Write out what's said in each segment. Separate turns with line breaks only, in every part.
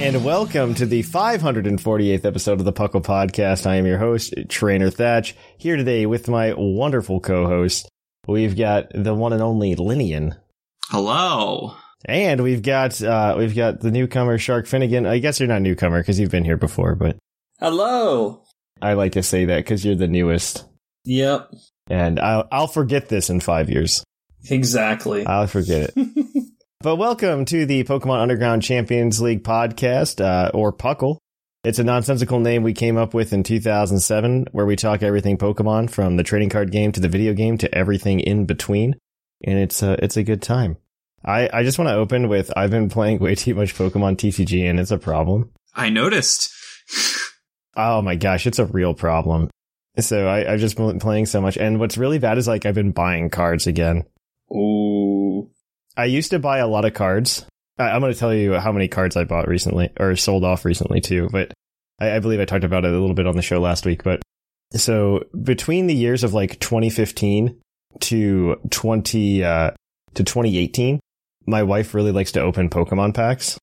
And welcome to the 548th episode of the Puckle Podcast. I am your host, Trainer Thatch, here today with my wonderful co-host. We've got the one and only Linian.
Hello.
And we've got, uh, we've got the newcomer Shark Finnegan. I guess you're not a newcomer because you've been here before, but
Hello.
I like to say that because you're the newest.
Yep.
And I'll, I'll forget this in five years.
Exactly.
I'll forget it. but welcome to the Pokemon Underground Champions League podcast, uh, or Puckle. It's a nonsensical name we came up with in 2007, where we talk everything Pokemon, from the trading card game to the video game to everything in between, and it's a it's a good time. I I just want to open with I've been playing way too much Pokemon TCG, and it's a problem.
I noticed.
Oh my gosh, it's a real problem. So I, I've just been playing so much, and what's really bad is like I've been buying cards again.
Ooh.
I used to buy a lot of cards. I, I'm going to tell you how many cards I bought recently or sold off recently too, but I, I believe I talked about it a little bit on the show last week. But so between the years of like 2015 to 20 uh, to 2018, my wife really likes to open Pokemon packs.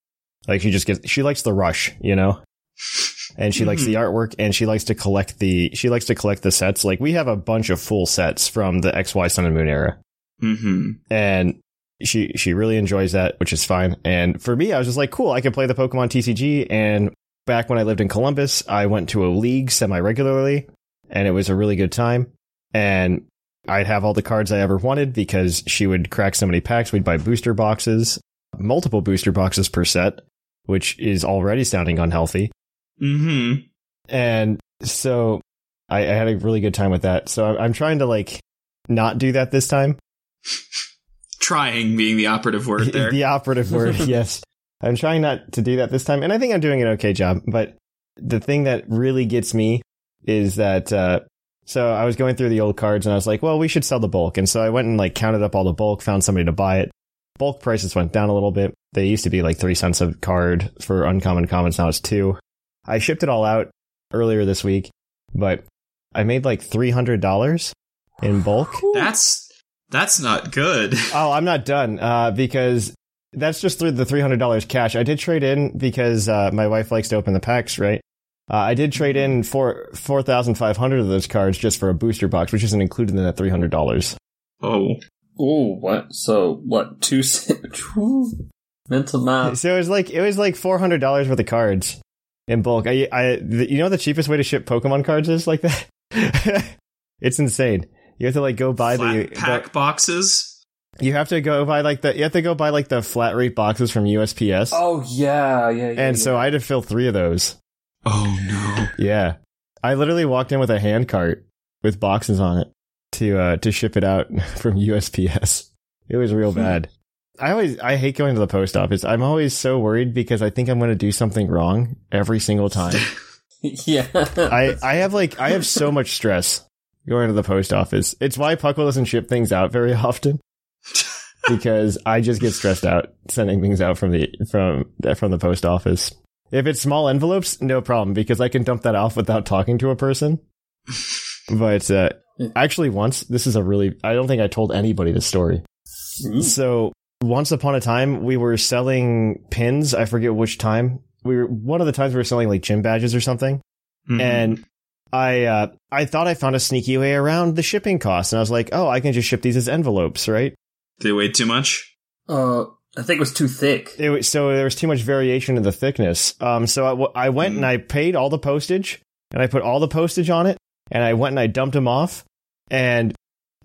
Like she just gets, she likes the rush, you know. And she likes the artwork, and she likes to collect the she likes to collect the sets. Like we have a bunch of full sets from the X Y Sun and Moon era
Mm-hmm.
and she she really enjoys that, which is fine. And for me, I was just like, cool, I can play the Pokemon TCG. And back when I lived in Columbus, I went to a league semi regularly, and it was a really good time. And I'd have all the cards I ever wanted because she would crack so many packs. We'd buy booster boxes, multiple booster boxes per set, which is already sounding unhealthy.
Mm-hmm.
And so I, I had a really good time with that. So I'm, I'm trying to like not do that this time.
Trying being the operative word
The-
there.
The operative word, yes. I'm trying not to do that this time, and I think I'm doing an okay job. But the thing that really gets me is that uh, so I was going through the old cards, and I was like, well, we should sell the bulk. And so I went and like counted up all the bulk, found somebody to buy it. Bulk prices went down a little bit. They used to be like three cents a card for uncommon commons. Now it's two. I shipped it all out earlier this week, but I made like three hundred dollars in bulk.
That's that's not good.
Oh, I'm not done uh, because that's just through the three hundred dollars cash. I did trade in because uh, my wife likes to open the packs, right? Uh, I did trade in four four thousand five hundred of those cards just for a booster box, which isn't included in that three hundred dollars.
Oh.
Ooh, what? So what? Two cents? Mental math.
So it was like it was like four hundred dollars worth of cards in bulk. I, I, th- you know, what the cheapest way to ship Pokemon cards is like that. it's insane. You have to like go buy
Flat
the
pack boxes.
the- You have to go buy like the. You have to go buy like the flat rate boxes from USPS.
Oh yeah, yeah. yeah
and
yeah.
so I had to fill three of those.
Oh no.
Yeah. I literally walked in with a hand cart with boxes on it to uh to ship it out from USPS. It was real bad. I always I hate going to the post office. I'm always so worried because I think I'm going to do something wrong every single time.
yeah.
I I have like I have so much stress going to the post office. It's why Puckle doesn't ship things out very often because I just get stressed out sending things out from the from from the post office. If it's small envelopes, no problem because I can dump that off without talking to a person. But uh, actually, once this is a really I don't think I told anybody this story.
Ooh.
So once upon a time, we were selling pins. I forget which time. We were one of the times we were selling like gym badges or something
Mhm.
and I uh, I thought I found a sneaky way around the shipping costs, and I was like, oh, I can just ship these as envelopes, right?
Did they weigh too much?
uh, I think it was too thick.
It was, so there was too much variation in the thickness. Um, so I, w- I went and I paid all the postage, and I put all the postage on it, and I went and I dumped them off, and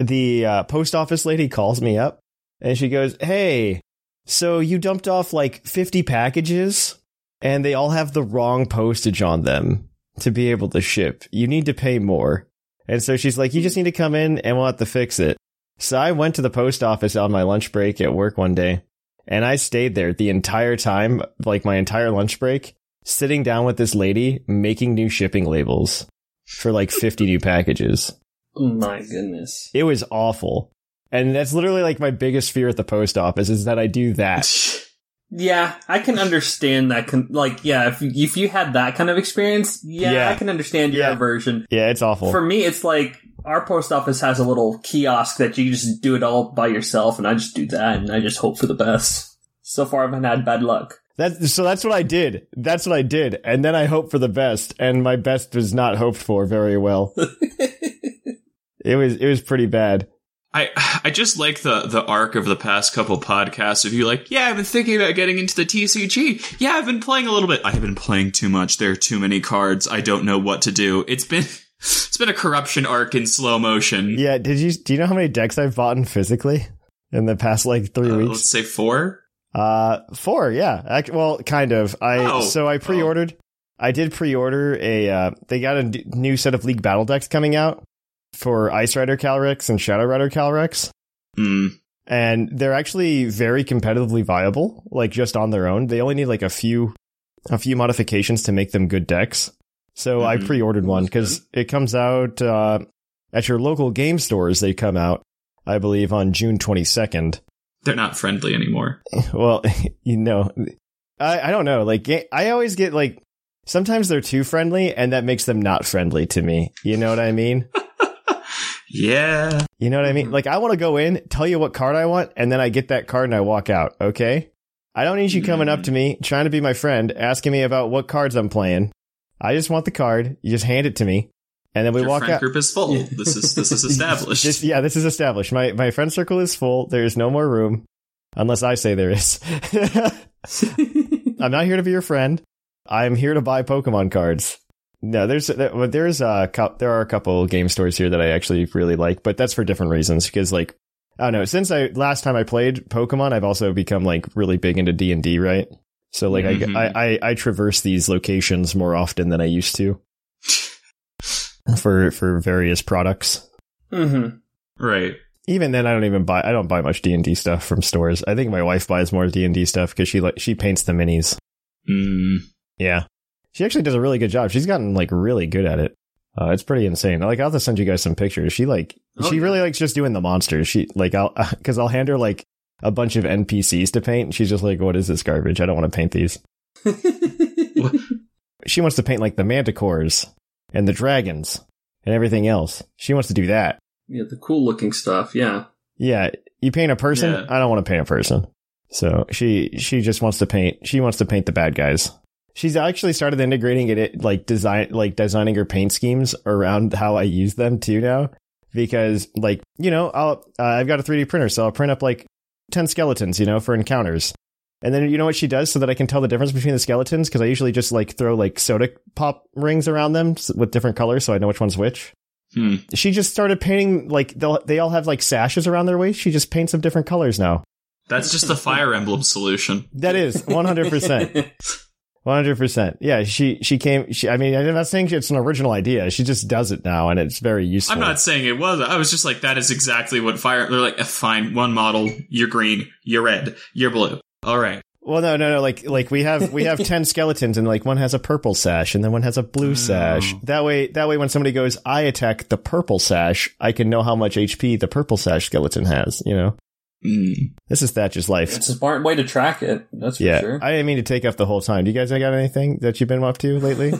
the uh, post office lady calls me up, and she goes, hey, so you dumped off like fifty packages, and they all have the wrong postage on them to be able to ship. You need to pay more. And so she's like, you just need to come in and we'll have to fix it. So I went to the post office on my lunch break at work one day and I stayed there the entire time, like my entire lunch break, sitting down with this lady making new shipping labels for like 50 new packages.
Oh My goodness.
It was awful. And that's literally like my biggest fear at the post office is that I do that.
Yeah, I can understand that. Con- like, yeah, if if you had that kind of experience, yeah,
Yeah.
I can understand your
Yeah.
aversion.
Yeah, it's awful.
For me, it's like our post office has a little kiosk that you just do it all by yourself, and I just do that, and I just hope for the best. So far, I haven't had bad luck.
That's so that's what I did. That's what I did. And then I hoped for the best, and my best was not hoped for very well. it was it was pretty bad.
I I just like the the arc of the past couple podcasts of you like, yeah, I've been thinking about getting into the TCG. Yeah, I've been playing a little bit. I have been playing too much. There are too many cards. I don't know what to do. It's been it's been a corruption arc in slow motion.
Yeah, did you do you know how many decks I've bought in physically in the past like three
Oh,
Uh,
weeks?
let's say four.
Uh, four, yeah. Ac well, kind of. I
Oh.
so I pre-ordered. I did pre-order a. Uh, they got a d- new set of League Battle decks coming out for Ice Rider Calrex and Shadow Rider Calrex,
Mm.
and they're actually very competitively viable. Like just on their own, they only need like a few, a few modifications to make them good decks. So I
Mhm.
pre-ordered one because it comes out uh, at your local game stores. They come out, I believe, on June twenty second.
They're not friendly anymore.
Well, you know, I, I don't know. Like, ga- I always get like, sometimes they're too friendly and that makes them not friendly to me. You know what I mean?
Yeah.
You know what I
Mm-hmm.
mean? Like, I want to go in, tell you what card I want, and then I get that card and I walk out. Okay. I don't need you coming
Mm-hmm.
up to me, trying to be my friend, asking me about what cards I'm playing. I just want the card. You just hand it to me. And then we
Your
walk
friend
out.
group is full. This is this is established.
This- yeah, this is established. My my friend circle is full. There is no more room, unless I say there is. I'm not here to be your friend. I'm here to buy Pokemon cards. No, there's there, well, there's a cou- there are a couple game stores here that I actually really like, but that's for different reasons because like I don't know. Since I last time I played Pokemon, I've also become like really big into D and D, right? So like I g-
Mhm.
I, I I traverse these locations more often than I used to for for various products
hmm
right.
even then i don't even buy i don't buy much d&d stuff from stores i think my wife buys more d&d stuff because she like she paints the minis
Mm.
yeah she actually does a really good job she's gotten like really good at it uh, it's pretty insane like i'll have to send you guys some pictures she like
Oh,
she
yeah.
really likes just doing the monsters she like i'll because i'll hand her like a bunch of npcs to paint and she's just like what is this garbage i don't want to paint these she wants to paint like the manticores and the dragons and everything else she wants to do that
yeah, the cool looking stuff. Yeah.
Yeah, you paint a person.
Yeah.
I don't want to paint a person. So she she just wants to paint. She wants to paint the bad guys. She's actually started integrating it like design like designing her paint schemes around how I use them too now because like you know I'll uh, I've got a 3D printer so I'll print up like 10 skeletons you know for encounters. And then you know what she does so that I can tell the difference between the skeletons because I usually just like throw like soda pop rings around them s- with different colors so I know which one's which
Hmm.
she just started painting like they'll, they all have like sashes around their waist. She just paints them different colors now.
That's just the Fire Emblem solution.
That is 100%. 100%. Yeah, she she came she I mean, I'm not saying it's an original idea. She just does it now and it's very useful.
I'm not saying it was. I was just like, that is exactly what Fire. They're like, "Eh, fine, one model. You're green. You're red. You're blue. All right.
Well, no, no, no, like like we have we have 10 skeletons and like one has a purple sash and then one has a blue sash. That way that way when somebody goes, "I attack the purple sash," I can know how much HP the purple sash skeleton has, you know. Hmm.
Mm.
This is Thatcher's life.
It's a smart way to track it. That's for
yeah.
sure.
I didn't mean to take up the whole time. Do you guys got anything that you've been up to lately?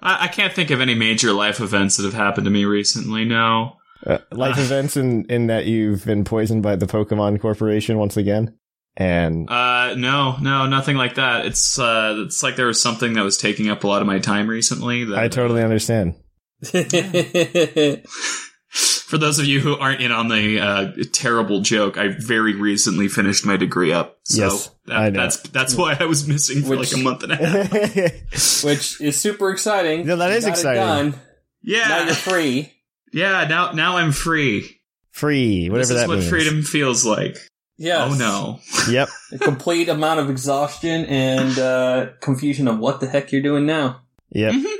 I, I can't think of any major life events that have happened to me recently. No.
Uh, life events in, in that you've been poisoned by the Pokemon Corporation once again. And
Uh, no, no, nothing like that. It's uh, it's like there was something that was taking up a lot of my time recently. That
I totally understand.
For those of you who aren't in on the uh, terrible joke, I very recently finished my degree up. So
Yes,
that,
I know.
that's that's why I was missing for
Which-
like a month and a half.
Which is super exciting.
No, that
You
is
got it
exciting.
done. Now
Yeah,
you're free.
yeah. Now now I'm free.
Free, whatever
this is
that
what
means.
freedom feels like.
Yes.
Oh no.
Yep.
A complete amount of exhaustion and uh, confusion of what the heck you're doing now.
Yep.
Mhm.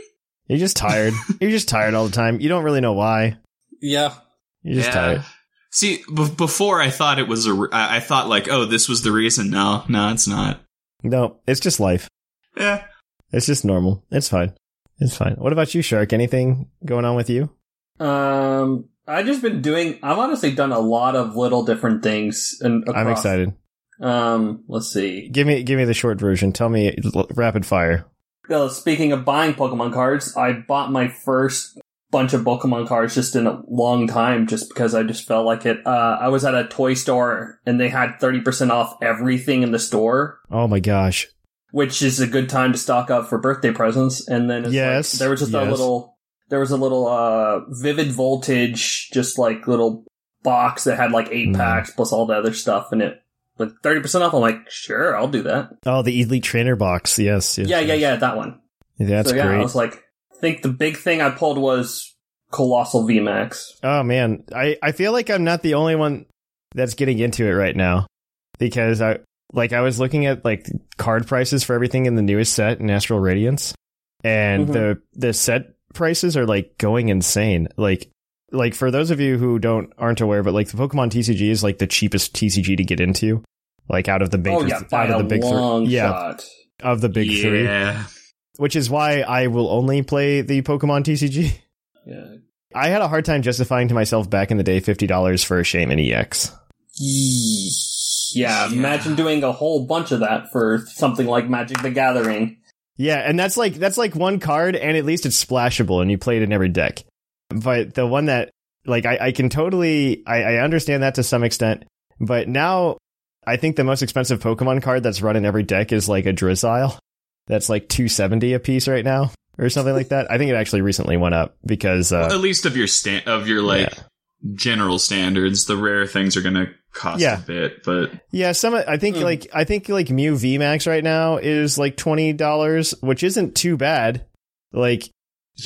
You're just tired. You're just tired all the time. You don't really know why.
Yeah.
You're just
Yeah.
tired.
See, b- before I thought it was a. re- I I thought like, oh, this was the reason. No, no, it's not.
No, it's just life.
Yeah.
It's just normal. It's fine. It's fine. What about you, Shark? Anything going on with you?
Um, I've just been doing. I've honestly done a lot of little different things. And
I'm
across-
excited.
Um, let's see.
Give me give me the short version. Tell me l- rapid fire.
Uh, speaking of buying Pokemon cards, I bought my first bunch of Pokemon cards just in a long time, just because I just felt like it. Uh, I was at a toy store and they had thirty percent off everything in the store,
Oh my gosh.
which is a good time to stock up for birthday presents. And then it's like-
Yes,
there was just
yes.
a little, there was a little uh, vivid voltage, just like little box that had like eight
Mhm.
packs plus all the other stuff in it. With thirty percent off, I'm like, sure, I'll do that.
Oh, the elite trainer box. Yes. yes
yeah, yeah,
yes.
yeah, that one.
That's
so yeah,
great.
I was like, I think the big thing I pulled was Colossal VMAX.
Oh man, I I feel like I'm not the only one that's getting into it right now because I like I was looking at like card prices for everything in the newest set in Astral Radiance, and
Mhm.
the the set prices are like going insane. Like like for those of you who don't aren't aware, but like the Pokemon TCG is like the cheapest TCG to get into, like out of the big
oh yeah, by
out of
a
the big
long
three, yeah,
shot.
of the big three,
yeah.
which is why I will only play the Pokemon TCG.
Yeah.
I had a hard time justifying to myself back in the day fifty dollars for a E Shaman EX.
Yeah,
Yeah.
imagine doing a whole bunch of that for something like Magic the Gathering.
Yeah, and that's like that's like one card, and at least it's splashable, and you play it in every deck. But the one that like I, I can totally I, I understand that to some extent, but now I think the most expensive Pokemon card that's run in every deck is like a Drizzile. That's like two seventy a piece right now, or something like that. I think it actually recently went up because uh,
At least of your stand, of your like general standards, the rare things are gonna cost
Yeah.
a bit. But
Yeah, some I think
Mm.
like I think like Mew VMAX right now is like twenty dollars, which isn't too bad. Like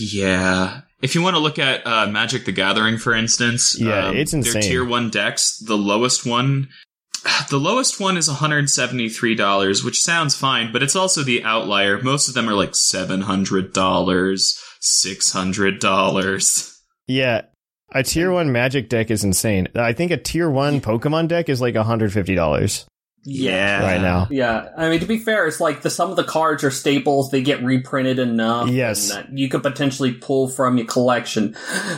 yeah, if you want to look at uh, Magic: The Gathering, for instance,
Yeah,
um,
it's insane.
Their tier one decks, the lowest one. The lowest one is $173, which sounds fine, but it's also the outlier. Most of them are like $700, $600.
yeah, a tier one Magic deck is insane. I think a tier one Pokemon deck is like hundred fifty dollars
Yeah.
right now.
Yeah, I mean to be fair, it's like the some of the cards are staples. They get reprinted enough,
Yes.
and that you could potentially pull from your collection.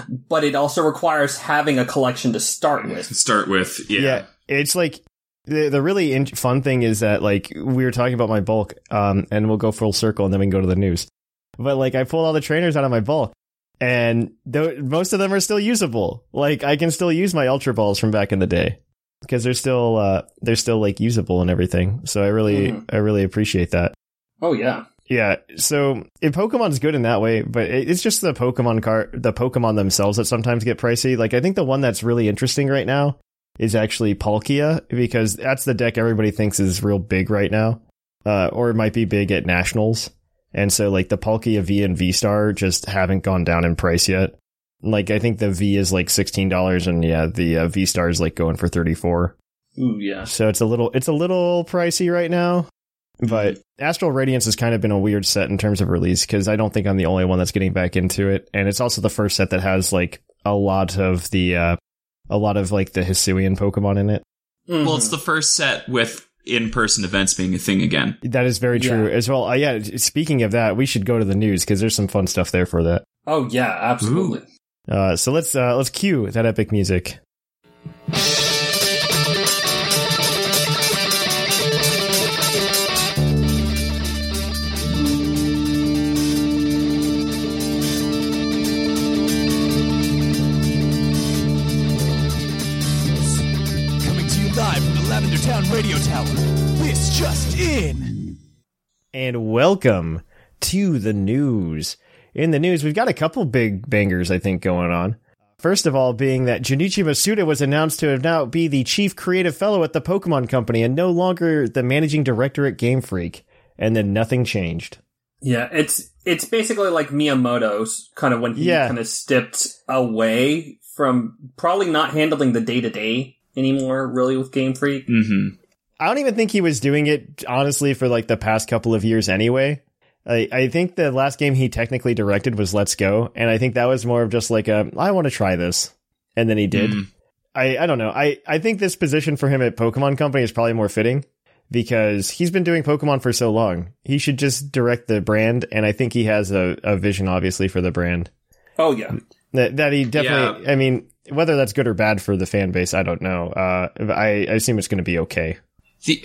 But it also requires having a collection to start
To
with.
start with, yeah.
it's like the the really in- fun thing is that like we were talking about my bulk, um, and we'll go full circle and then we can go to the news. But like I pulled all the trainers out of my bulk, and th- most of them are still usable. Like I can still use my ultra balls from back in the day because they're still uh they're still like usable and everything. So I really
Mhm.
I really appreciate that.
Oh yeah,
Yeah, so if Pokemon's good in that way, but it- it's just the Pokemon car, the Pokemon themselves that sometimes get pricey. Like I think the one that's really interesting right now is actually Palkia because that's the deck everybody thinks is real big right now, uh, or it might be big at nationals. And so like the Palkia V and V Star just haven't gone down in price yet. Like I think the V is like sixteen dollars, and yeah, the uh, V Star is like going for thirty four.
Ooh, yeah.
So it's a little it's a little pricey right now. But Astral Radiance has kind of been a weird set in terms of release because I don't think I'm the only one that's getting back into it, and it's also the first set that has like a lot of the uh, a lot of like the Hisuian Pokemon in it.
Mm.
Well,
Mm-hmm.
it's the first set with in person events being a thing again.
That is very true
Yeah.
as well. Uh, yeah, speaking of that, we should go to the news because there's some fun stuff there for that.
oh yeah, absolutely.
Uh, so let's uh, let's cue that epic music.
Coming to you live from the Lavender Town Radio Tower. This just in.
And welcome to the news. In the news, we've got a couple big bangers, I think, going on. First of all, being that Junichi Masuda was announced to have now be the chief creative fellow at the Pokemon Company and no longer the managing director at Game Freak. And then nothing changed.
Yeah, it's it's basically like Miyamoto's kind of when he
Yeah.
kind of stepped away from probably not handling the day to day anymore, really with Game Freak.
hmm
I don't even think he was doing it honestly for like the past couple of years anyway. I, I think the last game he technically directed was Let's Go, and I think that was more of just like a I want to try this, and then he did.
Mm.
I I don't know. I I think this position for him at Pokemon Company is probably more fitting because he's been doing Pokemon for so long. He should just direct the brand, and I think he has a, a vision, obviously, for the brand.
Oh yeah,
That, that he definitely, I mean, whether that's good or bad for the fan base, I don't know. Uh, I, I assume it's going to be okay.
the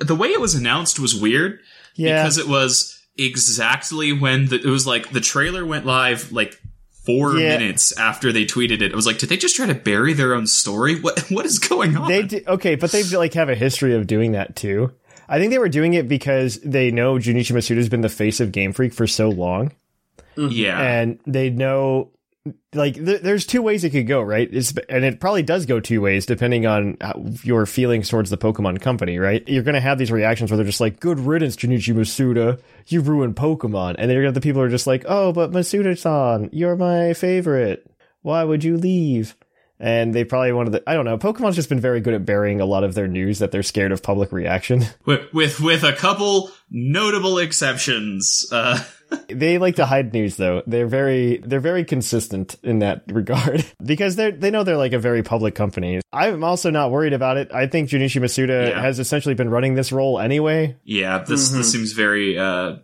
the way it was announced was weird
Yeah.
because it was exactly when the, it was like the trailer went live like four
Yeah.
minutes after they tweeted it. I was like, did they just try to bury their own story? What what is going on?
They do, okay, but they like have a history of doing that too. I think they were doing it because they know Junichi Masuda's been the face of Game Freak for so long,
yeah,
and they know like th- there's two ways it could go, right? It's, and it probably does go two ways depending on how, your feelings towards the Pokemon company, right? You're gonna have these reactions where they're just like, "Good riddance, Junichi Masuda, you ruined Pokemon," and then you're gonna have the people who are just like, "Oh, but Masuda-san, you're my favorite. Why would you leave?" and they probably one of the I don't know. Pokemon's just been very good at burying a lot of their news that they're scared of public reaction.
with, with with a couple notable exceptions. Uh,
they like to hide news though. They're very they're very consistent in that regard because they are they know they're like a very public company. I'm also not worried about it. I think Junichi Masuda
Yeah.
has essentially been running this role anyway.
yeah, this
Mm-hmm.
this seems very uh,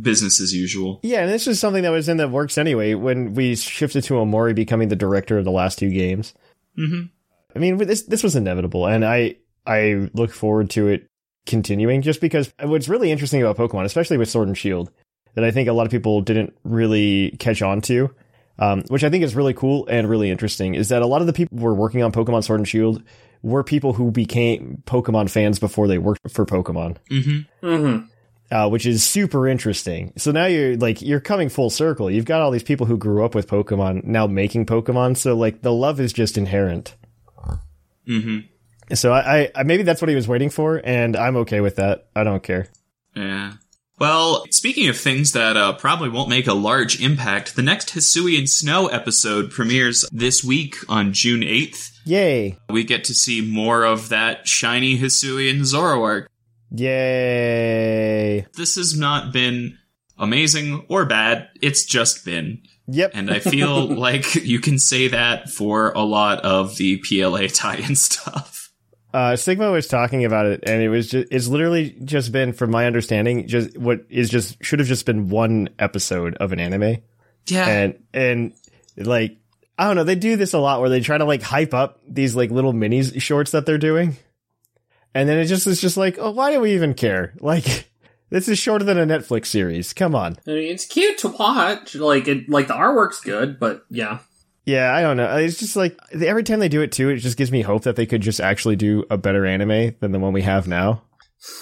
business as usual.
Yeah, and this is something that was in the works anyway when we shifted to Omori becoming the director of the last two games.
Mhm.
I mean, this this was inevitable, and I I look forward to it continuing just because what's really interesting about Pokemon, especially with Sword and Shield, that I think a lot of people didn't really catch on to, um, which I think is really cool and really interesting, is that a lot of the people who were working on Pokemon Sword and Shield were people who became Pokemon fans before they worked for Pokemon
hmm
mm-hmm.
uh, which is super interesting. So now you're like you're coming full circle. You've got all these people who grew up with Pokemon now making Pokemon. So like the love is just inherent.
hmm
So I, I, I maybe that's what he was waiting for, and I'm okay with that. I don't care.
Yeah. Well, speaking of things that uh, probably won't make a large impact, the next Hisui and Snow episode premieres this week on June 8th.
Yay,
We get to see more of that shiny Hisui and Zoroark.
yay.
This has not been amazing or bad, it's just been.
Yep.
And I feel like you can say that for a lot of the PLA tie in stuff.
Uh, Sigma was talking about it, and it was just, it's literally just been, from my understanding, just what is just should have just been one episode of an anime.
Yeah.
and and like I don't know, they do this a lot where they try to like hype up these like little mini shorts that they're doing, and then it just is just like, oh, why do we even care? Like this is shorter than a Netflix series. Come on,
I mean, it's cute to watch. Like it, like the artwork's good, but yeah,
yeah, I don't know. It's just like every time they do it too, it just gives me hope that they could just actually do a better anime than the one we have now.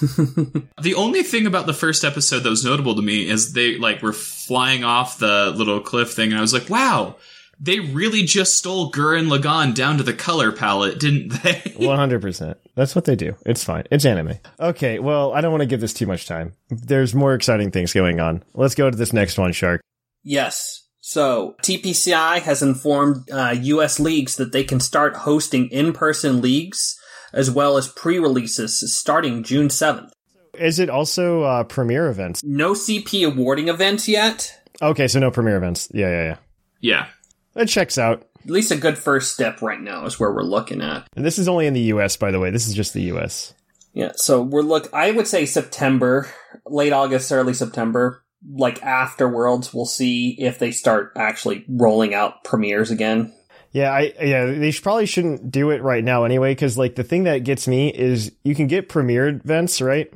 The only thing about the first episode that was notable to me is they like were flying off the little cliff thing, and I was like, "Wow, they really just stole Gurren Lagann down to the color palette, didn't they?"
One hundred percent. That's what they do. It's fine. It's anime. Okay. Well, I don't want to give this too much time. There's more exciting things going on. Let's go to this next one, Shark.
Yes. So TPCI has informed uh, U.S. leagues that they can start hosting in-person leagues as well as pre-releases starting June seventh.
Is it also uh, premiere events?
No CP awarding events yet.
Okay, so no premiere events. Yeah, yeah, yeah.
yeah,
That checks out.
At least a good first step right now is where we're looking at.
And this is only in the U.S., by the way. This is just the U.S.
Yeah. So we're look. I would say September, late August, early September. Like after Worlds, we'll see if they start actually rolling out premieres again.
Yeah, I yeah. They sh- probably shouldn't do it right now anyway, because like the thing that gets me is you can get premiere events right,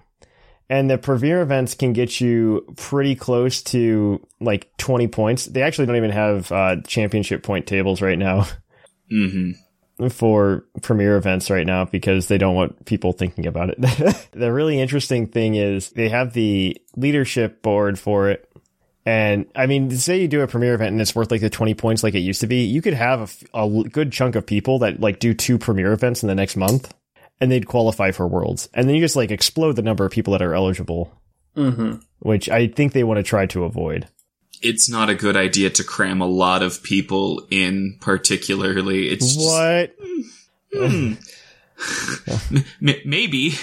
and the premiere events can get you pretty close to like twenty points. They actually don't even have uh, championship point tables right now
hmm
for premiere events right now because they don't want people thinking about it. the really interesting thing is they have the leadership board for it. And I mean, say you do a premiere event and it's worth like the 20 points like it used to be, you could have a f- a, l- good chunk of people that like do two premiere events in the next month and they'd qualify for worlds. And then you just like explode the number of people that are eligible,
Mm-hmm.
which I think they want to try to avoid.
it's not a good idea to cram a lot of people in, particularly. It's just-
What?
Hmm. M- maybe,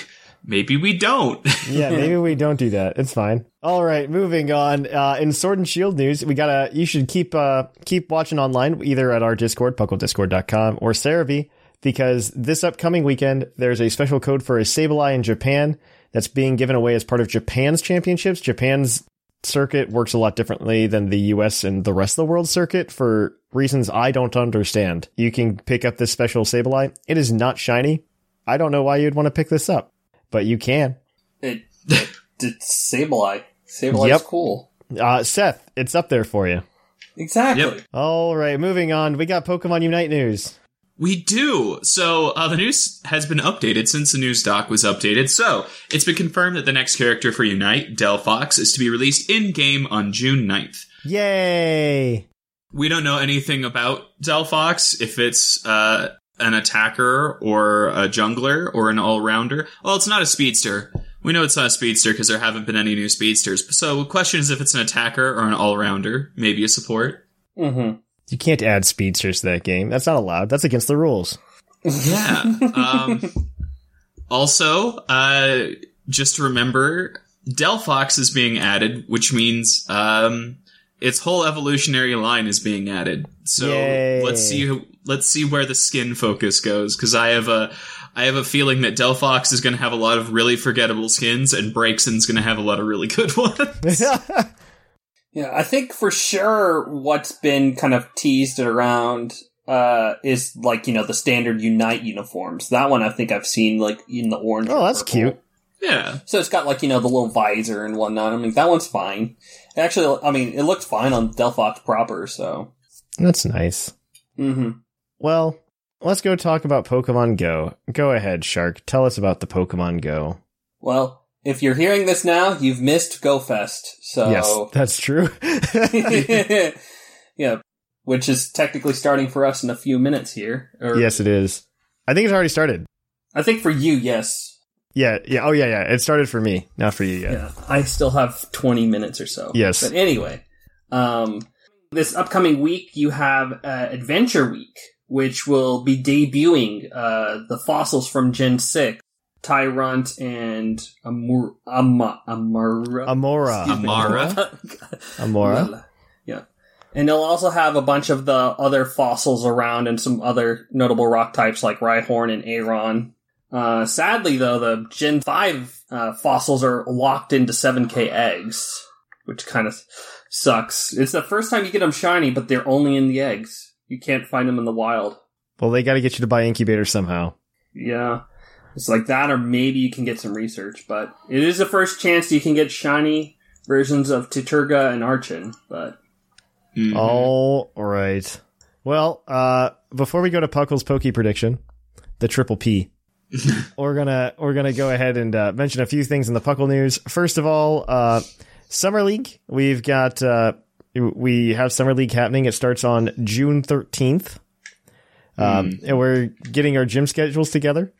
maybe we don't.
yeah, maybe we don't do that. It's fine. All right, moving on. Uh, in Sword and Shield news, we gotta. You should keep uh, keep watching online, either at our Discord, pucklediscord.com, or Cerebi, because this upcoming weekend there's a special code for a Sableye in Japan. that's being given away as part of Japan's championships. Japan's circuit works a lot differently than the US and the rest of the world circuit for reasons I don't understand. You can pick up this special Sableye. It is not shiny. I don't know why you'd want to pick this up, but you can.
It, it, it's Sableye. Sableye's
Yep.
cool.
Uh, Seth, it's up there for you.
Exactly.
Yep.
All right, moving on. We got Pokemon Unite news.
We do. So uh, the news has been updated since the news doc was updated. So it's been confirmed that the next character for Unite, Del Fox, is to be released in game on June 9th.
Yay!
We don't know anything about Del Fox, if it's uh, an attacker or a jungler or an all rounder. Well, it's not a speedster. We know it's not a speedster because there haven't been any new speedsters. So the question is if it's an attacker or an all rounder, maybe a support.
Mm-hmm.
You can't add speedsters to that game. That's not allowed. That's against the rules.
Yeah. Um, also, uh, just remember Delphox is being added, which means um, its whole evolutionary line is being added. So
Yay.
let's see who- let's see where the skin focus goes because I have a I have a feeling that Delphox is going to have a lot of really forgettable skins and Braixen's going to have a lot of really good ones.
Oh,
Yeah, I think for sure what's been kind of teased around uh, is like you know the standard Unite uniforms. That one I think I've seen like in the orange.
Oh,
or
that's
purple.
cute.
yeah.
So it's got like you know the little visor and whatnot. I mean that one's fine. Actually, I mean it looked fine on Delphox proper. So
That's nice.
hmm
Well, let's go talk about Pokemon Go. Go ahead, Shark. Tell us about the Pokemon Go.
well, if you're hearing this now, you've missed GoFest. So
Yes, that's true.
yeah, which is technically starting for us in a few minutes here. Or,
yes, it is. I think it's already started.
I think for you, yes.
Yeah, yeah. Oh, yeah, yeah. It started for me, not for you yet.
Yeah, I still have 20 minutes or so.
Yes.
But anyway, um, this upcoming week you have uh, Adventure Week, which will be debuting uh, the fossils from Gen 6, Tyrant and Amur- Ama- Amara.
Amora.
Excuse me. Oh
Amara.
Amora.
Lala. Yeah. And they'll also have a bunch of the other fossils around and some other notable rock types like Rhyhorn and Aeron. Uh, sadly, though, the Gen 5 uh, fossils are locked into 7k eggs, which kind of sucks. It's the first time you get them shiny, but they're only in the eggs. You can't find them in the wild.
Well, they got to get you to buy Incubator somehow.
Yeah. It's like that, or maybe you can get some research, but it is the first chance you can get shiny versions of Titurga and Archon, but
Mhm.
All right. Well, uh, before we go to Puckle's pokey prediction, the triple P, we're gonna we're gonna go ahead and uh, mention a few things in the Puckle news. First of all, uh, summer league. We've got uh, we have summer league happening. It starts on June thirteenth. Um, and we're getting our gym schedules together.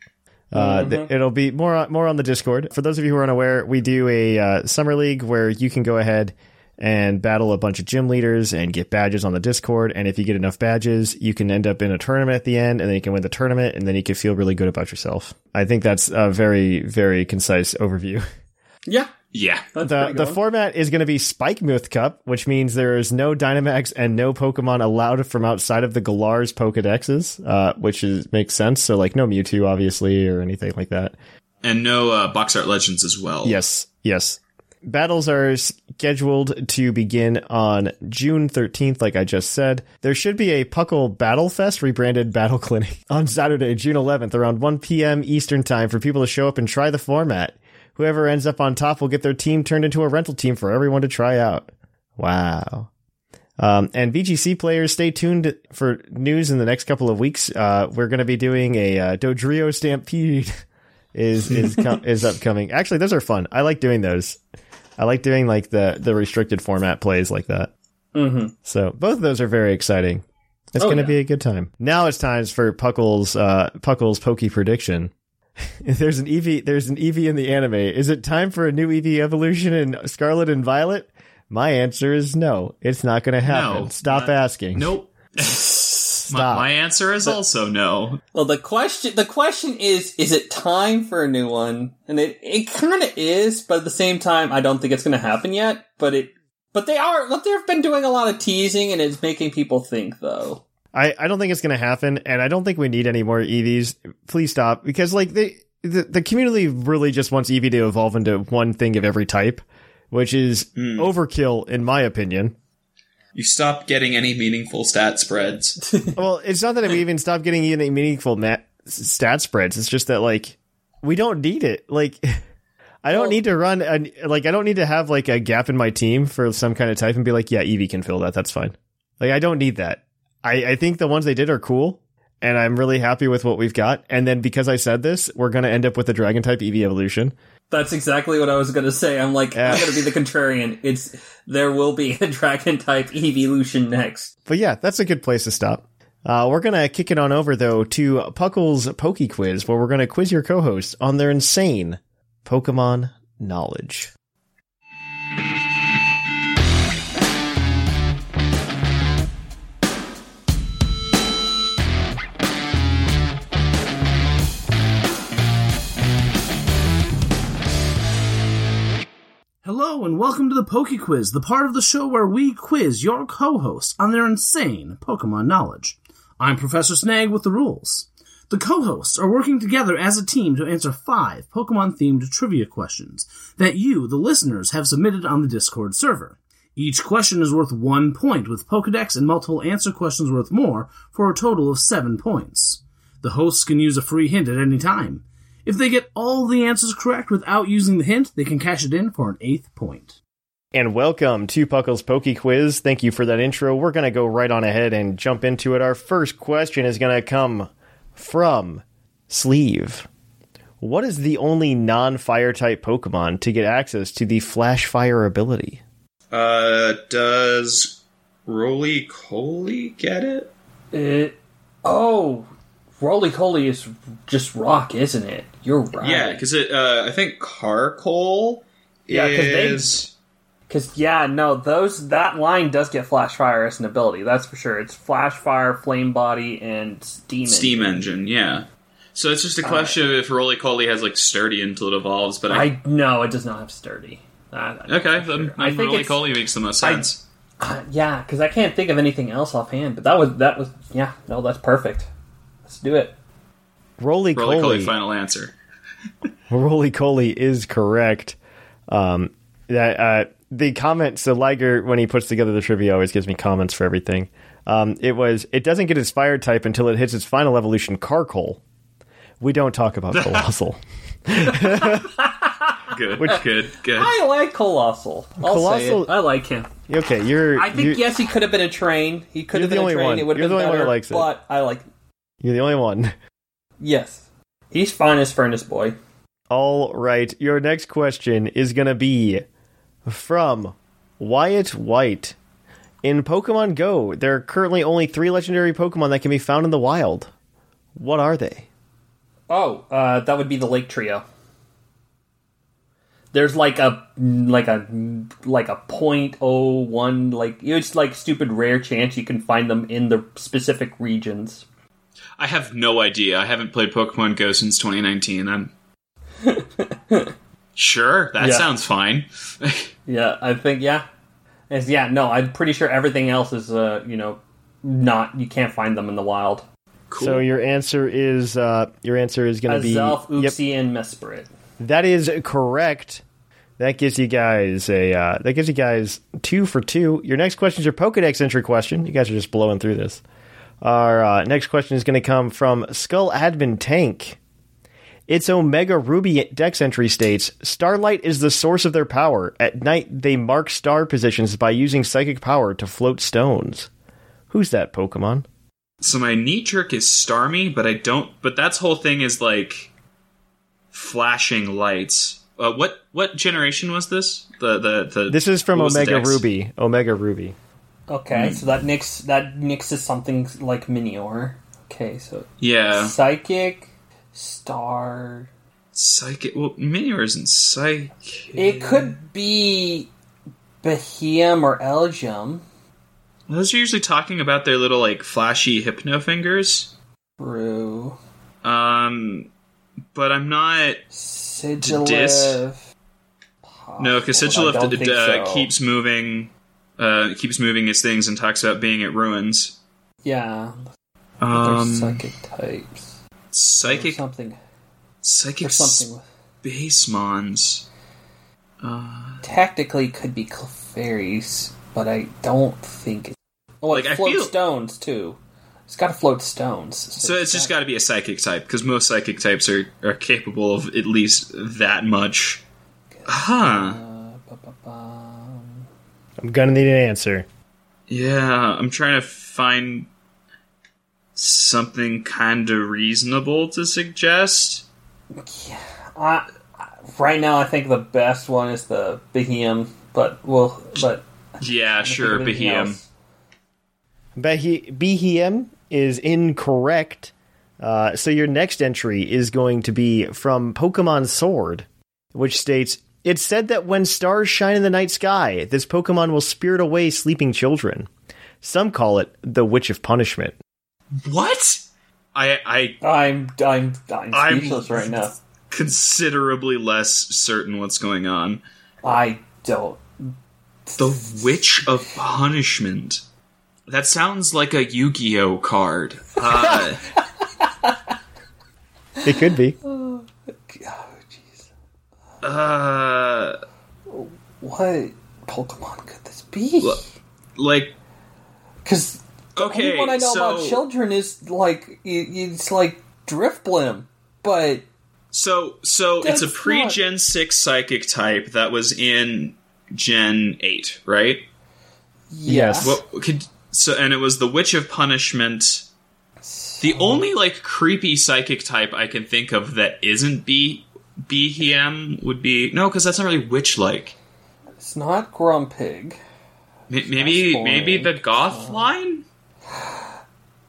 Uh, th-
Mm-hmm.
it'll be more on, more on the Discord. For those of you who are unaware, we do a uh, summer league where you can go ahead and battle a bunch of gym leaders and get badges on the Discord. And if you get enough badges, you can end up in a tournament at the end, and then you can win the tournament, and then you can feel really good about yourself. I think that's a very very concise overview.
yeah,
Yeah.
that's
The,
pretty
the
good.
format is going to be Spike Myth Cup, which means there is no Dynamax and no Pokemon allowed from outside of the Galar's Pokedexes, uh, which is makes sense. So like no Mewtwo, obviously, or anything like that.
And no uh, box art legends as well.
Yes, yes. Battles are scheduled to begin on June 13th, like I just said. There should be a Puckle Battle Fest rebranded Battle Clinic on Saturday, June 11th, around 1 p.m. Eastern Time for people to show up and try the format. Whoever ends up on top will get their team turned into a rental team for everyone to try out. Wow. Um, and VGC players, stay tuned for news in the next couple of weeks. Uh, we're going to be doing a uh, Dodrio Stampede is is com- is upcoming. Actually, those are fun. I like doing those. I like doing like the the restricted format plays like that.
Mm-hmm.
So both of those are very exciting. It's
Oh,
going to
yeah.
be a good time. Now it's time for Puckle's uh, Puckle's pokey prediction. there's an EV. There's an EV in the anime. Is it time for a new EV evolution in Scarlet and Violet? My answer is no. It's not going to happen.
No,
Stop
not-
asking.
Nope. My,
Stop.
my answer is also no.
Well, the question the question is is it time for a new one? And it it kind of is, but at the same time, I don't think it's going to happen yet. But it but they are but they've been doing a lot of teasing, and it's making people think though.
I, I don't think it's going to happen, and I don't think we need any more EVs. Please stop, because like they the, the community really just wants Eevee to evolve into one thing of every type, which is
Hmm.
overkill, in my opinion.
You stop getting any meaningful stat spreads.
well, it's not that we even stopped getting any meaningful ma- s- stat spreads. It's just that like we don't need it. Like I don't need to run an, like I don't need to have like a gap in my team for some kind of type and be like, yeah, Eevee can fill that. That's fine. Like I don't need that. I I think the ones they did are cool. And I'm really happy with what we've got. And then because I said this, we're going to end up with a dragon type EV evolution.
That's exactly what I was going to say. I'm like,
Yeah.
I'm going to be the contrarian. It's there will be a dragon type evolution next.
But yeah, that's a good place to stop. Uh, we're going to kick it on over, though, to Puckle's Poke Quiz, where we're going to quiz your co hosts on their insane Pokemon knowledge.
Hello and welcome to the Poke Quiz, the part of the show where we quiz your co-hosts on their insane Pokemon knowledge. I'm Professor Snag with the rules. The co-hosts are working together as a team to answer five Pokemon-themed trivia questions that you, the listeners, have submitted on the Discord server. Each question is worth one point, with Pokedex and multiple answer questions worth more, for a total of seven points. The hosts can use a free hint at any time. If they get all the answers correct without using the hint, they can cash it in for an eighth point.
And welcome to Puckle's Poke Quiz. Thank you for that intro. We're going to go right on ahead and jump into it. Our first question is going to come from Sleeve. What is the only non fire type Pokemon to get access to the Flash Fire ability?
Uh, does Roly Coly get it?
It, oh, Roly Coly is just rock, isn't it? You're right.
Yeah, because it. Uh, I think Carcoal
Yeah, 'cause they-
is.
Because yeah, no, those that line does get flash fire as an ability. That's for sure. It's flash fire, flame body, and steam.
Steam engine, yeah. So it's
Uh,
just a question of if Roly Coly has like sturdy until it evolves, but I,
I no, it does not have sturdy. Uh,
okay, then
I think
Roly
it's-
Coly makes the most
I-
sense.
uh, yeah, because I can't think of anything else offhand. But that was that was yeah, no, that's perfect. Let's do it.
Roly
Roly Coly,
Coly.
final answer.
Roly Coly is correct. Um, that uh, the comments, the Liger when he puts together the trivia always gives me comments for everything. Um, it was it doesn't get its fire type until it hits its final evolution, Carcoal. We don't talk about colossal.
Good, good, good.
I like Colossal. I'll say
Colossal-
it. I like him.
okay, you're
I think
you're,
yes, he could have been a train. He could
You're
have been
the
a
only
train.
one.
It would
You're
have
the
been
only one
better.
that likes it.
but I like
you're the only one.
yes. He's fine as furnace boy.
All right, your next question is gonna be from Wyatt White. In Pokemon Go, there are currently only three legendary Pokemon that can be found in the wild. What are they?
Oh, uh, that would be the Lake Trio. There's like a like a like a point oh one like it's like stupid rare chance you can find them in the specific regions.
I have no idea. I haven't played Pokemon Go since 2019. I'm sure that
Yeah.
sounds fine.
Yeah, I think yeah, It's- yeah. No, I'm pretty sure everything else is uh you know not you can't find them in the wild.
cool.
So your answer is uh, your answer is going to be
Azelf,
Yep,
Oopsie, and Mesprit.
that is correct. That gives you guys a uh, that gives you guys two for two. Your next question is your Pokedex entry question. You guys are just blowing through this. Our uh, next question is going to come from Skull Admin Tank. Its Omega Ruby Dex entry states Starlight is the source of their power. At night, they mark star positions by using psychic power to float stones. Who's that Pokemon?
So my knee jerk is Starmie, but I don't. But that's whole thing is like flashing lights. Uh, what what generation was this? The the, the
This is from
what was the
Omega
dex?
Ruby. Omega Ruby.
Okay, so that nix that nixes something like Minior. Okay, so
Yeah,
psychic star.
psychic. Well, Minior isn't psychic.
It could be Behem or Elgium.
Those are usually talking about their little like flashy hypno fingers.
Brew.
Um, but I'm not.
Sigiliv.
No, because
Possible, but I
Sigilif
don't
d- d- uh,
think so.
keeps moving, uh, keeps moving his things and talks about being at ruins.
Yeah. They're
Um,
psychic types.
psychic
Something.
Psychic
or something.
space mons.
Technically, could be Clefairies, but I don't think. It, oh,
Like,
it
I
floats
feel-
stones too. It's got to float stones.
So it's just got to be a psychic type because most psychic types are, are capable of at least that much. Huh.
I'm gonna need an answer.
Yeah, I'm trying to find something kind of reasonable to suggest.
I, right now, I think the best one is the Behem, but we'll but
Yeah, sure,
anything
Behem.
else.
Behe- Behem is incorrect. Uh, so your next entry is going to be from Pokemon Sword, which states it's said that when stars shine in the night sky, this Pokemon will spirit away sleeping children. Some call it the Witch of Punishment.
What? I I
I'm I'm I'm
I'm-
speechless right now.
considerably less certain what's going on.
I don't.
The Witch of Punishment. That sounds like a Yu-Gi-Oh card. Uh,
It could be.
Oh jeez,
uh,
what Pokemon could this be?
like
Because
okay,
only one I know
so
about children is like i- it's like Driftblim, but
so so it's
That's
a
not-
pre-Gen six psychic type that was in Gen eight, right?
yes,
What could so and it was the Witch of Punishment. The only like creepy psychic type I can think of that isn't B BHM would be no, because that's not really witch like.
it's not Grumpig.
maybe
boring.
maybe the goth line.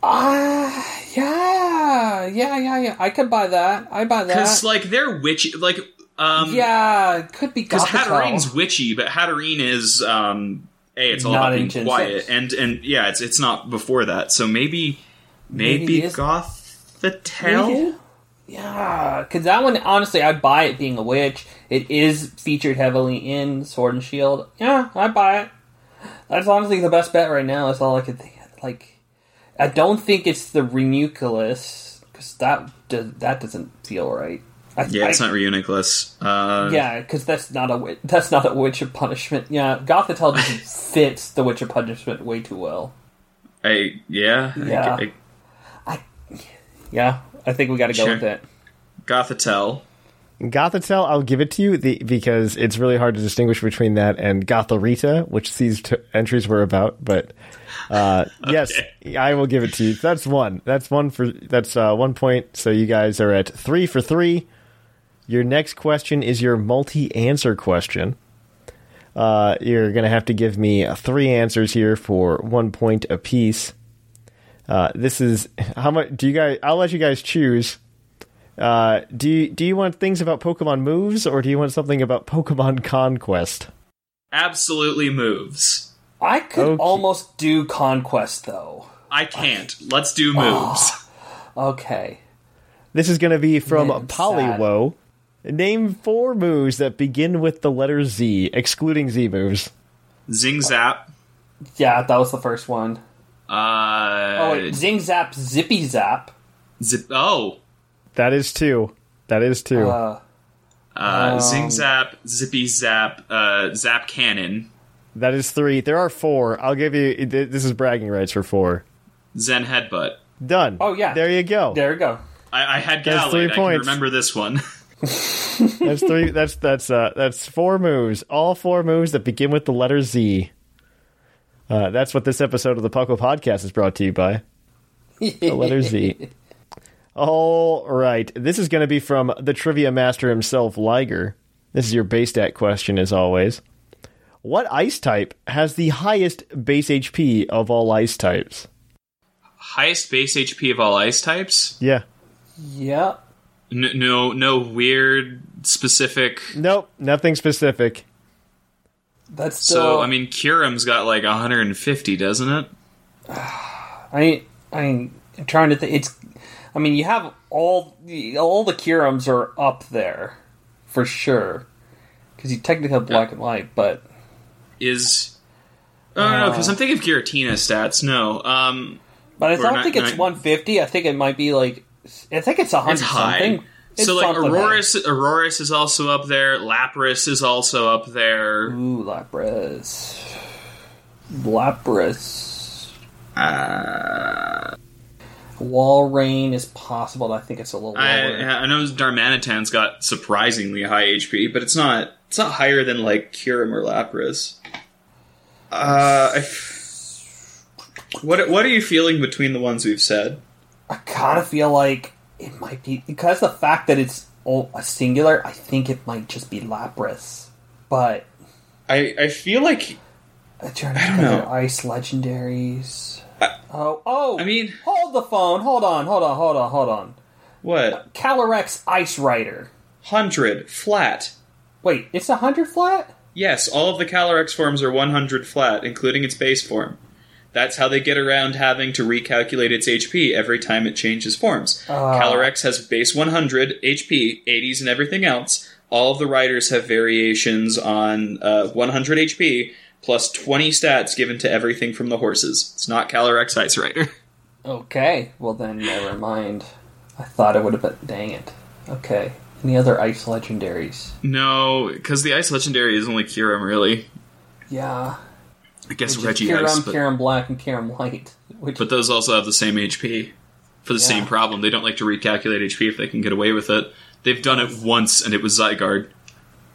Ah, yeah, yeah, yeah, yeah. I could buy that. I buy that.
Because like they're witchy, like um,
yeah, it could be
Because
Gothitelle.
Hatterine's witchy, but Hatterine is um, a. It's all
Not
about
in Gen
being quiet,
six.
and and yeah, it's it's not before that. So maybe
Maybe
maybe,
it is-
Gothitelle.
Mm-hmm. Yeah, because that one, honestly, I buy it being a witch. It is featured heavily in Sword and Shield. Yeah, I buy it. That's honestly the best bet right now. That's all I could think. of. Like, I don't think it's the Renuculus because that does, that doesn't feel right. I,
Yeah, it's
I-
not Reuniclus. Uh,
Yeah, because that's not a wi- that's not a witch of punishment. Yeah, Gothitelle just fits the witch of punishment way too well.
I yeah. I-
Yeah.
I-
Yeah, I think we got to go
Sure.
with it.
Gothitelle.
Gothitelle, I'll give it to you the, because it's really hard to distinguish between that and Gotharita, which these t- entries were about. But uh, yes, I will give it to you. That's one. That's one for. That's uh, one point. So you guys are at three for three. Your next question is your multi-answer question. Uh, you're gonna have to give me three answers here for one point apiece. Uh, this is how much do you guys? I'll let you guys choose. Uh, do you, do you want things about Pokemon moves or do you want something about Pokemon conquest?
Absolutely moves.
I could
Okay.
almost do conquest though.
I can't. Let's do moves.
Ah. Okay.
This is going to be from
Man,
Poliwo. Name four moves that begin with the letter Z, excluding Z moves.
Zing zap.
Yeah, that was the first one.
Uh,
Oh, wait, zing zap, zippy zap.
zip. Oh,
That is two. That is two.
Uh,
uh,
Oh.
zing zap. Zippy zap. Uh, zap cannon.
that is three. There are four. I'll give you. th- This is bragging rights for four.
Zen headbutt.
Done.
Oh, yeah.
There you go.
there we go.
I, I had
That's
Gallade.
three
I can
points.
remember this one.
That's three. That's that's uh that's four moves. All four moves that begin with the letter Z. Uh, that's what this episode of the Puckle Podcast is brought to you by. The letter Z. All right. This is going to be from the trivia master himself, Liger. This is your base stat question, as always. What ice type has the highest base HP of all ice types?
Highest base HP of all ice types.
Yeah.
Yeah.
N- no, no weird specific.
Nope. Nothing specific.
That's
So,
still.
I mean, Kyurem's got like 150, doesn't it?
I I am trying to think. It's. I mean, you have all the all the Kirums are up there for sure because you technically have black and white, but
Is oh no,
Uh,
because I'm thinking of Giratina stats. No, um,
but I
Or
don't
not-
think it's
not-
150. I think it might be like I think it's 100
high.
something. It's
so like
fun for
Auroras, Auroras is also up there. Lapras is also up there.
Ooh, Lapras. Lapras. Uh, Wall rain is possible. and I think it's a little lower.
I, I know Darmanitan's got surprisingly high HP, but it's not it's not higher than like Kyurem or Lapras. Uh, I f- what what are you feeling between the ones we've said?
I kind of feel like it might be because the fact that it's all a singular. I think it might just be Lapras, but
I I feel like
I'm trying to
I don't
think of
know.
their ice legendaries.
I-
oh, oh!
I mean-
hold the phone. Hold on. Hold on. Hold on. Hold on.
what
Calyrex Ice Rider.
hundred flat.
Wait, it's a hundred flat.
Yes, all of the Calyrex forms are 100 flat, including its base form. That's how they get around having to recalculate its HP every time it changes forms.
Ah.
Calyrex has base 100, HP, 80s, and everything else. All of the riders have variations on uh, 100 HP plus 20 stats given to everything from the horses. It's not Calyrex Ice Rider.
Okay. Well then, never mind. I thought it would have been. Dang it. Okay. Any other ice legendaries?
No, because the Ice Legendary is only Kyurem, really.
Yeah.
I guess
Which
Reggie
is Kyurem,
Ice, but,
Kyurem Black, and Kyurem White. Which
but those also have the same HP. for the same problem. They don't like to recalculate HP if they can get away with it. They've done it once, and it was Zygarde.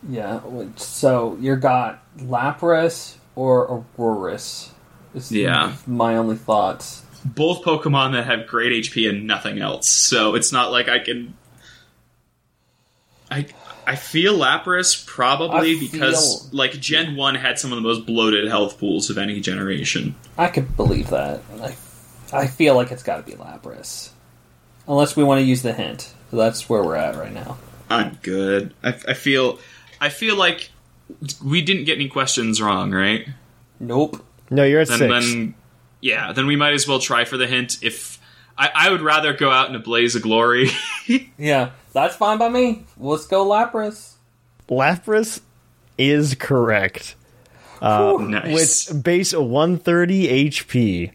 Yeah, which- so you got Lapras or Aurorus. Is
Yeah.
My only thoughts.
Both Pokemon that have great HP and nothing else. So it's not like I can. I I feel Lapras probably
I
because
feel-
like Gen One had some of the most bloated health pools of any generation.
I could believe that. I, I feel like it's got to be Lapras. Unless we want to use the hint. That's where we're at right now.
I'm good. I, I feel I feel like we didn't get any questions wrong, right?
Nope.
No, you're at
then,
six.
then yeah, then we might as well try for the hint. If I, I would rather go out in a blaze of glory.
Yeah, that's fine by me. Let's go Lapras.
Lapras is correct.
nice.
Oh, With base 130 HP.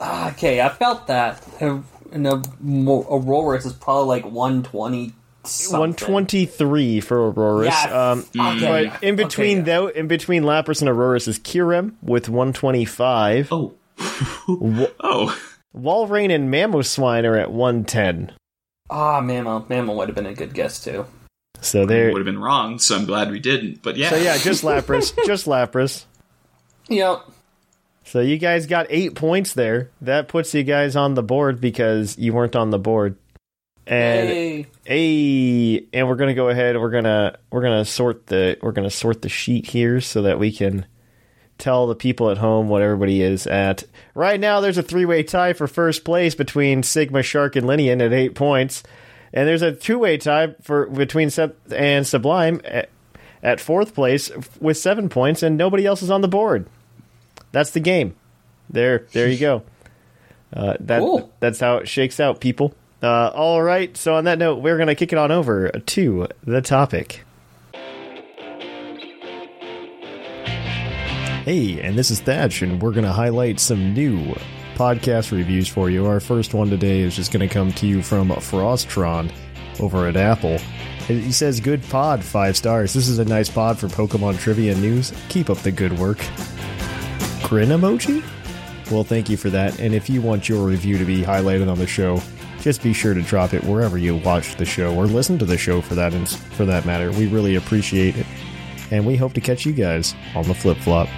Ah, Okay, I felt that. And a- Mo- Aurorus is probably like 120 something.
123 for Aurorus.
Yes.
Um,
Mm.
okay.
but in between
okay.
though, in between Lapras and Aurorus is Kyurem with 125.
oh. oh.
Walrein and Mamoswine are at 110.
Ah, Mammo. Mammo would have been a good guess too.
So
Would
there.
have been wrong, so I'm glad we didn't. But yeah.
So yeah, just Lapras, just Lapras.
Yep.
So you guys got eight points there. That puts you guys on the board because you weren't on the board. And
Yay.
Hey, and we're gonna go ahead. We're gonna we're gonna sort the we're gonna sort the sheet here so that we can tell the people at home what everybody is at. Right now, there's a three way tie for first place between Sigma Shark and Linian at eight points, and there's a two way tie for between Sep and Sublime at, at fourth place with seven points, and nobody else is on the board. That's the game. There, there you go. Uh, that
Cool.
that's how it shakes out, people. Uh, all right. So on that note, we're gonna kick it on over to the topic. Hey, and this is Thatch, and we're going to highlight some new podcast reviews for you. Our first one today is just going to come to you from Frostron over at Apple. He says, Good pod, five stars. This is a nice pod for Pokemon trivia news. Keep up the good work. Grin emoji? Well, thank you for that. And if you want your review to be highlighted on the show, just be sure to drop it wherever you watch the show or listen to the show for that for that matter. We really appreciate it. And we hope to catch you guys on the flip flop.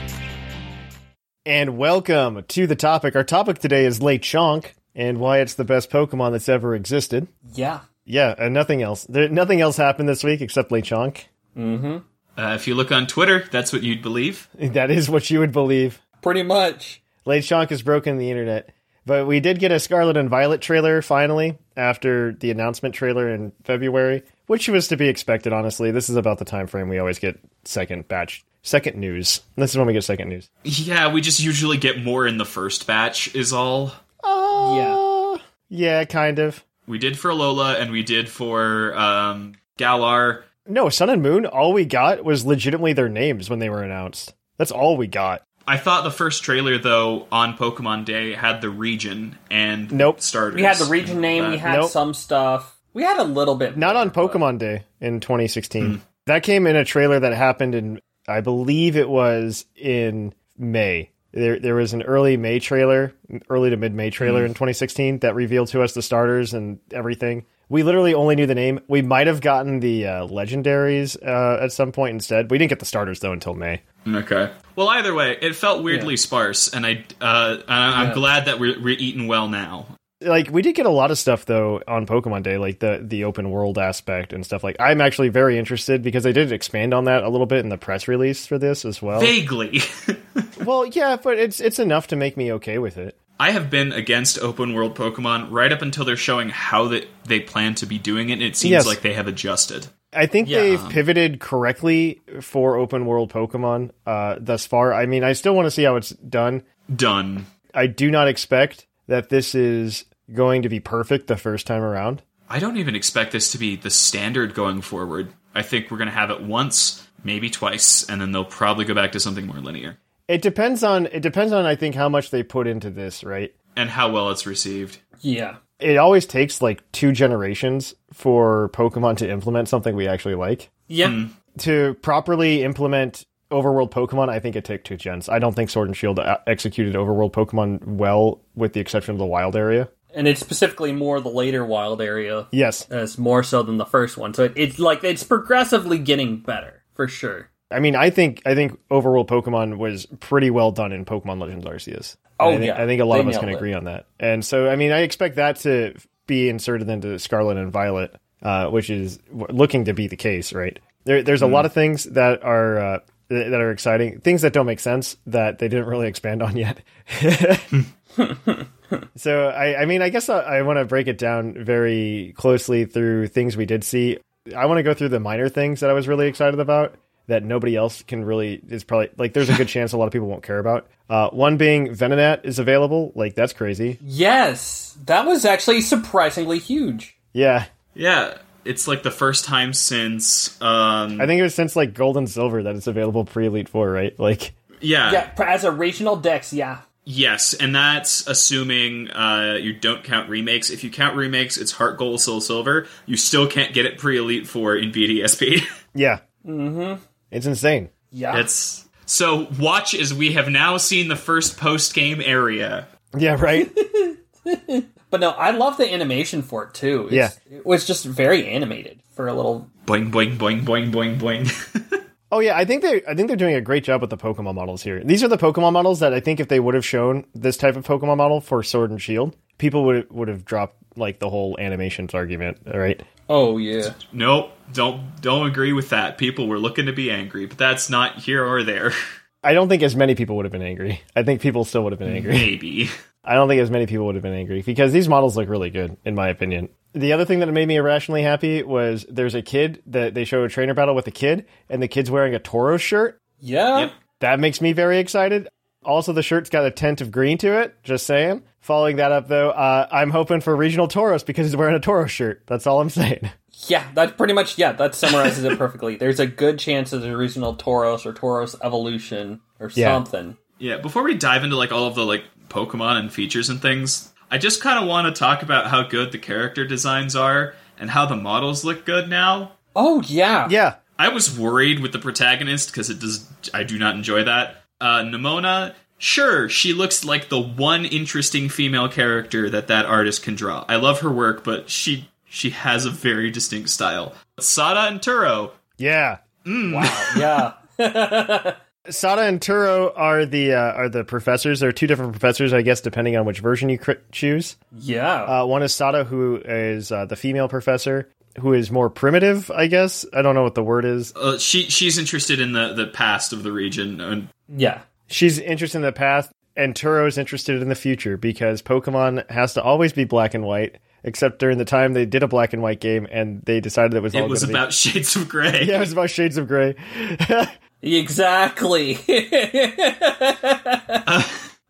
And welcome to the topic. Our topic today is Lechonk and why it's the best Pokemon that's ever existed.
Yeah.
Yeah, and nothing else. There, nothing else happened this week except Lechonk.
Uh, if you look on Twitter, that's what you'd believe.
That is what you would believe.
Pretty much.
Lechonk has broken the internet. But we did get a Scarlet and Violet trailer finally after the announcement trailer in February, which was to be expected, honestly. This is about the time frame we always get second batch, second news. This is when we get second news.
Yeah, we just usually get more in the first batch, is all.
Yeah.
Yeah, kind of.
We did for Alola, and we did for um, Galar.
No, Sun and Moon, all we got was legitimately their names when they were announced. That's all we got.
I thought the first trailer, though, on Pokemon Day had the region and
Nope.
starters.
We had the region name, we had
Nope.
some stuff. We had a little bit.
Not
more,
on
but-
Pokemon Day in 2016. That came in a trailer that happened in, I believe it was in May. There, there was an early May trailer, early to mid May trailer in 2016 that revealed to us the starters and everything. We literally only knew the name. We might have gotten the uh, legendaries uh, at some point instead. We didn't get the starters though until May.
Okay. Well, either way, it felt weirdly sparse, and I uh, and I- I'm glad that we're, we're eating well now.
like we did get a lot of stuff though on Pokemon Day, like the the open world aspect and stuff. Like I'm actually very interested because they did expand on that a little bit in the press release for this as well.
Vaguely,
well, yeah, but it's it's enough to make me okay with it.
I have been against open world Pokemon right up until they're showing how that they plan to be doing it, and it seems
Yes.
like they have adjusted.
I think they've pivoted correctly for open world Pokemon uh, thus far. I mean, I still want to see how it's done.
Done.
I do not expect that this is going to be perfect the first time around.
I don't even expect this to be the standard going forward. I think we're going to have it once, maybe twice, and then they'll probably go back to something more linear.
It depends on it depends on I think how much they put into this, right?
And how well it's received.
Yeah.
it always takes like two generations for Pokemon to implement something we actually like.
Yep.
To properly implement overworld Pokemon, I think it took two gens. I don't think Sword and Shield uh, executed overworld Pokemon well, with the exception of the wild area.
And it's specifically more the later wild area
Yes,
as more so than the first one. So it, it's like it's progressively getting better for sure.
I mean, I think I think overworld Pokemon was pretty well done in Pokemon Legends Arceus.
Oh,
I think,
yeah.
I think a lot
They
of us can
nailed it.
agree on that. And so, I mean, I expect that to be inserted into Scarlet and Violet, uh, which is w- looking to be the case, right? There, there's a
Mm-hmm.
lot of things that are uh, th- that are exciting, things that don't make sense that they didn't really expand on yet. so, I, I mean, I guess I, I want to break it down very closely through things we did see. I want to go through the minor things that I was really excited about that nobody else can really is probably like there's a good chance a lot of people won't care about. Uh, one being Venonat is available. Like that's crazy.
Yes, that was actually surprisingly huge.
Yeah.
Yeah, it's like the first time since. Um,
I think it was since like Gold and Silver that it's available pre Elite Four, right? Like
Yeah, pr- as a regional dex, yeah.
Yes, and that's assuming uh, you don't count remakes. If you count remakes, it's Heart Gold Soul Silver. You still can't get it pre Elite Four in BDSP.
yeah. Mm-hmm. It's insane.
Yeah.
That's so. Watch as we have now seen the first post game area.
Yeah. Right.
but no, I love the animation for it too. It's- It was just very animated for a little
Boing boing boing boing boing boing.
oh yeah. I think they I think they're doing a great job with the Pokemon models here. These are the Pokemon models that I think if they would have shown this type of Pokemon model for Sword and Shield, people would would have dropped like the whole animations argument, right?
Oh yeah.
nope, don't don't agree with that. People were looking to be angry, but that's not here or there.
I don't think as many people would have been angry. I think people still would have been angry.
Maybe.
I don't think as many people would have been angry because these models look really good, in my opinion. The other thing that made me irrationally happy was there's a kid that they show a trainer battle with a kid, and the kid's wearing a Toro shirt.
Yeah.
Yep.
That makes me very excited. Also, the shirt's got a tint of green to it. Just saying. Following that up, though, uh, I'm hoping for regional Toros because he's wearing a Toro shirt. That's all I'm saying.
Yeah, that pretty much yeah, that summarizes it perfectly. There's a good chance there's a regional Tauros or Tauros evolution or
Yeah.
something.
Yeah, before we dive into like all of the like Pokemon and features and things, I just kind of want to talk about how good the character designs are and how the models look good now.
Oh yeah.
Yeah.
I was worried with the protagonist because it does I do not enjoy that. Uh Nimona, sure, she looks like the one interesting female character that that artist can draw. I love her work, but she she has a very distinct style. Sada and Turo,
Yeah.
Yeah.
Sada and Turo are the uh, are the professors. There are two different professors, I guess, depending on which version you cr- choose.
Yeah.
Uh, one is Sada, who is uh, the female professor, who is more primitive, I guess. I don't know what the word is.
uh, she she's interested in the the past of the region and
yeah.
She's interested in the past, and Turo's interested in the future because Pokemon has to always be black and white, except during the time they did a black and white game and they decided it was all
it was
gonna be-
about shades of gray.
yeah, it was about Shades of Grey.
Exactly.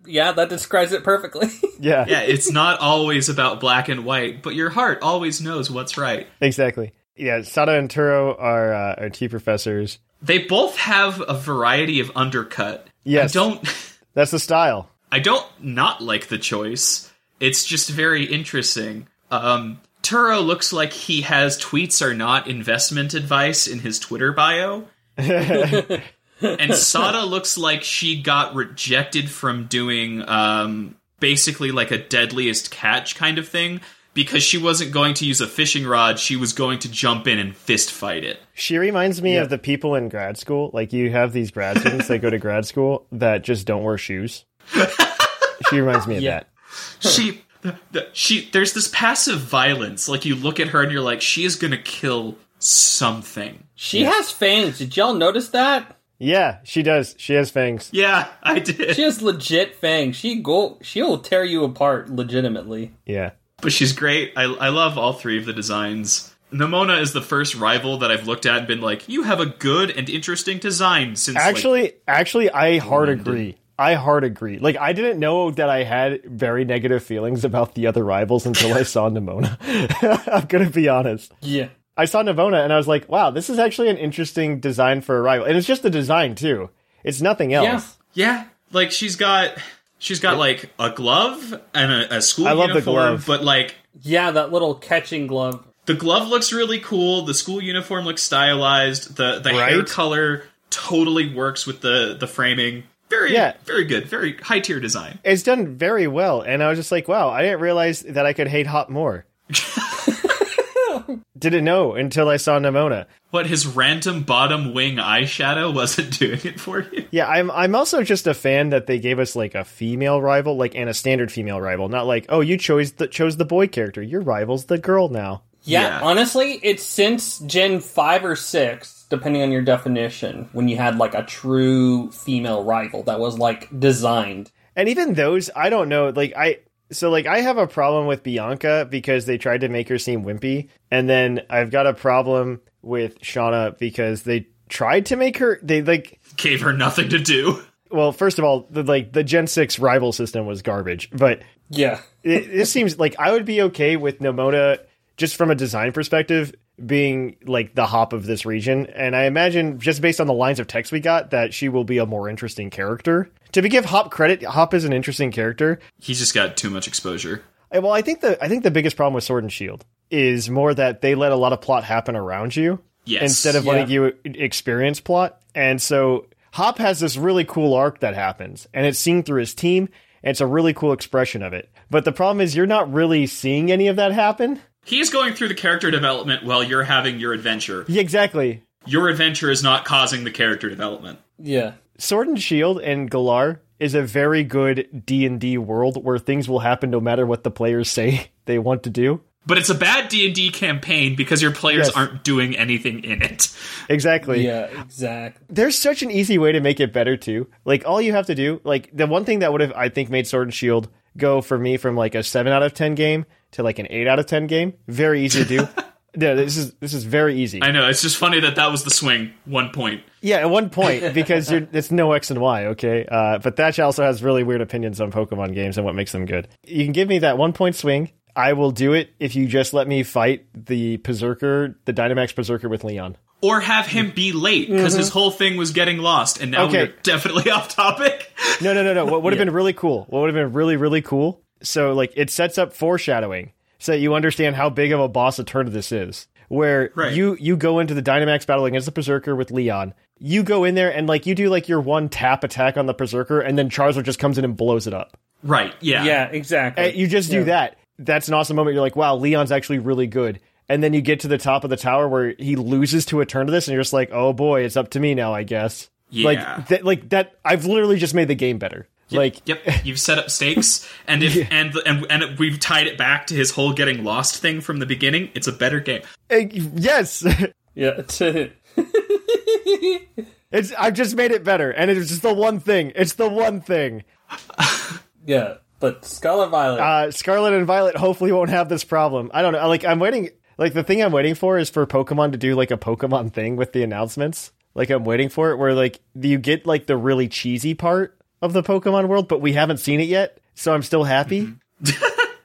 yeah, that describes it perfectly.
yeah,
yeah, it's not always about black and white, but your heart always knows what's right.
exactly. Yeah, Sada and Turo are uh, are two professors.
They both have a variety of undercut.
Yes.
I don't
That's the style.
I don't not like the choice. It's just very interesting. Um Turo looks like he has tweets are not investment advice in his Twitter bio. and Sada looks like she got rejected from doing um, basically like a deadliest catch kind of thing because she wasn't going to use a fishing rod. She was going to jump in and fist fight it.
She reminds me of the people in grad school. Like you have these grad students that go to grad school that just don't wear shoes. she reminds me of that.
she the, she there's this passive violence like you look at her and you're like she is gonna kill something
She has fangs. Did y'all notice that?
Yeah, she does. She has fangs.
yeah i did
She has legit fangs. She go. She'll tear you apart legitimately.
Yeah.
but she's great I, I love all three of the designs Nomona is the first rival that I've looked at and been like, you have a good and interesting design since like,
Actually, actually, I hard agree. I hard agree. Like, I didn't know that I had very negative feelings about the other rivals until I saw Nimona. I'm gonna be honest.
Yeah.
I saw Navona and I was like, wow, this is actually an interesting design for a rival. And it's just the design too. It's nothing else.
Yeah.
Yeah, like she's got she's got like a glove and a, a school
I love the
uniform,
glove.
but like
Yeah, that little catching glove.
the glove looks really cool. The school uniform looks stylized. The the hair
Right?
color totally works with the the framing. Very
Yeah.
very good. Very high tier design.
It's done very well. And I was just like, wow, I didn't realize that I could hate Hop more. didn't know until I saw Nimona.
What his random bottom wing eyeshadow wasn't doing it for you.
Yeah, I'm I'm also just a fan that they gave us like a female rival, like and a standard female rival, not like, oh, you chose the chose the boy character. Your rival's the girl now.
Yeah,
Yeah.
honestly, it's since Gen 5 or 6, depending on your definition, when you had like a true female rival that was like designed.
And even those, I don't know, like I so like I have a problem with Bianca because they tried to make her seem wimpy, and then I've got a problem with Shauna because they tried to make her they like
Gave her nothing to do.
well, first of all, the, like the Gen 6 rival system was garbage, but
Yeah.
it, this seems like I would be okay with Nomona just from a design perspective being like the hop of this region. And I imagine just based on the lines of text we got that she will be a more interesting character. To be give Hop credit, Hop is an interesting character.
He just got too much exposure.
Uh, Well, I think the I think the biggest problem with Sword and Shield is more that they let a lot of plot happen around you
Yes.
instead of letting you experience plot. And so Hop has this really cool arc that happens, and it's seen through his team. And it's a really cool expression of it. But the problem is, you're not really seeing any of that happen.
He's going through the character development while you're having your adventure.
Yeah, exactly.
Your adventure is not causing the character development.
Yeah.
Sword and Shield and Galar is a very good D and D world where things will happen no matter what the players say they want to do.
But it's a bad D&D campaign because your players
Yes.
aren't doing anything in it.
Exactly.
Yeah, exactly.
there's such an easy way to make it better too. Like all you have to do, like the one thing that would have I think made Sword and Shield go for me from like a seven out of ten game to like an eight out of ten game. Very easy to do. yeah, this is this is very easy.
I know, it's just funny that that was the swing. One point.
yeah, at one point because you're it's no X and Y, okay. Uh, but Thatch also has really weird opinions on Pokemon games and what makes them good. You can give me that one point swing. I will do it if you just let me fight the Berserker, the Dynamax Berserker with Leon.
Or have him be late because his whole thing was getting lost, and now
Okay.
we're definitely off topic.
No, no, no, no. What would have been really cool? What would have been really, really cool? So, like, it sets up foreshadowing so that you understand how big of a boss a turn this is. Where
Right.
you you go into the Dynamax battle against the Berserker with Leon. You go in there and like you do like your one tap attack on the Berserker, and then Charizard just comes in and blows it up.
right? Yeah.
Yeah, exactly.
And you just do that. That's an awesome moment. You're like, wow, Leon's actually really good. And then you get to the top of the tower where he loses to a turn to this, and you're just like, oh boy, it's up to me now, I guess.
Yeah.
Like, that like that. I've literally just made the game better. like,
Yep. You've set up stakes, and if and and and we've tied it back to his whole getting lost thing from the beginning. It's a better game.
Uh, yes,
yeah.
it's. I've just made it better, and it's just the one thing. It's the one thing.
yeah. But Scarlet Violet.
Uh, Scarlet and Violet hopefully won't have this problem. I don't know. Like I'm waiting. Like the thing I'm waiting for is for Pokemon to do like a Pokemon thing with the announcements. Like I'm waiting for it, where like you get like the really cheesy part of the Pokemon world, but we haven't seen it yet, so I'm still happy.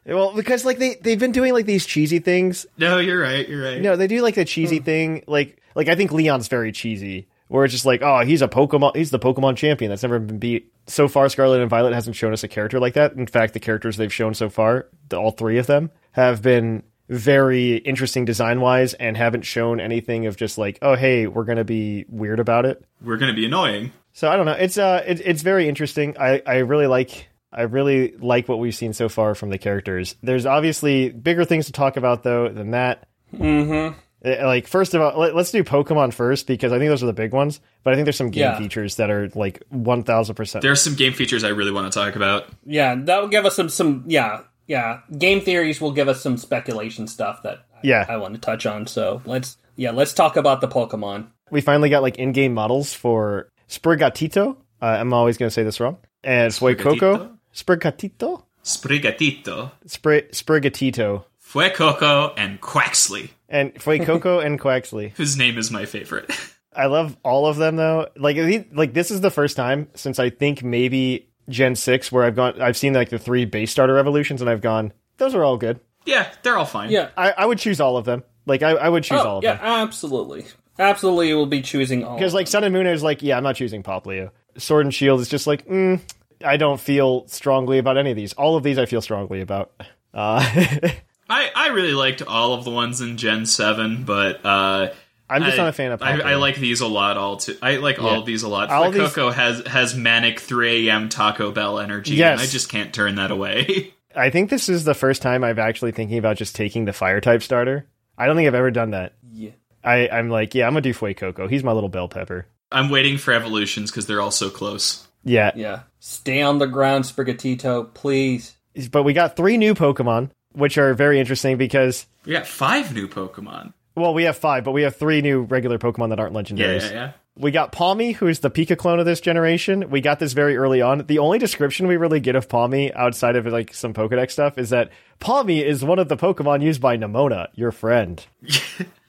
well, because like they they've been doing like these cheesy things,
No, you're right. You're right.
No, they do like the cheesy thing. Like, like I think Leon's very cheesy, where it's just like, oh, he's a Pokemon, he's the Pokemon champion that's never been beat. So far, Scarlet and Violet hasn't shown us a character like that. In fact, the characters they've shown so far, the, all three of them, have been very interesting design wise and haven't shown anything of just like, oh hey, we're gonna be weird about it.
We're gonna be annoying.
So I don't know. It's uh, it, it's very interesting. I I really like I really like what we've seen so far from the characters. There's obviously bigger things to talk about though than that. Mm-hmm. Like first of all, let, us do Pokemon first because I think those are the big ones. But I think there's some game
Yeah.
features that are like one thousand percent.
There's some game features I really want to talk about.
Yeah, that will give us some some yeah yeah game theories will give us some speculation stuff that I-
Yeah.
I, want to touch on. So let's yeah let's talk about the Pokemon.
We finally got like in-game models for Sprigatito. Uh, I'm always gonna say this wrong. And Fuecoco. Sprigatito.
Sprigatito,
Sprig Sprigatito.
Fuecoco, and Quaxley,
And Fuecoco and Quaxley.
whose name is my favorite.
I love all of them though. Like the- like this is the first time since I think maybe Gen six where I've gone. I've seen like the three base starter evolutions, and I've gone. Those are all good.
yeah, they're all fine.
Yeah.
I, I would choose all of them. Like I, I would choose all
Oh
of
yeah,
them
absolutely, absolutely. We'll be choosing all
because like Sun and Moon is like yeah, I'm not choosing Poplio. Sword and Shield is just like mm, I don't feel strongly about any of these. All of these I feel strongly about. Uh,
I, I really liked all of the ones in Gen 7, but uh,
I'm just
I,
not a fan of.
I,
Poplio.
I like these a lot. All too. I like all of these a lot.
All these-
Coco has has manic 3 a.m. Taco Bell energy.
Yes.
and I just can't turn that away.
I think this is the first time I've actually thinking about just taking the fire type starter. I don't think I've ever done that.
Yeah.
I, I'm like, yeah, I'm gonna do Fuecoco. He's my little bell pepper.
I'm waiting for evolutions because they're all so close.
Yeah.
yeah. Stay on the ground, Sprigatito, please.
But we got three new Pokemon, which are very interesting because
We got five new Pokemon.
well, we have five, but we have three new regular Pokemon that aren't
Yeah,
legendaries.
yeah, yeah.
We got Palmy, who is the Pika clone of this generation. We got this very early on. The only description we really get of Palmy outside of like some Pokedex stuff is that Palmy is one of the Pokemon used by Nimona, your friend.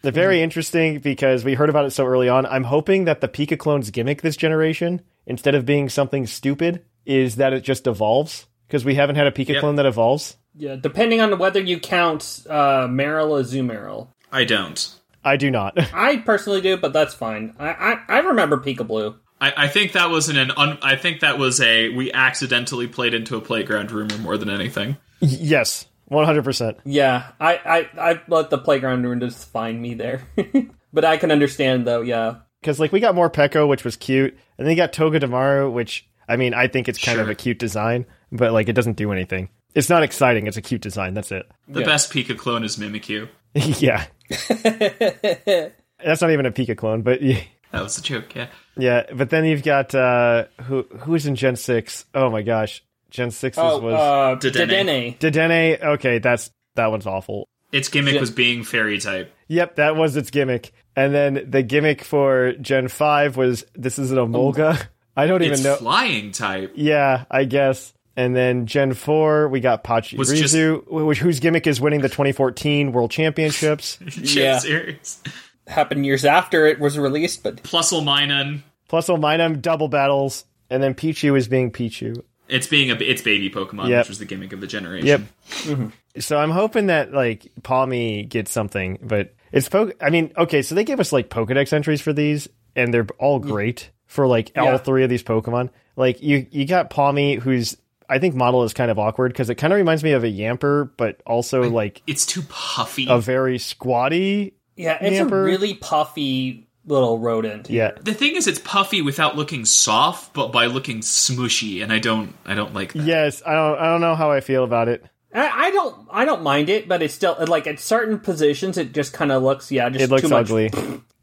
They're very interesting because we heard about it so early on. I'm hoping that the Pika clone's gimmick this generation, instead of being something stupid, is that it just evolves. Because we haven't had a Pika
Yep.
clone that evolves.
Yeah, depending on whether you count uh, Meryl or Zoomeryl.
I don't.
I do not.
I personally do, but that's fine. I I, I remember Pika Blue.
I, I think that was an, an un, I think that was a we accidentally played into a playground rumor more than anything.
yes, 100%.
Yeah, I, I, I let the playground room just find me there. but I can understand though, yeah.
because like we got more Peko, which was cute, and then you got Toga Damaru, which I mean I think it's kind of
Sure.
a cute design, but like it doesn't do anything. It's not exciting. It's a cute design. That's it.
The best Pika clone is Mimikyu.
yeah,
Oh,
that's not even a Pika clone, but yeah.
That was a joke. Yeah.
yeah. But then you've got uh who who's in Gen six? Oh my gosh, Gen six
Oh,
was
uh,
Dedenne.
Dedenne.
Dedenne. Okay, that's that one's awful.
Its gimmick was being fairy type.
Yep, that was its gimmick. And then the gimmick for Gen five was this is an Omolga. I don't even
It's
know.
flying type.
Yeah, I guess. And then Gen 4, we got
Was just-
Pachirisu, wh- which whose gimmick is winning the 2014 World Championships.
Yeah. Series.
Happened years after it was released, but
Plus or minus.
Plus Ominum, double battles. And then Pichu is being Pichu.
It's being a it's baby Pokemon,
Yep.
which was the gimmick of the generation.
Yep. So I'm hoping that, like, Palmy gets something, but it's po- I mean, okay, so they gave us, like, Pokedex entries for these, and they're all great for, like, all three of these Pokemon. Like, you, you got Palmy, who's, I think, model is kind of awkward because it kind of reminds me of a Yamper, but also, like,
It's too puffy.
a very squatty
yeah, it's
Yamper.
a really puffy little rodent.
Yeah.
the thing is, it's puffy without looking soft, but by looking smushy, and I don't, I don't like that.
Yes. I don't. I don't know how I feel about it.
I, I don't I don't mind it, but it's still like at certain positions it just kind of looks yeah just
It looks
too much,
ugly.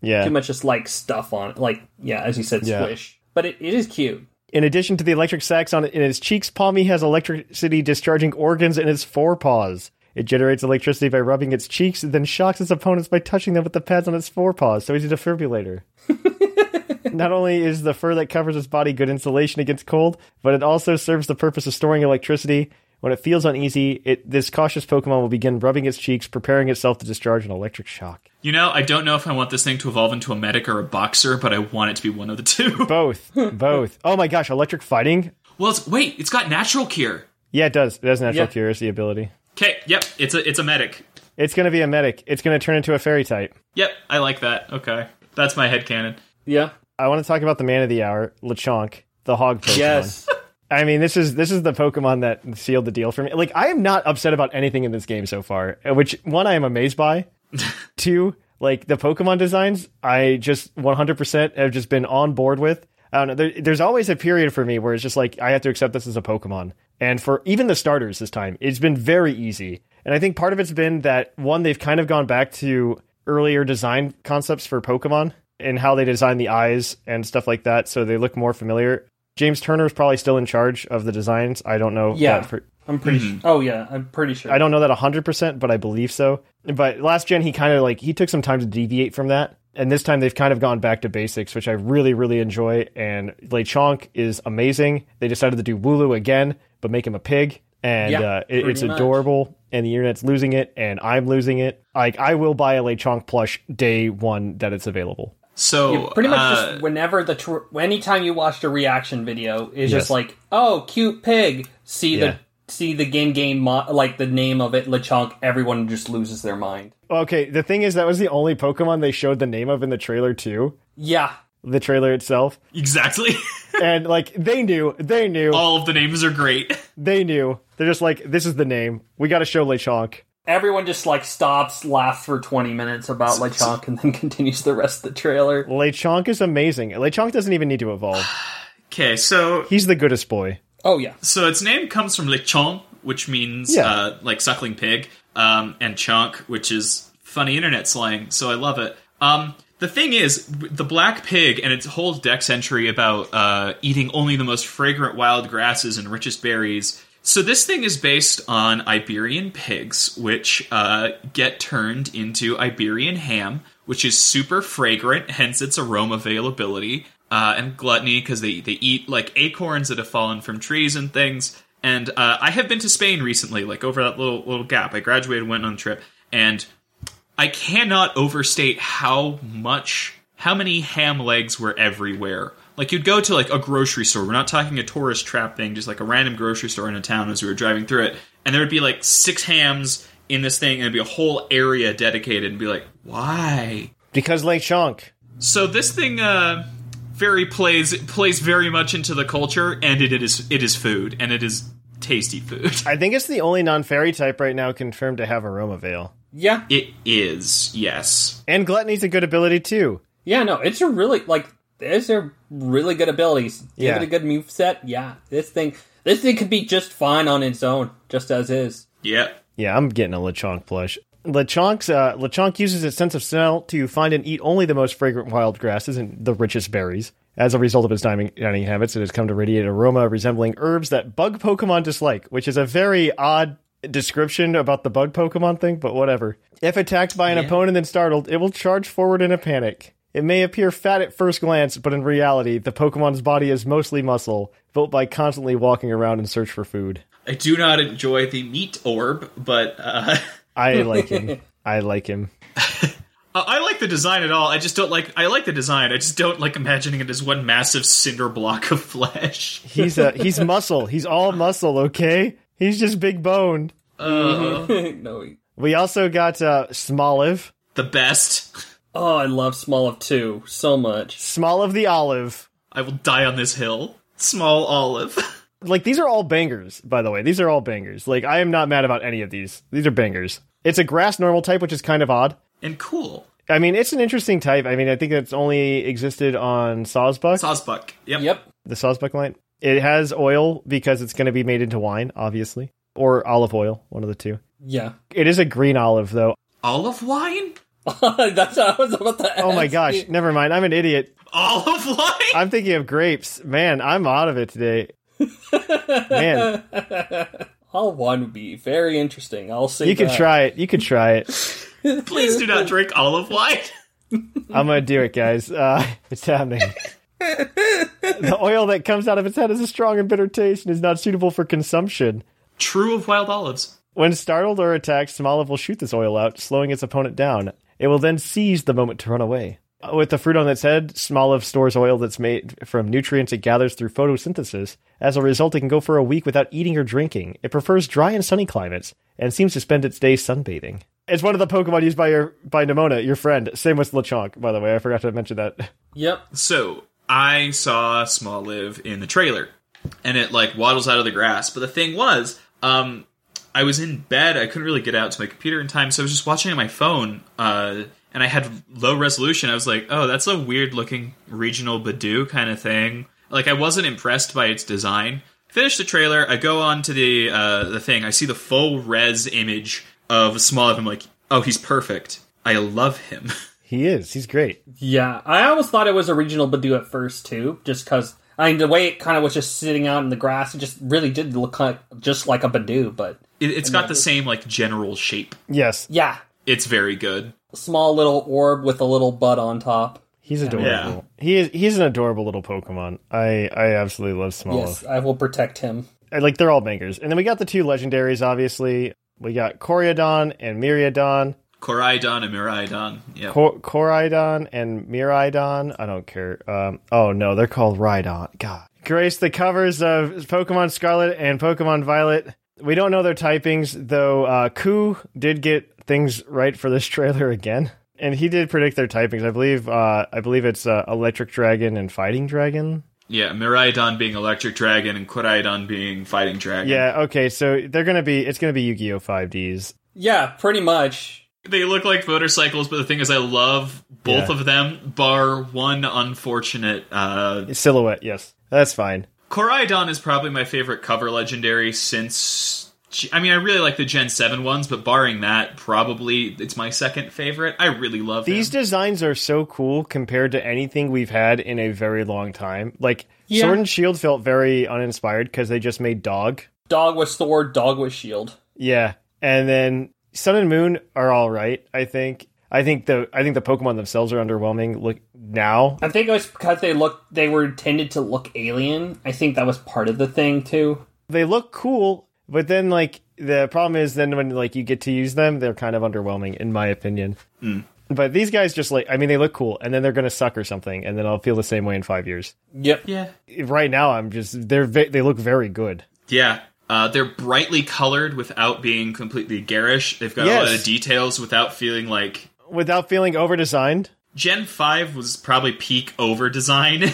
yeah.
too much just like stuff on it. like yeah as you said
Yeah.
squish, but it, it is cute.
In addition to the electric sacs on in its cheeks, Palmy has electricity discharging organs in its forepaws. It generates electricity by rubbing its cheeks, and then shocks its opponents by touching them with the pads on its forepaws. So he's a defibrillator. Not only is the fur that covers its body good insulation against cold, but it also serves the purpose of storing electricity. When it feels uneasy, it, this cautious Pokemon will begin rubbing its cheeks, preparing itself to discharge an electric shock.
You know, I don't know if I want this thing to evolve into a medic or a boxer, but I want it to be one of the two.
Both. Both. Oh my gosh, electric fighting?
well, it's, wait, it's got natural cure.
Yeah, it does. It has natural
Yeah.
curiosity ability.
Okay, yep, it's a, it's a medic.
It's going to be a medic. It's going to turn into a fairy type.
Yep, I like that. Okay, that's my headcanon.
Yeah.
I want to talk about the man of the hour, Lechonk, the hog Pokemon.
Yes.
I mean, this is this is the Pokemon that sealed the deal for me. Like, I am not upset about anything in this game so far. Which one I am amazed by. Two, like the Pokemon designs, I just 100% have just been on board with. I don't know. There, there's always a period for me where it's just like I have to accept this as a Pokemon. And for even the starters this time, it's been very easy. And I think part of it's been that one, they've kind of gone back to earlier design concepts for Pokemon and how they design the eyes and stuff like that, so they look more familiar. James Turner is probably still in charge of the designs. I don't know.
Yeah.
that for-
I'm pretty. su Oh yeah, I'm pretty sure.
Hmm. I don't know that 100%, but I believe so. But last gen, he kind of like, he took some time to deviate from that. And this time they've kind of gone back to basics, which I really, really enjoy. And Lechonk is amazing. They decided to do Wulu again, but make him a pig. And
Yeah,
uh, it, it's
pretty much.
adorable. And the internet's losing it. And I'm losing it. Like, I will buy a Lechonk plush day one that it's available.
So
Pretty much
uh,
just whenever the tr- anytime you watched a reaction video is
Yes.
just like, oh, cute pig. See
Yeah.
the see the game game mo- like the name of it, Lechonk. Everyone just loses their mind.
Okay, the thing is, that was the only Pokemon they showed the name of in the trailer, too.
Yeah,
The trailer itself.
exactly.
and, like, they knew. They knew.
All of the names are great.
they knew. They're just like, this is the name. We got to show Lechonk.
everyone just like stops, laughs for twenty minutes about Lechonk, and then continues the rest of the trailer.
Lechonk is amazing. Lechonk doesn't even need to evolve.
Okay, so
He's the goodest boy.
Oh yeah,
so its name comes from lechon, which means
Yeah.
uh, like suckling pig, um, and chonk, which is funny internet slang. So I love it. Um, the thing is, w- the black pig and its whole dex entry about uh, eating only the most fragrant wild grasses and richest berries. So this thing is based on Iberian pigs, which uh, get turned into Iberian ham, which is super fragrant, hence its aroma availability, uh, and gluttony because they they eat like acorns that have fallen from trees and things. And uh, I have been to Spain recently, like over that little little gap. I graduated, went on a trip, and I cannot overstate how much how many ham legs were everywhere. Like you'd go to like a grocery store. We're not talking a tourist trap thing, just like a random grocery store in a town as we were driving through it, and there would be like six hams in this thing, and it'd be a whole area dedicated, and be like, why?
Because Lechonk.
So this thing uh, very plays plays very much into the culture, and it, it is it is food, and it is tasty food.
I think it's the only non fairy type right now confirmed to have Aroma Veil.
yeah,
It is yes.
And Gluttony's a good ability too.
yeah. No, it's a really like these are really good abilities. Give
Yeah.
it a good move set. Yeah, this thing this thing could be just fine on its own, just as is.
Yep.
Yeah, I'm getting a Lechonk plush. Lechonk's, uh, Lechonk uses its sense of smell to find and eat only the most fragrant wild grasses and the richest berries. As a result of its dining, dining habits, it has come to radiate aroma resembling herbs that bug Pokemon dislike, which is a very odd description about the bug Pokemon thing, but whatever. If attacked by an opponent and startled, it will charge forward in a panic. It may appear fat at first glance, but in reality, the Pokemon's body is mostly muscle, built by constantly walking around in search for food.
I do not enjoy the meat orb, but uh,
I like him. I like him.
I I like the design at all. I just don't like. I like the design. I just don't like imagining it as one massive cinder block of flesh.
He's a he's muscle. He's all muscle. Okay, he's just big boned.
no,
We also got uh, Smoliv,
The best.
oh, I love Small of Two so much.
Smoliv the olive.
I will die on this hill. Small olive.
Like these are all bangers, by the way. These are all bangers. Like I am not mad about any of these. These are bangers. It's a grass normal type, which is kind of odd.
And cool.
I mean, it's an interesting type. I mean, I think it's only existed on Sawsbuck,
Sawsbuck. Yep.
Yep.
the Sawsbuck line. It has oil because it's going to be made into wine, obviously, or olive oil, one of the two.
Yeah.
It is a green olive, though.
Olive wine?
That's what I was about to
Oh my
ask
gosh,
you.
never mind. I'm an idiot.
Olive wine?
I'm thinking of grapes. Man, I'm out of it today. Man,
All one would be very interesting. I'll see.
you can
that.
try it. You can try it.
Please do not drink olive wine.
I'm gonna do it, guys. Uh, it's happening. the oil that comes out of its head has a strong and bitter taste and is not suitable for consumption.
True of wild olives.
When startled or attacked, Smoliv will shoot this oil out, slowing its opponent down. It will then seize the moment to run away. With the fruit on its head, Smoliv stores oil that's made from nutrients it gathers through photosynthesis. As a result, it can go for a week without eating or drinking. It prefers dry and sunny climates and seems to spend its days sunbathing. It's one of the Pokemon used by your by Nimona, your friend. Same with Lechonk, by the way. I forgot to mention that.
Yep.
So, I saw Small Live in the trailer. and it like waddles out of the grass. But the thing was, um, I was in bed. I couldn't really get out to my computer in time, so I was just watching on my phone. Uh, and I had low resolution. I was like, "Oh, that's a weird looking regional Badoo kind of thing." Like I wasn't impressed by its design. Finish the trailer. I go on to the uh, the thing. I see the full res image of Smolov. I'm like, "Oh, he's perfect. I love him."
He is. He's great.
Yeah, I almost thought it was a regional Badoo at first too, just because I mean the way it kind of was just sitting out in the grass, it just really did look like just like a Badoo. But
It, it's got the same like general shape.
Yes.
yeah,
It's very good.
small little orb with a little bud on top.
He's adorable.
Yeah.
He is he's an adorable little Pokemon. I I absolutely love Smolov.
Yes, I will protect him.
I- like they're all bangers. And then we got the two legendaries, obviously. We got Coriodon and Myriadon.
Koraidon and Miraidon. Yeah.
Cor- Coridon and Miraidon. I don't care. Um, oh no, they're called Rhydon. God. Grace the covers of Pokemon Scarlet and Pokemon Violet. We don't know their typings, though uh Ku did get things right for this trailer again. And he did predict their typings. I believe uh I believe it's uh, Electric Dragon and Fighting Dragon.
Yeah, Miraidon being Electric Dragon and Koraidon being Fighting Dragon.
Yeah, okay, so they're gonna be it's gonna be Yu-Gi-Oh! 5Ds.
Yeah, pretty much.
They look like motorcycles, but the thing is, I love both
Yeah.
of them, bar one unfortunate. Uh,
Silhouette, yes. That's fine.
Koraidon is probably my favorite cover legendary since. I mean, I really like the Gen 7 ones, but barring that, probably it's my second favorite. I really love
These
him.
designs are so cool compared to anything we've had in a very long time. Like Sword and Shield felt very uninspired because they just made dog.
Dog with sword, dog with shield.
Yeah, and then Sun and Moon are all right. I think. I think the I think the Pokemon themselves are underwhelming. Look now,
I think it was because they look they were intended to look alien. I think that was part of the thing too.
they look cool, but then like the problem is then when like you get to use them, they're kind of underwhelming in my opinion. But these guys just like I mean they look cool, and then they're gonna suck or something, and then I'll feel the same way in five years.
Yep.
Yeah.
Right now, I'm just they're ve- they look very good.
Yeah. Uh, they're brightly colored without being completely garish. They've got a lot
Yes.
of details without feeling like
without feeling overdesigned.
Gen 5 was probably peak over design.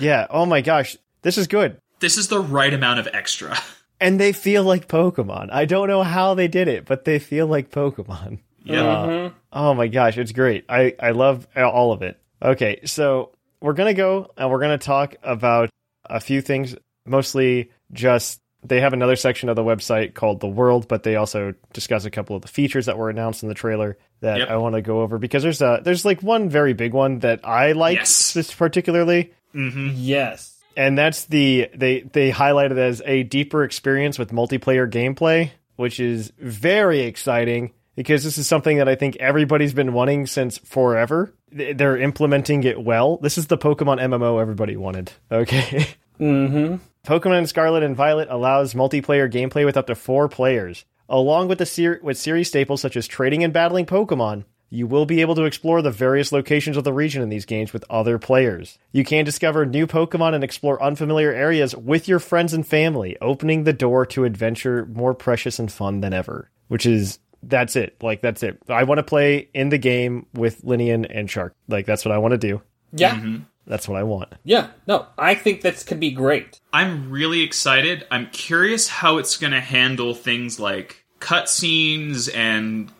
Yeah. Oh my gosh, this is good.
this is the right amount of extra.
And they feel like Pokemon. I don't know how they did it, but they feel like Pokemon.
Yeah.
Oh my gosh, it's great. I I love all of it. Okay, so we're gonna go and we're gonna talk about a few things. Mostly just they have another section of the website called the world, but they also discuss a couple of the features that were announced in the trailer that
Yep.
I want to go over because there's a there's like one very big one that I like
Yes.
this particularly.
Yes.
and that's the they they highlighted as a deeper experience with multiplayer gameplay, which is very exciting because this is something that I think everybody's been wanting since forever. Th- They're implementing it well. This is the Pokemon MMO everybody wanted. Okay. Pokemon Scarlet and Violet allows multiplayer gameplay with up to four players. Along with the ser- with series staples such as trading and battling Pokemon, you will be able to explore the various locations of the region in these games with other players. You can discover new Pokemon and explore unfamiliar areas with your friends and family, opening the door to adventure more precious and fun than ever. Which is that's it. Like that's it. I want to play in the game with Linian and Shark. Like that's what I want to do.
Yeah.
That's what I want.
Yeah. No, I think this could be great.
I'm really excited. I'm curious how it's going to handle things like cutscenes and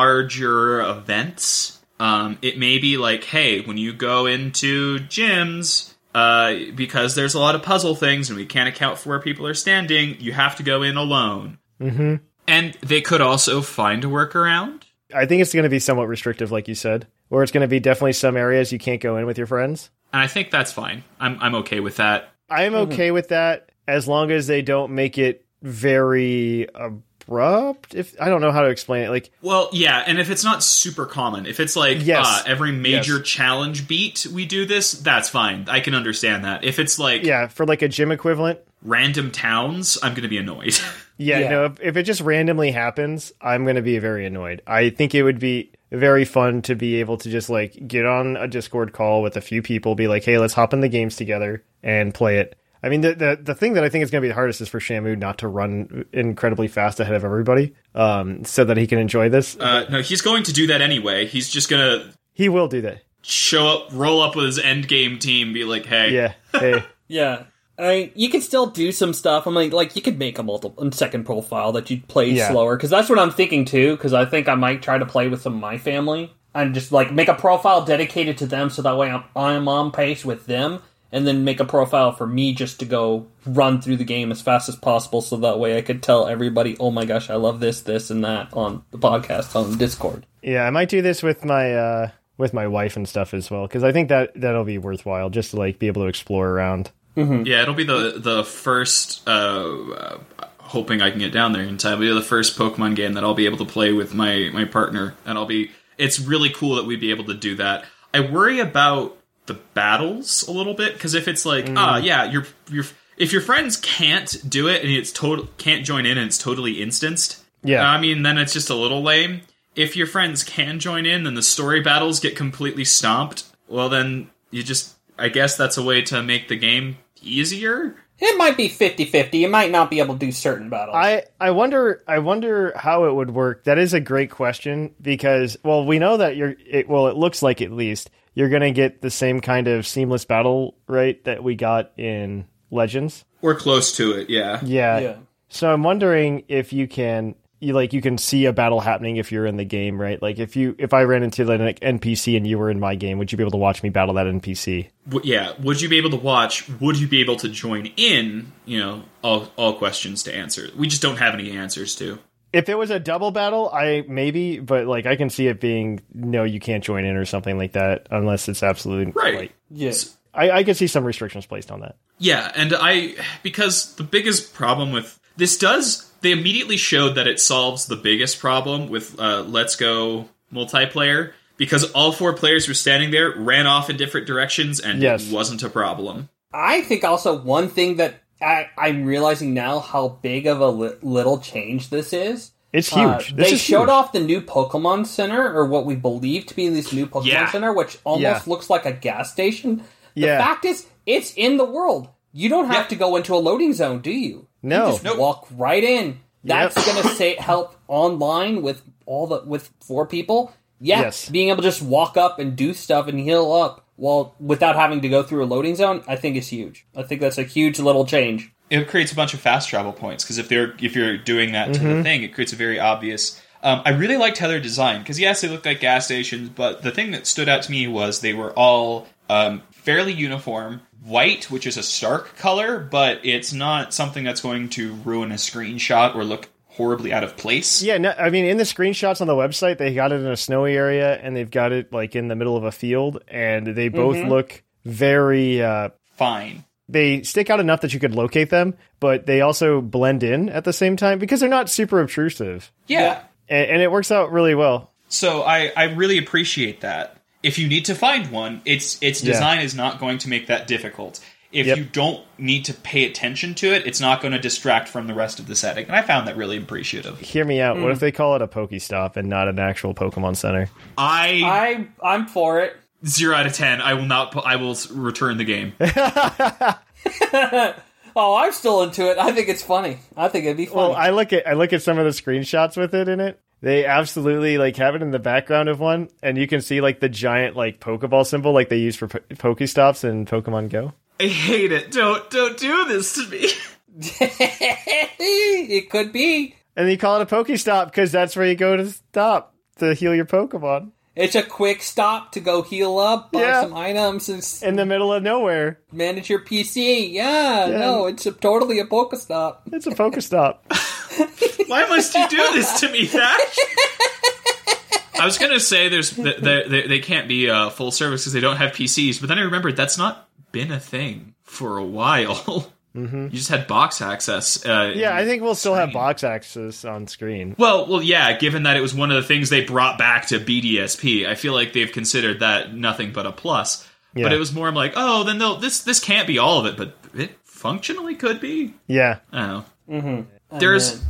larger events. Um, it may be like, hey, when you go into gyms, uh, because there's a lot of puzzle things and we can't account for where people are standing, you have to go in alone. Mm-hmm. And they could also find a workaround.
I think it's going to be somewhat restrictive, like you said, or it's going to be definitely some areas you can't go in with your friends.
And I think that's fine. I'm, I'm okay with that.
I'm okay with that as long as they don't make it very abrupt. If I don't know how to explain it, like
Well, yeah, and if it's not super common, if it's like
Yes.
uh, every major challenge beat we do this, that's fine. I can understand that. If it's like
yeah, for like a gym equivalent.
random towns, I'm going to be annoyed.
Yeah,
Yeah.
no, if, if it just randomly happens, I'm going to be very annoyed. I think it would be very fun to be able to just like get on a Discord call with a few people, be like, hey, let's hop in the games together and play it. I mean, the, the, the thing that I think is going to be the hardest is for Shamu not to run incredibly fast ahead of everybody um, so that he can enjoy this.
uh, no, he's going to do that anyway. He's just going to
he will do that.
show up, roll up with his end game team, be like, "Hey,
Yeah. Hey.
Yeah. I mean, you can still do some stuff. I'm like, like you could make a multiple second profile that you play
Yeah.
slower because that's what I'm thinking too. Because I think I might try to play with some of my family and just like make a profile dedicated to them, so that way I'm I'm on pace with them, and then make a profile for me just to go run through the game as fast as possible, so that way I could tell everybody, oh my gosh, I love this, this, and that on the podcast on Discord.
Yeah, I might do this with my uh with my wife and stuff as well because I think that that'll be worthwhile just to like be able to explore around.
Yeah, it'll be the the first. Uh, uh, hoping I can get down there in time. It'll be the first Pokemon game that I'll be able to play with my my partner, and I'll be. It's really cool that we'd be able to do that. I worry about the battles a little bit because if it's like, ah, yeah, your your if your friends can't do it and it's total can't join in and it's totally instanced.
Yeah.
I mean, then it's just a little lame. If your friends can join in, then the story battles get completely stomped. Well, then you just. I guess that's a way to make the game easier.
It might be 50-50. You might not be able to do certain battles.
I I wonder I wonder how it would work. That is a great question because well we know that you're it, well it looks like at least you're gonna get the same kind of seamless battle rate that we got in Legends.
We're close to it, yeah.
Yeah.
yeah.
So I'm wondering if you can you like you can see a battle happening if you're in the game, right? Like if you if I ran into like an NPC and you were in my game, would you be able to watch me battle that NPC?
W- yeah. Would you be able to watch? Would you be able to join in? You know, all all questions to answer. We just don't have any answers to.
If it was a double battle, I maybe, but like I can see it being no, you can't join in or something like that unless it's absolutely
Right.
Like,
Yeah.
I, I could see some restrictions placed on that.
Yeah, and I because the biggest problem with this does they immediately showed that it solves the biggest problem with uh, Let's Go multiplayer because all four players were standing there, ran off in different directions, and
Yes.
it wasn't a problem.
I think also one thing that I, I'm realizing now how big of a li- little change this is.
It's huge. this
Uh, they
is
showed
huge.
off the new Pokemon Center, or what we believe to be this new Pokemon
Yeah.
Center, which almost
Yeah.
looks like a gas station. The
Yeah.
fact is, it's in the world. You don't have
Yep.
to go into a loading zone, do you?
No.
you just walk right in. That's
Yep.
going to say help online with all the with four people. Yeah,
Yes.
being able to just walk up and do stuff and heal up while without having to go through a loading zone, I think is huge. I think that's a huge little change.
it creates a bunch of fast travel points because if they're if you're doing that to the thing, it creates a very obvious. Um, I really liked how they're designed because yes, they look like gas stations, but the thing that stood out to me was they were all um, fairly uniform, white, which is a stark color, but it's not something that's going to ruin a screenshot or look horribly out of place.
yeah, no, I mean, in the screenshots on the website, they got it in a snowy area and they've got it like in the middle of a field, and they both look very uh,
Fine.
they stick out enough that you could locate them, but they also blend in at the same time because they're not super obtrusive,
yeah.
and, and it works out really well.
So I, I really appreciate that. If you need to find one, its its
Yeah.
design is not going to make that difficult. If
Yep.
you don't need to pay attention to it, it's not going to distract from the rest of the setting. And I found that really appreciative.
Hear me out. What if they call it a Pokestop and not an actual Pokemon Center?
I,
I I'm for it.
zero out of ten. I will not. pu- I will s- return the game.
Oh, I'm still into it. I think it's funny. I think it'd be funny.
Well, I look at I look at some of the screenshots with it in it. They absolutely like have it in the background of one, and you can see like the giant like Pokeball symbol like they use for po- Pokestops in Pokemon Go.
I hate it. Don't don't do this to me.
it could be.
And they call it a Pokestop because that's where you go to stop to heal your Pokemon
It's a quick stop to go heal up, buy
Yeah.
some items, and s-
in the middle of nowhere.
manage your PC. Yeah,
Yeah.
no, it's a, totally a Pokestop.
It's a Pokestop.
Why must you do this to me, Thatch? I was gonna say there's th- they, they, they can't be uh, full service because they don't have PCs, but then I remembered that's not been a thing for a while. You just had box access. Uh,
Mm-hmm. yeah, I think we'll still have
Screen.
box access on screen.
Well, well, yeah. Given that it was one of the things they brought back to BDSP, I feel like they've considered that nothing but a plus. But
Yeah.
it was more I'm like, oh, then they'll this this can't be all of it, but it functionally could be.
Yeah.
I don't know. Oh. There's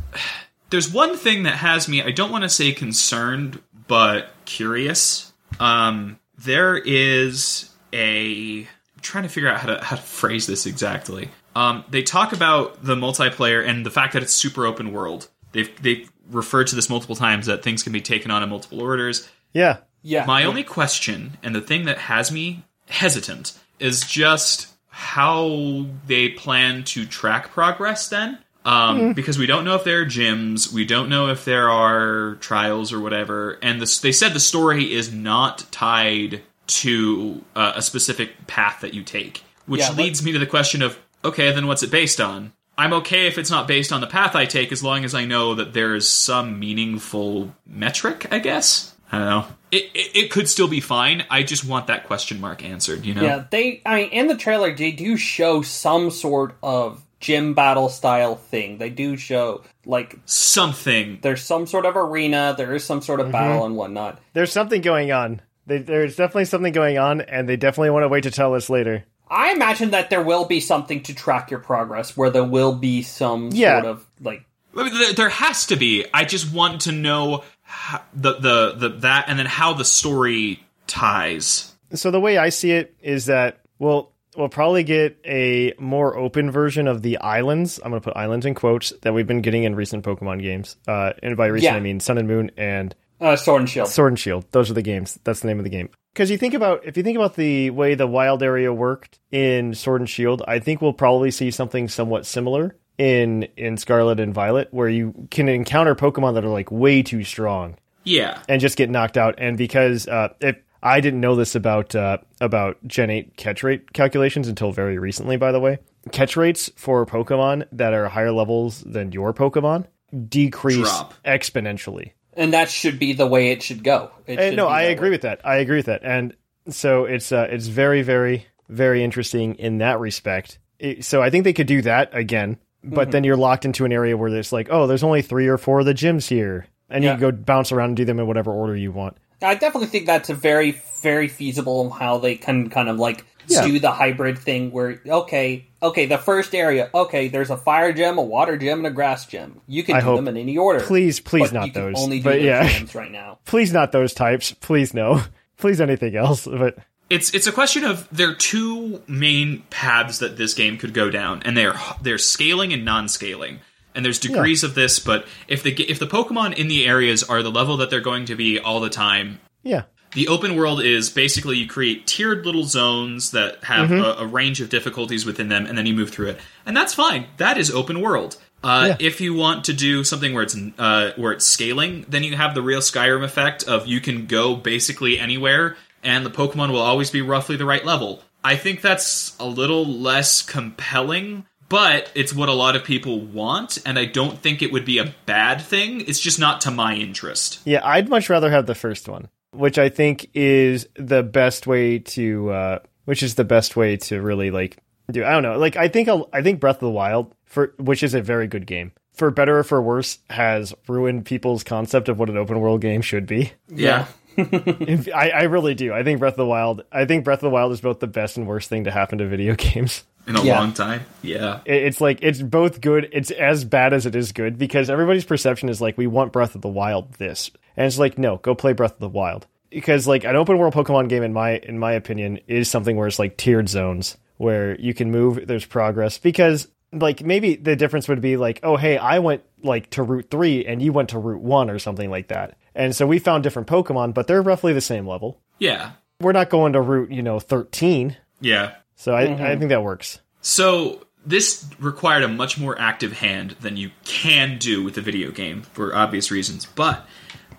there's one thing that has me. I don't want to say concerned, but curious. Um, there is a. I'm trying to figure out how to how to phrase this exactly. Um, they talk about the multiplayer and the fact that it's super open world. They've they referred to this multiple times that things can be taken on in multiple orders.
Yeah.
Yeah.
My only question, and the thing that has me hesitant, is just how they plan to track progress then. Um,
Mm-hmm.
Because we don't know if there are gyms, we don't know if there are trials or whatever, and this, they said the story is not tied to uh, a specific path that you take, which
Yeah, but-
leads me to the question of okay, then what's it based on? I'm okay if it's not based on the path I take as long as I know that there is some meaningful metric, I guess. I don't know. It, it, it could still be fine. I just want that question mark answered, you know?
Yeah, they. I mean, in the trailer, they do show some sort of gym battle style thing. They do show like
Something.
there's some sort of arena, there is some sort
Mm-hmm.
of battle and whatnot.
There's something going on. They, there's definitely something going on, and they definitely want to wait to tell us later.
I imagine that there will be something to track your progress, where there will be some
Yeah.
sort of like
I mean, there- There has to be. I just want to know ho- the, the, the that and then how the story ties.
So the way I see it is that we'll we'll probably get a more open version of the islands. I'm going to put islands in quotes that we've been getting in recent Pokemon games. Uh, and by recent,
Yeah.
I mean Sun and Moon and
uh, sword and shield.
Sword and Shield. Those are the games. That's the name of the game. Because you think about if you think about the way the wild area worked in Sword and Shield, I think we'll probably see something somewhat similar in in Scarlet and Violet, where you can encounter Pokemon that are like way too strong
Yeah.
and just get knocked out. And because uh, if I didn't know this about uh, about Gen eight catch rate calculations until very recently, by the way, catch rates for Pokemon that are higher levels than your Pokemon decrease
Drop.
exponentially.
and that should be the way it should go. It
Uh,
should
no,
be
I
that
agree
way.
with that. I agree with that. And so it's uh, it's very very very interesting in that respect. It- so I think they could do that again, but
Mm-hmm.
then you're locked into an area where it's like, oh, there's only three or four of the gyms here, and
Yeah.
you can go bounce around and do them in whatever order you want.
I definitely think that's a very, very feasible how they can kind of like
Yeah.
do the hybrid thing where okay, okay, the first area, okay, there's a fire gem, a water gem, and a grass gem. You can
I
do
hope-
them in any order.
Please, please
but
not
you can
those.
Only do
But
those
yeah.
gems right now.
Please not those types. Please no. Please anything else. But
It's it's a question of there are two main paths that this game could go down, and they're they're scaling and non-scaling, and there's degrees of this. But if the ga- if the Pokemon in the areas are the level that they're going to be all the time,
yeah,
the open world is basically you create tiered little zones that have a, a range of difficulties within them, and then you move through it, and that's fine. That is open world. Uh,
Yeah.
If you want to do something where it's uh, where it's scaling, then you have the real Skyrim effect of you can go basically anywhere, and the Pokemon will always be roughly the right level. I think that's a little less compelling, but it's what a lot of people want, and I don't think it would be a bad thing. It's just not to my interest.
yeah. I'd much rather have the first one, which I think is the best way to, uh, which is the best way to really like do. I don't know. Like I think I'll- I think Breath of the Wild for which is a very good game for better or for worse has ruined people's concept of what an open world game should be.
yeah.
If- I, I really do. I think Breath of the Wild. I think Breath of the Wild is both the best and worst thing to happen to video games.
in a
Yeah.
long time. Yeah.
It- it's like it's both good it's as bad as it is good because everybody's perception is like we want breath of the wild this and it's like no go play breath of the wild because like an open world pokemon game in my in my opinion is something where it's like tiered zones where you can move there's progress because like maybe the difference would be like oh hey i went like to route 3 and you went to route 1 or something like that and so we found different pokemon but they're roughly the same level
Yeah.
we're not going to route you know 13
Yeah.
so i, I think that works
So this required a much more active hand than you can do with a video game for obvious reasons. But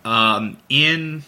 um, in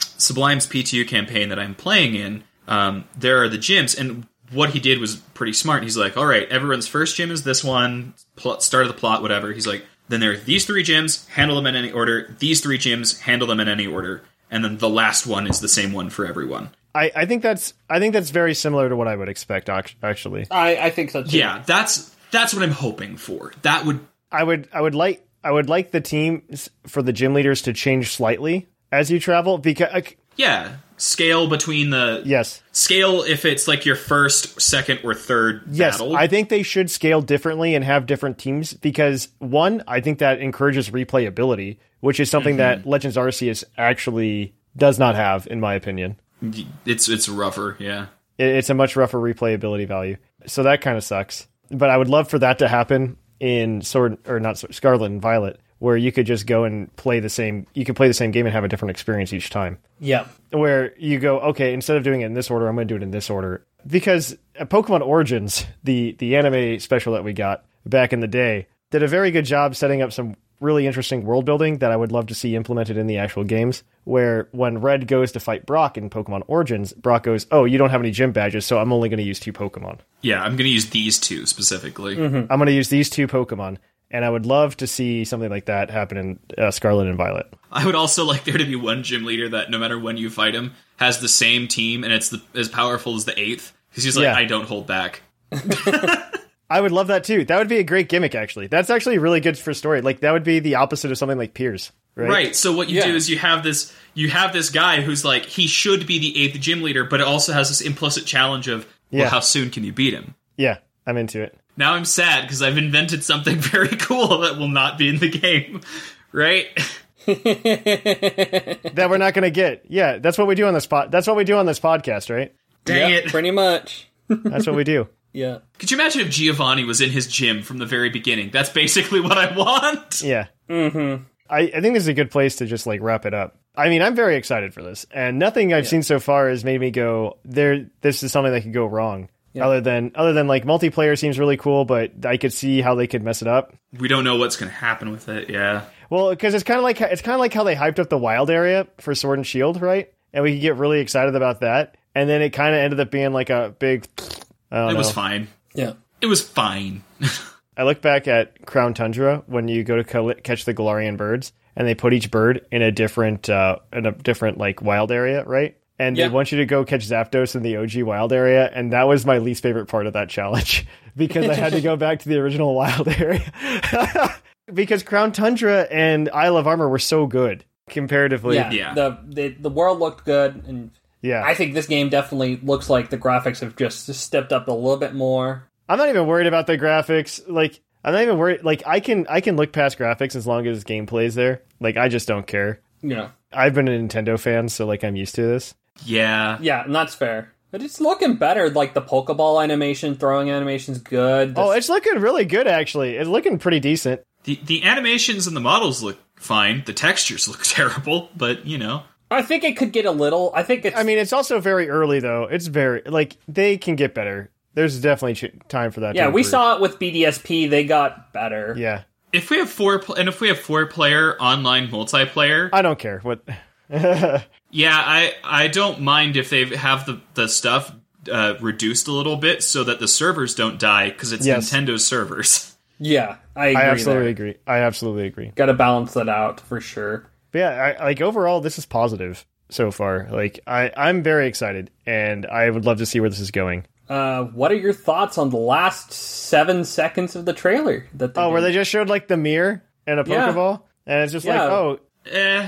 Sublime's PTU campaign that I'm playing in, um, there are the gyms, and what he did was pretty smart. He's like, all right, everyone's first gym is this one, pl- start of the plot, whatever. He's like, then there are these three gyms, handle them in any order. These three gyms, handle them in any order. And then the last one is the same one for everyone.
I, I think that's I think that's very similar to what I would expect. ac- Actually,
I, I think so too.
Yeah, that's that's what I'm hoping for. That would
I would I would like I would like the teams for the gym leaders to change slightly as you travel because
yeah scale between the
yes
scale if it's like your first, second, or third
yes
battle.
I think they should scale differently and have different teams because one I think that encourages replayability, which is something that Legends Arceus actually does not have, in my opinion.
it's it's rougher. Yeah,
It- it's a much rougher replayability value. So that kind of sucks. But I would love for that to happen in Sword or not Sword, Scarlet and Violet, where you could just go and play the same. You could play the same game and have a different experience each time.
yeah.
Where you go, okay, instead of doing it in this order, I'm going to do it in this order. because uh, Pokemon Origins, the the anime special that we got back in the day, did a very good job setting up some really interesting world building that I would love to see implemented in the actual games. Where when Red goes to fight Brock in Pokemon Origins, Brock goes, "Oh, you don't have any gym badges, so I'm only going to use two Pokemon.
Yeah, I'm gonna use these two specifically.
I'm going to use these two Pokemon." And I would love to see something like that happen in uh, Scarlet and Violet.
I would also like there to be one gym leader that no matter when you fight him has the same team and it's the, as powerful as the eighth. Because he's like,
Yeah.
I don't hold back.
I would love that too. That would be a great gimmick, actually. That's actually really good for story. Like that would be the opposite of something like Piers, right?
Right. So what you do is you have this you have this guy who's like he should be the eighth gym leader, but it also has this implicit challenge of
Yeah.
well, how soon can you beat him?
Yeah, I'm into it.
Now I'm sad because I've invented something very cool that will not be in the game. Right?
That we're not going to get. Yeah, that's what we do on this pod. That's what we do on this podcast, right?
Dang
Yep,
it.
Pretty much.
That's what we do.
Yeah.
Could you imagine if Giovanni was in his gym from the very beginning? That's basically what I want.
Yeah. Mm-hmm. I, I think this is a good place to just like wrap it up. I mean, I'm very excited for this, and nothing I've seen so far has made me go there. This is something that could go wrong. Other than other than like multiplayer seems really cool, but I could see how they could mess it up.
We don't know what's going to happen with it. Yeah.
Well, because it's kind of like it's kind of like how they hyped up the wild area for Sword and Shield, right? And we could get really excited about that, and then it kind of ended up being like a big. I don't
It
know.
was fine.
Yeah.
It was fine.
I look back at Crown Tundra when you go to co- catch the Galarian birds, and they put each bird in a different uh, in a different like wild area, right? And
Yeah.
they want you to go catch Zapdos in the OG wild area, and that was my least favorite part of that challenge because I had to go back to the original wild area because Crown Tundra and Isle of Armor were so good comparatively.
Yeah.
Yeah.
The, the the world looked good, and
Yeah.
I think this game definitely looks like the graphics have just stepped up a little bit more.
I'm not even worried about the graphics. Like I'm not even worried. Like I can I can look past graphics as long as gameplay is there. Like I just don't care.
Yeah.
I've been a Nintendo fan, so like I'm used to this.
Yeah.
Yeah, and that's fair. But it's looking better. Like the Pokeball animation, throwing animation's good.
Oh, it's looking really good actually. It's looking pretty decent.
The the animations and the models look fine. The textures look terrible, but you know.
I think it could get a little. I think it's.
I mean, it's also very early though. It's very like they can get better. There's definitely ch- time for that. to
yeah, we
improve.
saw it with BDSP. They got better.
Yeah,
If we have four pl- and if we have four player online multiplayer,
I don't care what.
yeah, I I don't mind if they have the the stuff uh, reduced a little bit so that the servers don't die because it's
Yes.
Nintendo's servers.
Yeah, I agree.
I absolutely
there.
agree. I absolutely agree.
Got to balance that out for sure.
But yeah, I, like overall, this is positive so far. Like I, I'm very excited, and I would love to see where this is going.
Uh, what are your thoughts on the last seven seconds of the trailer? That they
Oh, where
did?
they just showed like the mirror and a
Mm-hmm. Yeah.
Pokeball, and it's just
Yeah.
like, oh,
Eh,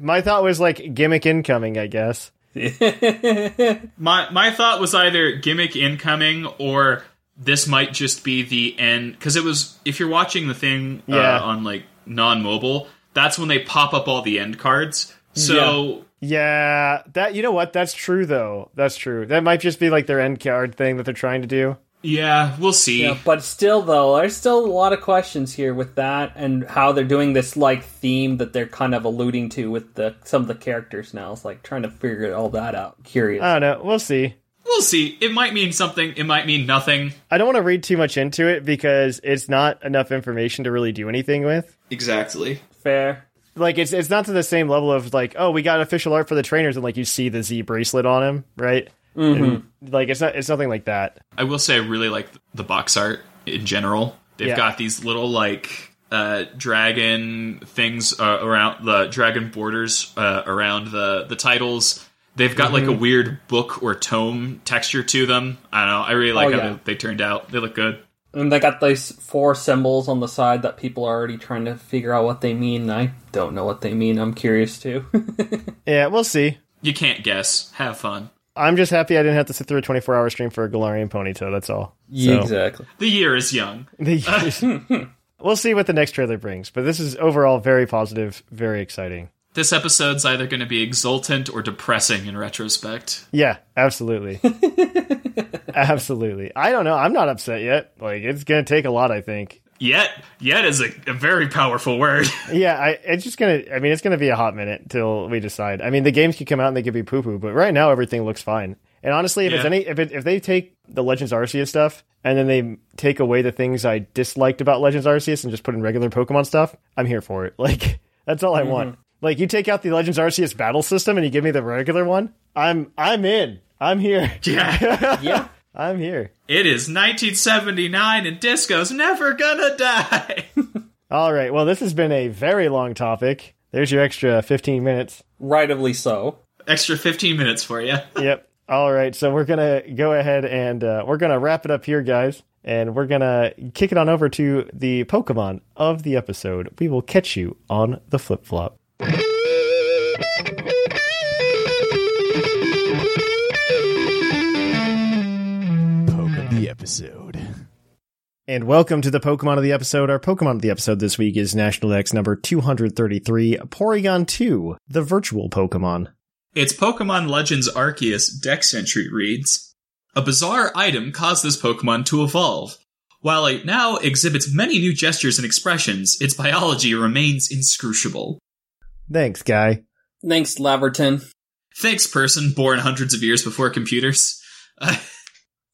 my thought was like gimmick incoming, I guess.
my my thought was either gimmick incoming or this might just be the end because it was if you're watching the thing
Yeah.
uh, on like non-mobile, that's when they pop up all the end cards. So
Yeah, that you know what? That's true though. That's true. That might just be like their end card thing that they're trying to do.
Yeah, we'll see.
Yeah, but still, though, there's still a lot of questions here with that and how they're doing this like theme that they're kind of alluding to with the some of the characters now. It's like trying to figure all that out. Curious.
I don't know. We'll see.
We'll see. It might mean something, it might mean nothing.
I don't want to read too much into it because it's not enough information to really do anything with.
Exactly.
Fair.
Like it's it's not to the same level of like, oh, we got official art for the trainers and like you see the Z bracelet on him, right?
Mm-hmm.
And, like it's not it's nothing like that.
I will say I really like the box art in general. They've
Yeah.
got these little like uh, dragon things uh, around the dragon borders uh, around the the titles. They've got
Mm-hmm.
like a weird book or tome texture to them. I don't know. I really like how
Oh, yeah.
they, they turned out. They look good.
And they got these four symbols on the side that people are already trying to figure out what they mean. and I don't know what they mean. I'm curious too.
Yeah, we'll see.
You can't guess. Have fun.
I'm just happy I didn't have to sit through a 24 hour stream for a Galarian Ponyta. That's all.
Yeah,
So-
exactly.
The year is young.
The years- we'll see what the next trailer brings, but this is overall very positive, very exciting.
This episode's either going to be exultant or depressing in retrospect.
Yeah, absolutely. absolutely. I don't know. I'm not upset yet. Like it's going to take a lot, I think.
Yet, yet is a, a very powerful word.
Yeah, I it's just going to I mean, it's going to be a hot minute till we decide. I mean, the games could come out and they could be poo-poo, but right now everything looks fine. And honestly, if it's
Yeah.
any, if it, if they take the Legends Arceus stuff and then they take away the things I disliked about Legends Arceus and just put in regular Pokemon stuff, I'm here for it. Like that's all I
Mm-hmm.
want. Like you take out the Legends Arceus battle system and you give me the regular one, I'm I'm in. I'm here.
Yeah.
Yeah.
I'm here.
it is 1979 and disco's never gonna die.
All right. Well, this has been a very long topic. There's your extra 15 minutes.
Rightly so.
Extra 15 minutes for you.
yep. All right. So we're going to go ahead and uh, we're going to wrap it up here, guys. And we're going to kick it on over to the Pokemon of the episode. We will catch you on the flip flop.
Poke of the episode.
And welcome to the Pokemon of the episode. Our Pokemon of the episode this week is National Dex number 233, Porygon 2, the virtual Pokemon.
It's Pokemon Legends Arceus Dex entry reads A bizarre item caused this Pokemon to evolve. While it now exhibits many new gestures and expressions, its biology remains inscrutable.
Thanks, guy.
Thanks, Laverton.
Thanks, person born hundreds of years before computers.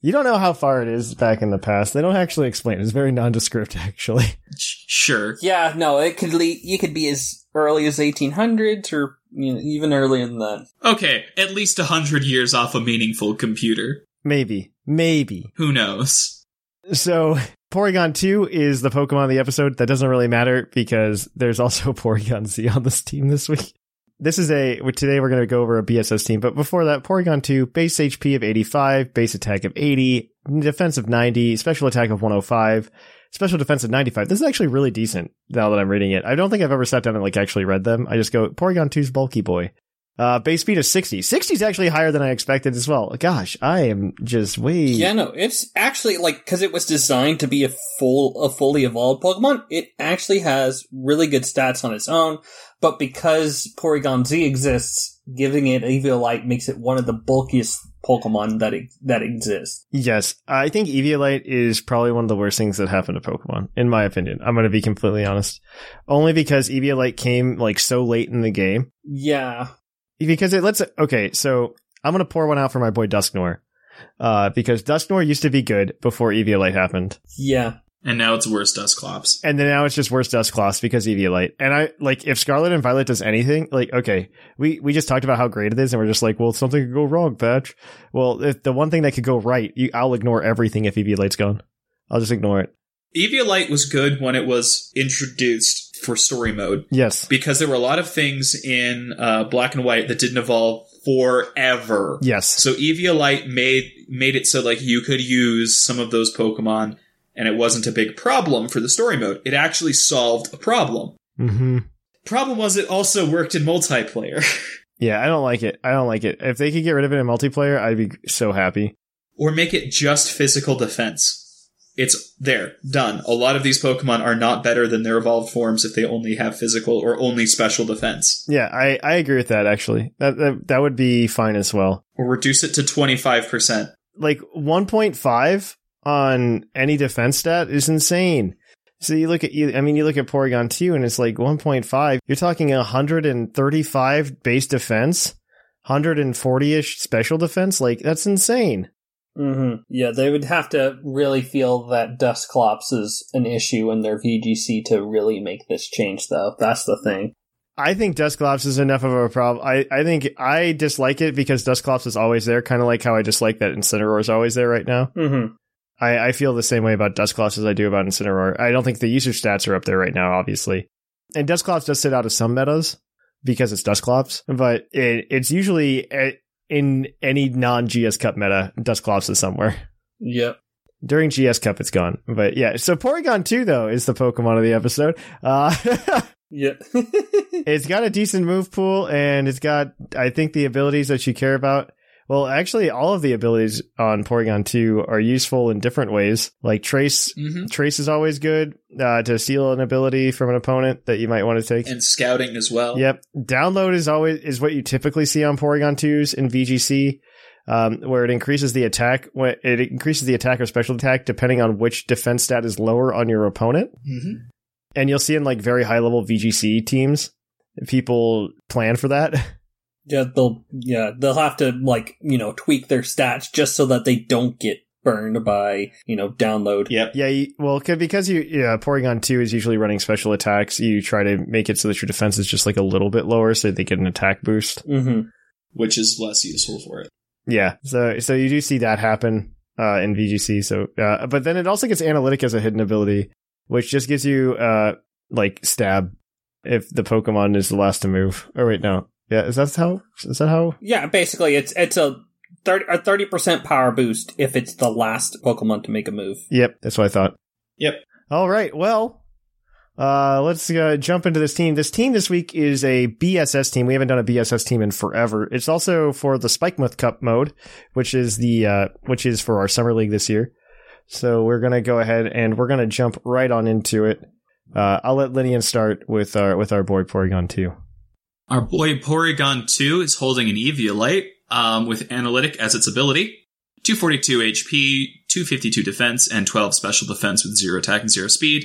You don't know how far it is back in the past. They don't actually explain. it. It's very nondescript, actually.
Sh- sure.
Yeah, no, it could le- you could be as early as 1800s or you know, even earlier than that.
Okay, at least a hundred years off a meaningful computer.
Maybe. Maybe.
Who knows?
So Porygon 2 is the Pokemon of the episode. That doesn't really matter because there's also Porygon Z on this team this week. This is a well, today we're going to go over a BSS team, but before that, Porygon 2 base HP of 85, base attack of 80, defense of 90, special attack of 105, special defense of 95. This is actually really decent now that I'm reading it. I don't think I've ever sat down and like actually read them. I just go Porygon 2's bulky boy. Uh, base speed of 60. 60 is actually higher than I expected as well. Gosh, I am just way
Yeah, no, it's actually like because it was designed to be a full, a fully evolved Pokemon. It actually has really good stats on its own, but because Porygon Z exists, giving it Eviolite makes it one of the bulkiest Pokemon that e- that exists.
Yes, I think Eviolite is probably one of the worst things that happened to Pokemon, in my opinion. I'm going to be completely honest, only because Eviolite came like so late in the game.
Yeah,
Because it lets okay, so I'm going to pour one out for my boy Dusknoir, uh, because Dusknoir used to be good before Eviolite happened,
yeah,
And now it's worse Dusclops.
and then now it's just worse Dusclops because Eviolite. And I like if Scarlet and Violet does anything, like okay, we we just talked about how great it is, and we're just like, well, something could go wrong, Patch. Well, if the one thing that could go right, you, I'll ignore everything if Eviolite's gone. I'll just ignore it.
Eviolite was good when it was introduced for story mode.
Yes.
because there were a lot of things in uh, black and white that didn't evolve forever.
Yes.
So Eviolite made made it so like you could use some of those Pokemon, and it wasn't a big problem for the story mode. It actually solved a problem.
Mm-hmm.
Problem was it also worked in multiplayer,
Yeah, I don't like it. I don't like it. If they could get rid of it in multiplayer, I'd be so happy.
or make it just physical defense. It's there, done. A lot of these Pokemon are not better than their evolved forms if they only have physical or only special defense.
Yeah, I, I agree with that actually. That, that that would be fine as well.
Or reduce it to twenty five percent.
Like 1.5 on any defense stat is insane. So you look at you I mean you look at Porygon 2 and it's like 1.5. You're talking 135 base defense, 140ish special defense. Like that's insane.
hmm yeah. They would have to really feel that Dusclops is an issue in their VGC to really make this change, though. That's the thing.
I think Dusclops is enough of a problem. I, I think I dislike it because Dusclops is always there, kind of like how I dislike that Incineroar is always there right now.
hmm
I, I feel the same way about Dusclops as I do about Incineroar. I don't think the usage stats are up there right now, obviously. And Dusclops does sit out of some metas because it's Dusclops, but it, it's usually a, in any non GS Cup meta, Dusclops is somewhere.
Yep.
During GS Cup, it's gone. But yeah, so Porygon 2, though, is the Pokemon of the episode. Uh,
Yep.
It's got a decent move pool, and it's got, I think, the abilities that you care about. Well, actually, all of the abilities on Porygon 2 are useful in different ways. Like Trace,
Mm-hmm.
Trace is always good uh, to steal an ability from an opponent that you might want to take.
And scouting as well.
Yep. Download is always is what you typically see on Porygon 2s in VGC, um, where it increases the attack when it increases the attack or special attack depending on which defense stat is lower on your opponent.
Mm-hmm.
And you'll see in like very high level VGC teams, people plan for that.
Yeah, they'll yeah they'll have to like you know tweak their stats just so that they don't get burned by you know download.
Yep.
Yeah, you, well, 'cause- because you yeah, Porygon two is usually running special attacks. You try to make it so that your defense is just like a little bit lower, so they get an attack boost.
Mm-hmm.
Which is less useful for it.
Yeah, so so you do see that happen uh, in VGC. So, uh, but then it also gets analytic as a hidden ability, which just gives you uh, like stab if the Pokemon is the last to move. Or wait, no, yeah, is that how? Is that how?
Yeah, basically it's it's a thirty a thirty percent power boost if it's the last Pokemon to make a move.
Yep, that's what I thought.
Yep.
All right. Well, uh, let's uh, jump into this team. This team this week is a BSS team. We haven't done a BSS team in forever. It's also for the Spikemuth Cup mode, which is the uh, which is for our summer league this year. So we're gonna go ahead and we're gonna jump right on into it. Uh, I'll let Linian start with our with our boy Porygon two.
Our boy Porygon 2 is holding an Eviolite um, with Analytic as its ability. 242 HP, 252 defense, and 12 special defense with 0 attack and 0 speed.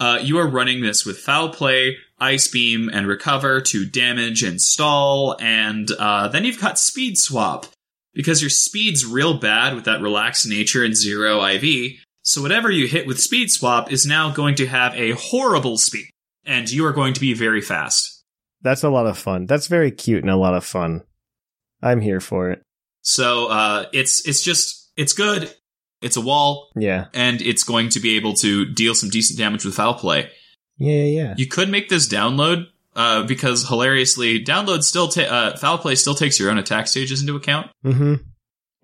Uh, you are running this with Foul Play, Ice Beam, and Recover to damage and stall, and uh, then you've got Speed Swap. Because your speed's real bad with that relaxed nature and 0 IV, so whatever you hit with Speed Swap is now going to have a horrible speed, and you are going to be very fast.
That's a lot of fun. That's very cute and a lot of fun. I'm here for it.
So uh, it's it's just it's good. It's a wall,
Yeah.
and it's going to be able to deal some decent damage with foul play.
Yeah. Yeah. yeah.
You could make this download uh, because hilariously, download still ta- uh, foul play still takes your own attack stages into account.
Mm-hmm.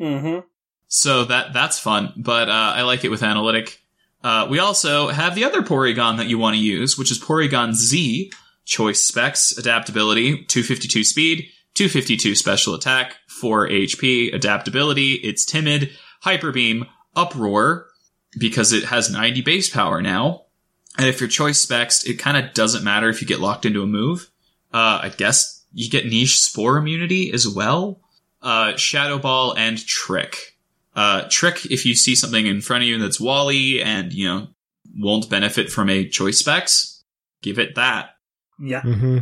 Mm-hmm.
So that that's fun, but uh, I like it with analytic. Uh, we also have the other Porygon that you want to use, which is Porygon Z. Choice specs, adaptability, 252 speed, 252 special attack, 4 HP, adaptability, it's timid, hyper beam, uproar, because it has 90 base power now. And if your choice specs, it kind of doesn't matter if you get locked into a move. Uh, I guess you get niche spore immunity as well. Uh, shadow ball and trick uh, trick if you see something in front of you that's Wally and you know won't benefit from a choice specs, give it that.
Yeah.
Mm-hmm.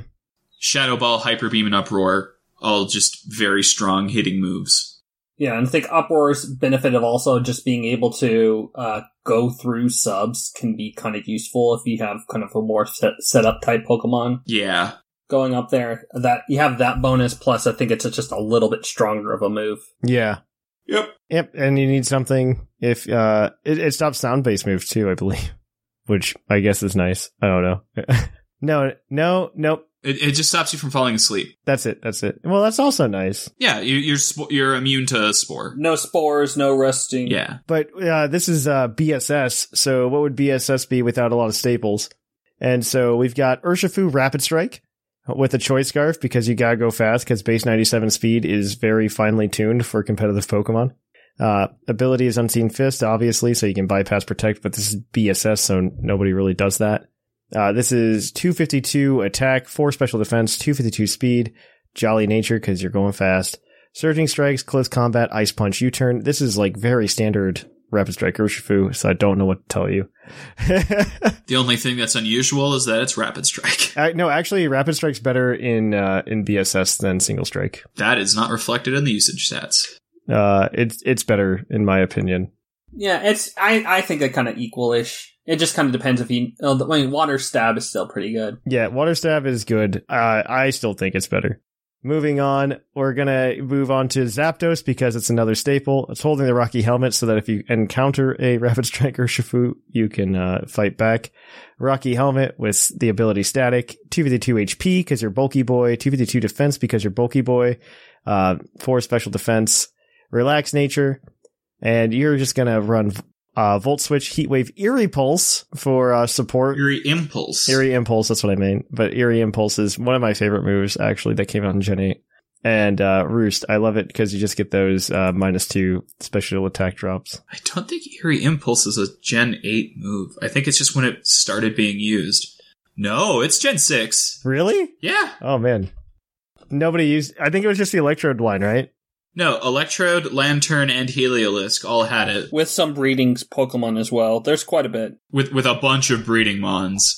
Shadow Ball, Hyper Beam, and Uproar all just very strong hitting moves.
Yeah, and I think Uproar's benefit of also just being able to uh, go through subs can be kind of useful if you have kind of a more set, set up type Pokemon
Yeah,
going up there. That you have that bonus plus, I think it's just a little bit stronger of a move.
Yeah.
Yep.
Yep. And you need something if uh it, it stops sound based move too, I believe. Which I guess is nice. I don't know. no, no, nope.
it, it just stops you from falling asleep.
That's it. That's it. Well, that's also nice.
Yeah, you, you're spo- you're immune to spore.
No spores, no rusting.
Yeah,
But uh, this is uh, BSS. So what would BSS be without a lot of staples? And so we've got Urshifu Rapid Strike with a choice scarf because you gotta go fast because base 97 speed is very finely tuned for competitive Pokemon. Uh, ability is Unseen Fist, obviously, so you can bypass Protect, but this is BSS, so nobody really does that. Uh, this is 252 attack, 4 special defense, 252 speed, Jolly Nature because you're going fast, Surging strikes, close combat, ice punch, U turn. This is like very standard rapid strike Urshifu, so I don't know what to tell you.
the only thing that's unusual is that it's rapid strike.
I, no, actually, rapid strike's better in uh, in BSS than single strike.
That is not reflected in the usage stats.
Uh, it's it's better in my opinion.
Yeah, it's I I think they're kind of equal-ish. It just kind of depends if you. oh, the- I mean, water stab is still pretty good.
Yeah, water stab is good. Uh, I still think it's better. Moving on, we're gonna move on to Zapdos because it's another staple. It's holding the Rocky helmet so that if you encounter a Rapid Strike Urshifu, you can uh, fight back. Rocky helmet with the ability Static, two fifty two HP because you're bulky boy, two fifty two defense because you're bulky boy, uh, four special defense, relaxed nature, and you're just gonna run uh, Volt Switch, Heat Wave, Eerie Pulse for uh, support.
Eerie impulse.
Eerie Impulse, that's what I mean. But Eerie Impulse is one of my favorite moves, actually, that came out in Gen 8. And uh, Roost, I love it because you just get those uh, minus two special attack drops.
I don't think Eerie Impulse is a Gen 8 move. I think it's just when it started being used. No, it's Gen 6.
Really?
Yeah.
Oh, man. Nobody used. I think it was just the Electrode line, right?
No, Electrode, Lantern, and Heliolisk all had it
With some breeding Pokemon as well, there's quite a bit.
with with a bunch of breeding mons.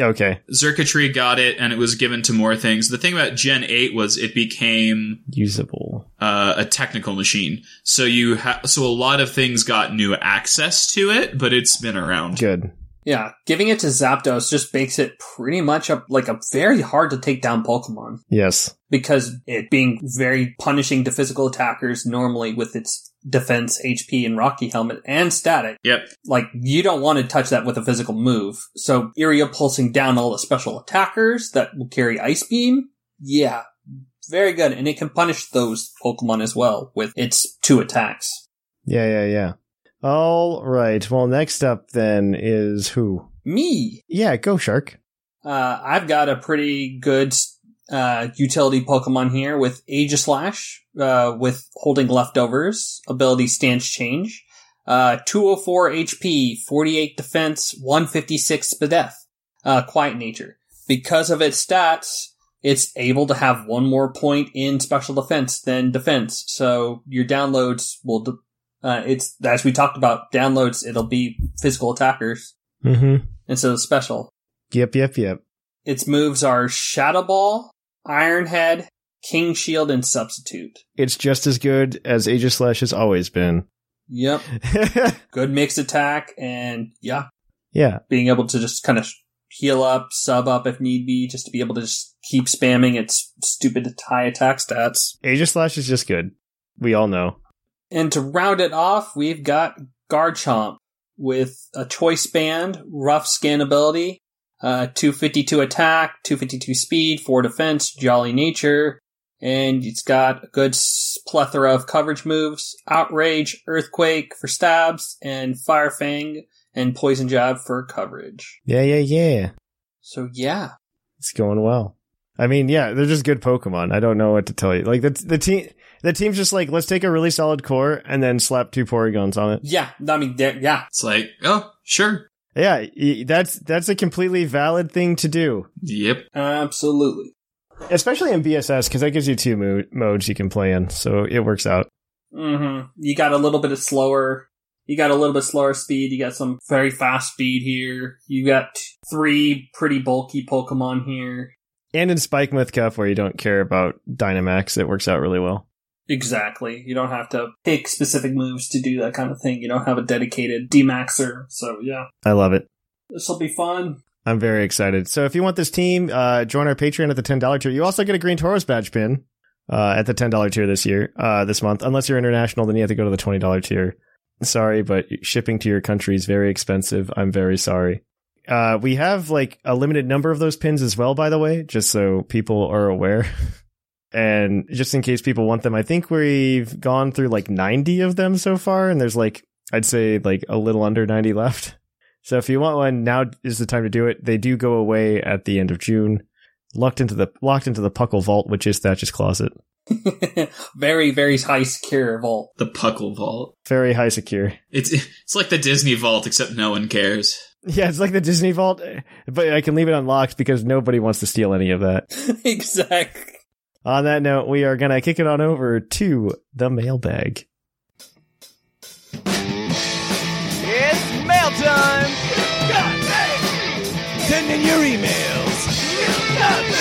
Okay,
Zerkatree got it, and it was given to more things. The thing about Gen 8 was it became
usable.
uh, a technical machine. So you ha- so a lot of things got new access to it, but it's been around.
Good.
Yeah, giving it to Zapdos just makes it pretty much a, like a very hard to take down Pokemon
Yes.
because it being very punishing to physical attackers normally with its defense, HP, and Rocky Helmet and static.
Yep.
Like, you don't want to touch that with a physical move. So, area pulsing down all the special attackers that will carry Ice Beam. Yeah, very good. And it can punish those Pokemon as well with its two attacks.
Yeah, yeah, yeah. All right. Well, next up then is who?
Me,
Yeah, go shark.
Uh, I've got a pretty good uh, utility Pokemon here with Aegislash, uh, with Holding Leftovers, ability Stance Change, uh, 204 HP, 48 Defense, 156 Spadef, uh, Quiet Nature. Because of its stats, it's able to have one more point in Special Defense than Defense, so your downloads will. De- uh, it's as we talked about downloads. It'll be physical attackers
Mm-hmm.
instead of special.
Yep, yep, yep.
Its moves are Shadow Ball, Iron Head, King Shield, and Substitute.
It's just as good as Aegis Slash has always been.
Yep. Good mixed attack, and yeah,
yeah.
being able to just kind of heal up, sub up if need be, just to be able to just keep spamming its stupid high attack stats.
Aegis Slash is just good. We all know.
And to round it off, we've got Garchomp with a choice band, rough skin ability, uh, 252 attack, 252 speed, 4 defense, jolly nature, and it's got a good s- plethora of coverage moves, outrage, earthquake for stabs, and fire fang and poison jab for coverage.
Yeah, yeah, yeah.
So yeah,
It's going well. I mean, yeah, they're just good Pokemon. I don't know what to tell you. Like the the team, the team's just like, let's take a really solid core and then slap two Porygons on it.
yeah, I mean, there- yeah,
It's like, oh, sure.
Yeah, y- that's that's a completely valid thing to do,
Yep.
absolutely.
especially in BSS because that gives you two mo- modes you can play in, so it works out.
hmm You got a little bit of slower. You got a little bit slower speed. You got some very fast speed here. You got three pretty bulky Pokemon here.
And in Spike Myth Cup, where you don't care about Dynamax, it works out really well.
Exactly. You don't have to pick specific moves to do that kind of thing. You don't have a dedicated Demaxer. So yeah,
I love it.
this will be fun.
I'm very excited. So if you want this team, uh, join our Patreon at the ten dollar tier. You also get a Green Toros badge pin uh, at the ten dollar tier this year, uh, this month. Unless you're international, then you have to go to the twenty dollar tier. Sorry, but shipping to your country is very expensive. I'm very sorry. Uh, we have like a limited number of those pins as well, by the way, just so people are aware. and just in case people want them, I think we've gone through like 90 of them so far, and there's like I'd say like a little under 90 left. So if you want one, now is the time to do it. They do go away at the end of June. Locked into the locked into the Puckle Vault, which is Thatch's closet.
very very high secure vault.
The Puckle Vault.
Very high secure.
It's it's like the Disney Vault, except no one cares.
Yeah, it's like the Disney Vault, eh, but I can leave it unlocked because nobody wants to steal any of that.
exactly.
On that note, we are gonna kick it on over to the mailbag.
It's mail time! Send in your emails! Mail!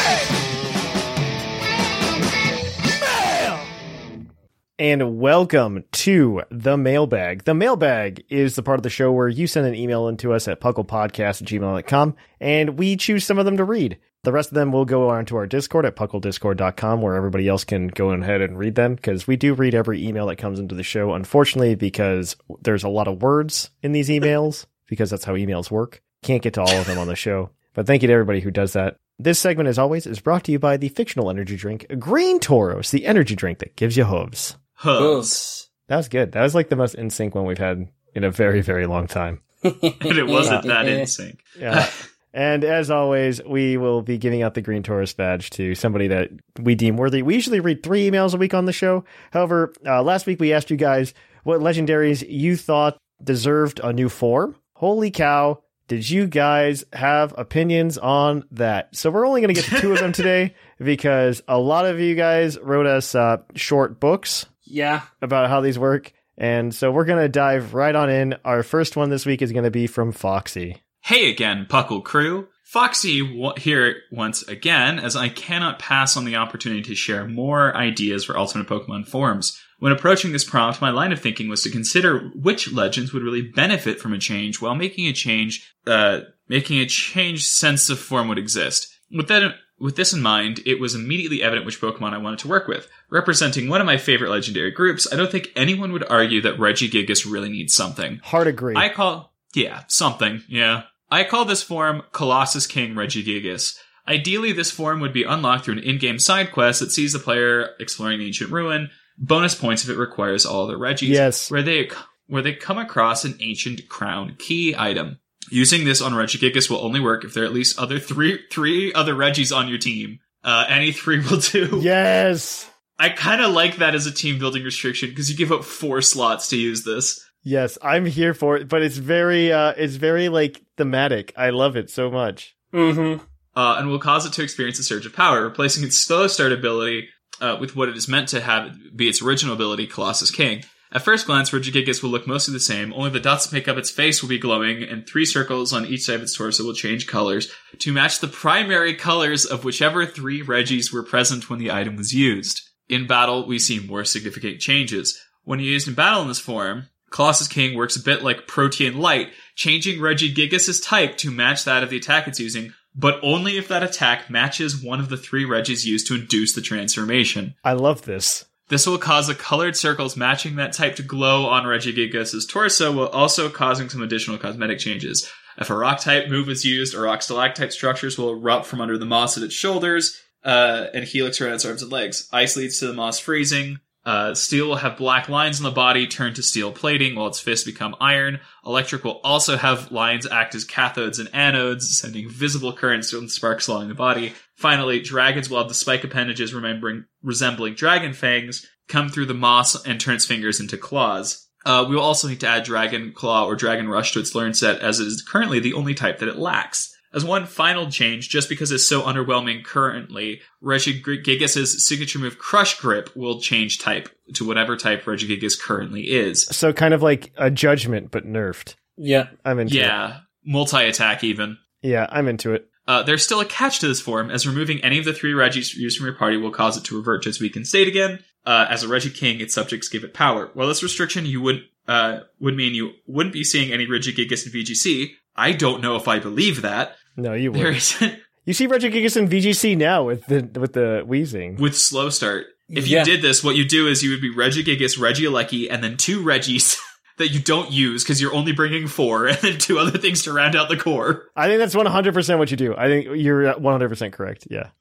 And welcome to the mailbag. The mailbag is the part of the show where you send an email in to us at pucklepodcast@gmail.com, and we choose some of them to read. The rest of them will go on to our Discord at pucklediscord.com where everybody else can go ahead and read them because we do read every email that comes into the show, unfortunately, because there's a lot of words in these emails because that's how emails work. Can't get to all of them on the show. But thank you to everybody who does that. This segment, as always, is brought to you by the fictional energy drink Green Toros, the energy drink that gives you hooves.
Oh.
Hooves.
That was good. That was like the most in sync one we've had in a very, very long time.
But it wasn't that in sync.
Yeah. and as always, we will be giving out the Green Tourist badge to somebody that we deem worthy. We usually read three emails a week on the show. However, uh, last week we asked you guys what legendaries you thought deserved a new form. Holy cow. Did you guys have opinions on that? So we're only going to get to two of them today because a lot of you guys wrote us uh, short books
Yeah,
about how these work. And so we're going to dive right on in. Our first one this week is going to be from Foxy.
Hey again, Puckle Crew. Foxy w- here once again, as I cannot pass on the opportunity to share more ideas for alternate Pokemon forms. When approaching this prompt, my line of thinking was to consider which legends would really benefit from a change while making a change, uh, making a change sense of form would exist. With that, with this in mind, it was immediately evident which Pokemon I wanted to work with. Representing one of my favorite legendary groups, I don't think anyone would argue that Regigigas really needs something.
Hard agree.
I call yeah something yeah. I call this form Colossus King Regigigas. Ideally, this form would be unlocked through an in-game side quest that sees the player exploring an ancient ruin. Bonus points if it requires all the Reggies.
Yes.
where they where they come across an ancient crown key item. Using this on Regigigas will only work if there are at least other three three other Reggies on your team. Uh, any three will do.
yes.
I kind of like that as a team building restriction because you give up four slots to use this.
Yes, I'm here for it, but it's very uh it's very like thematic. I love it so much.
Mm-hmm.
uh, and will cause it to experience a surge of power, replacing its slow start ability uh, with what it is meant to have be its original ability, Colossus King. At first glance, Regigigas will look mostly the same, only the dots that make up its face will be glowing, and three circles on each side of its torso will change colors to match the primary colors of whichever three Reggies were present when the item was used. In battle, we see more significant changes. When used in battle in this form, Colossus King works a bit like Protean Light, changing Regigigas' type to match that of the attack it's using, but only if that attack matches one of the three Regis used to induce the transformation.
I love this.
This will cause the colored circles matching that type to glow on Regigigas' torso, while also causing some additional cosmetic changes. If a rock type move is used, a rock stalactite structures will erupt from under the moss at its shoulders, uh, and helix around its arms and legs. Ice leads to the moss freezing. Uh, steel will have black lines on the body turned to steel plating, while its fists become iron. Electric will also have lines act as cathodes and anodes, sending visible currents and sparks along the body. Finally, dragons will have the spike appendages remembering, resembling dragon fangs, come through the moss and turn its fingers into claws. Uh, we will also need to add Dragon Claw or Dragon Rush to its learn set, as it is currently the only type that it lacks. As one final change, just because it's so underwhelming currently, Regigigas' signature move Crush Grip will change type to whatever type Regigigas currently is.
So kind of like a judgment but nerfed.
Yeah.
I'm into it.
Yeah, multi attack even.
Yeah, I'm into it.
Uh, there's still a catch to this form, as removing any of the three Regis used from your party will cause it to revert to its weakened state again. Uh, as a Regi King, its subjects give it power. While this restriction you would uh, would mean you wouldn't be seeing any Regigigas in VGC, I don't know if I believe that.
No, you
There
would.
is
You see Regigigas in VGC now with the with the wheezing.
with slow start. If
Yeah.
you did this, what you do is you would be Regigigas, Regieleki, and then two Regis that you don't use because you're only bringing four, and then two other things to round out the core.
I think that's 100% what you do. I think you're 100% correct. Yeah.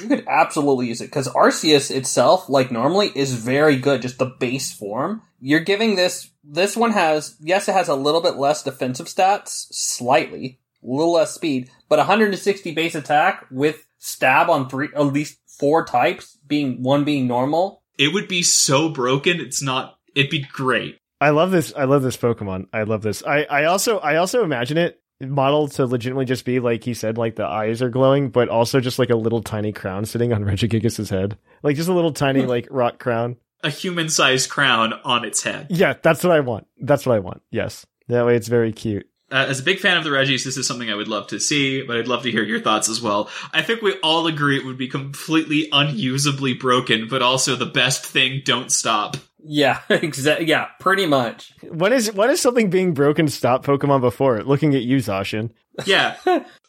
You could absolutely use it because Arceus itself, like normally, is very good. Just the base form. You're giving this. This one has yes, it has a little bit less defensive stats, slightly, a little less speed, but 160 base attack with stab on three, at least four types, being one being normal.
It would be so broken. It's not. It'd be great.
I love this. I love this Pokemon. I love this. I, I also I also imagine it modeled to legitimately just be like he said, like the eyes are glowing, but also just like a little tiny crown sitting on Regigigas' head, like just a little tiny like rock crown.
a human sized crown on its head.
Yeah, that's what I want. That's what I want. Yes, that way it's very cute.
Uh, as a big fan of the Reggies, this is something I would love to see, but I'd love to hear your thoughts as well. I think we all agree it would be completely unusably broken, but also the best thing don't stop.
Yeah.
Exactly. Yeah, pretty much.
When is when is something being broken stop Pokemon before? Looking at you, Zacian.
Yeah,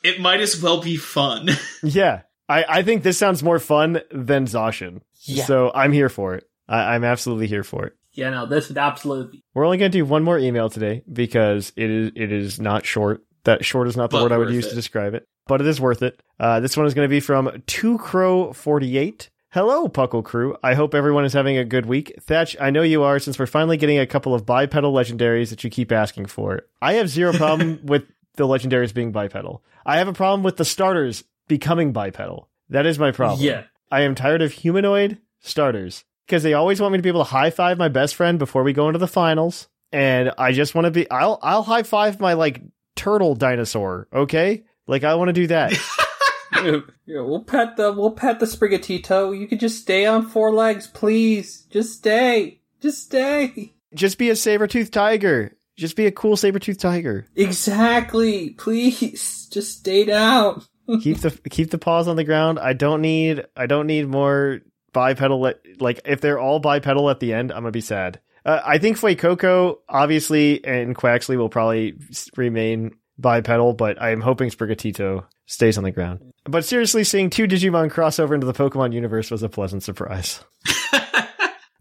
it might as well be fun.
Yeah, I I think this sounds more fun than Zacian.
Yeah.
So I'm here for it. I, I'm absolutely here for it.
Yeah. No, this would absolutely.
We're only going to do one more email today because it is it is not short. That short is not the
But
word I would
worth
use
it.
to describe it, but it is worth it. Uh, this one is going to be from Two Crow Forty Eight. Hello, Puckle Crew. I hope everyone is having a good week. Thatch, I know you are, since we're finally getting a couple of bipedal legendaries that you keep asking for. I have zero problem with the legendaries being bipedal. I have a problem with the starters becoming bipedal. That is my problem.
Yeah.
I am tired of humanoid starters because they always want me to be able to high five my best friend before we go into the finals, and I just want to be. I'll I'll high five my like turtle dinosaur. Okay, like I want to do that.
yeah, we'll pet the we'll pet the Sprigatito. You could just stay on four legs, please. Just stay. Just stay.
just be a saber tooth tiger. Just be a cool saber tooth tiger.
Exactly. Please just stay down.
keep the keep the paws on the ground. I don't need I don't need more bipedal. Like if they're all bipedal at the end, I'm gonna be sad. Uh, I think Fuecoco obviously and Quaxley will probably s- remain bipedal, but I am hoping Sprigatito stays on the ground. But seriously, seeing two Digimon cross over into the Pokemon universe was a pleasant surprise.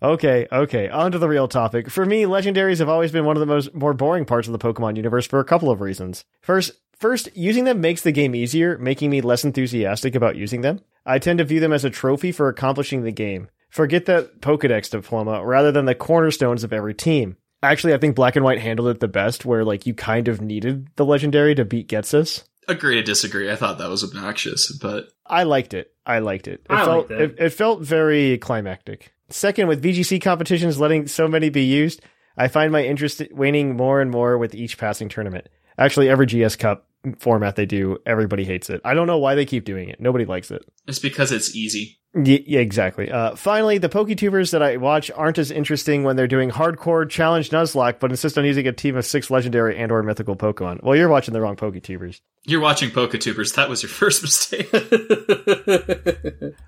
Okay, okay. On to the real topic. For me, legendaries have always been one of the most more boring parts of the Pokemon universe for a couple of reasons. First, first, using them makes the game easier, making me less enthusiastic about using them. I tend to view them as a trophy for accomplishing the game. Forget that Pokedex diploma rather than the cornerstones of every team. Actually, I think Black and White handled it the best where like you kind of needed the legendary to beat Getsus.
Agree to disagree. I thought that was obnoxious, but
I liked it. I liked it. It
I
felt
liked it.
It, felt very climactic. Second, with VGC competitions letting so many be used, I find my interest waning more and more with each passing tournament. Actually, every GS Cup format they do, everybody hates it. I don't know why they keep doing it. Nobody likes it.
it's because it's easy.
Yeah, yeah exactly. Uh, finally, the PokeTubers that I watch aren't as interesting when they're doing hardcore challenge Nuzlocke, but insist on using a team of six legendary and/or mythical Pokemon. Well, you're watching the wrong PokeTubers.
You're watching Poketubers. That was your first mistake.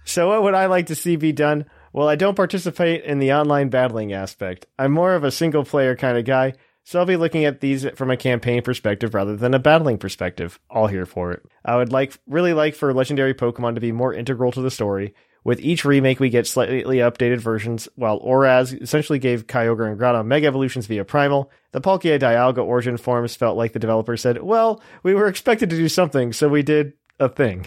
So, what would I like to see be done? Well, I don't participate in the online battling aspect. I'm more of a single player kind of guy, so I'll be looking at these from a campaign perspective rather than a battling perspective. All here for it. I would like, really like for legendary Pokemon to be more integral to the story. With each remake, we get slightly updated versions. While Oraz essentially gave Kyogre and Groudon mega evolutions via Primal, the Palkia Dialga origin forms felt like the developer said, "Well, we were expected to do something, so we did a thing."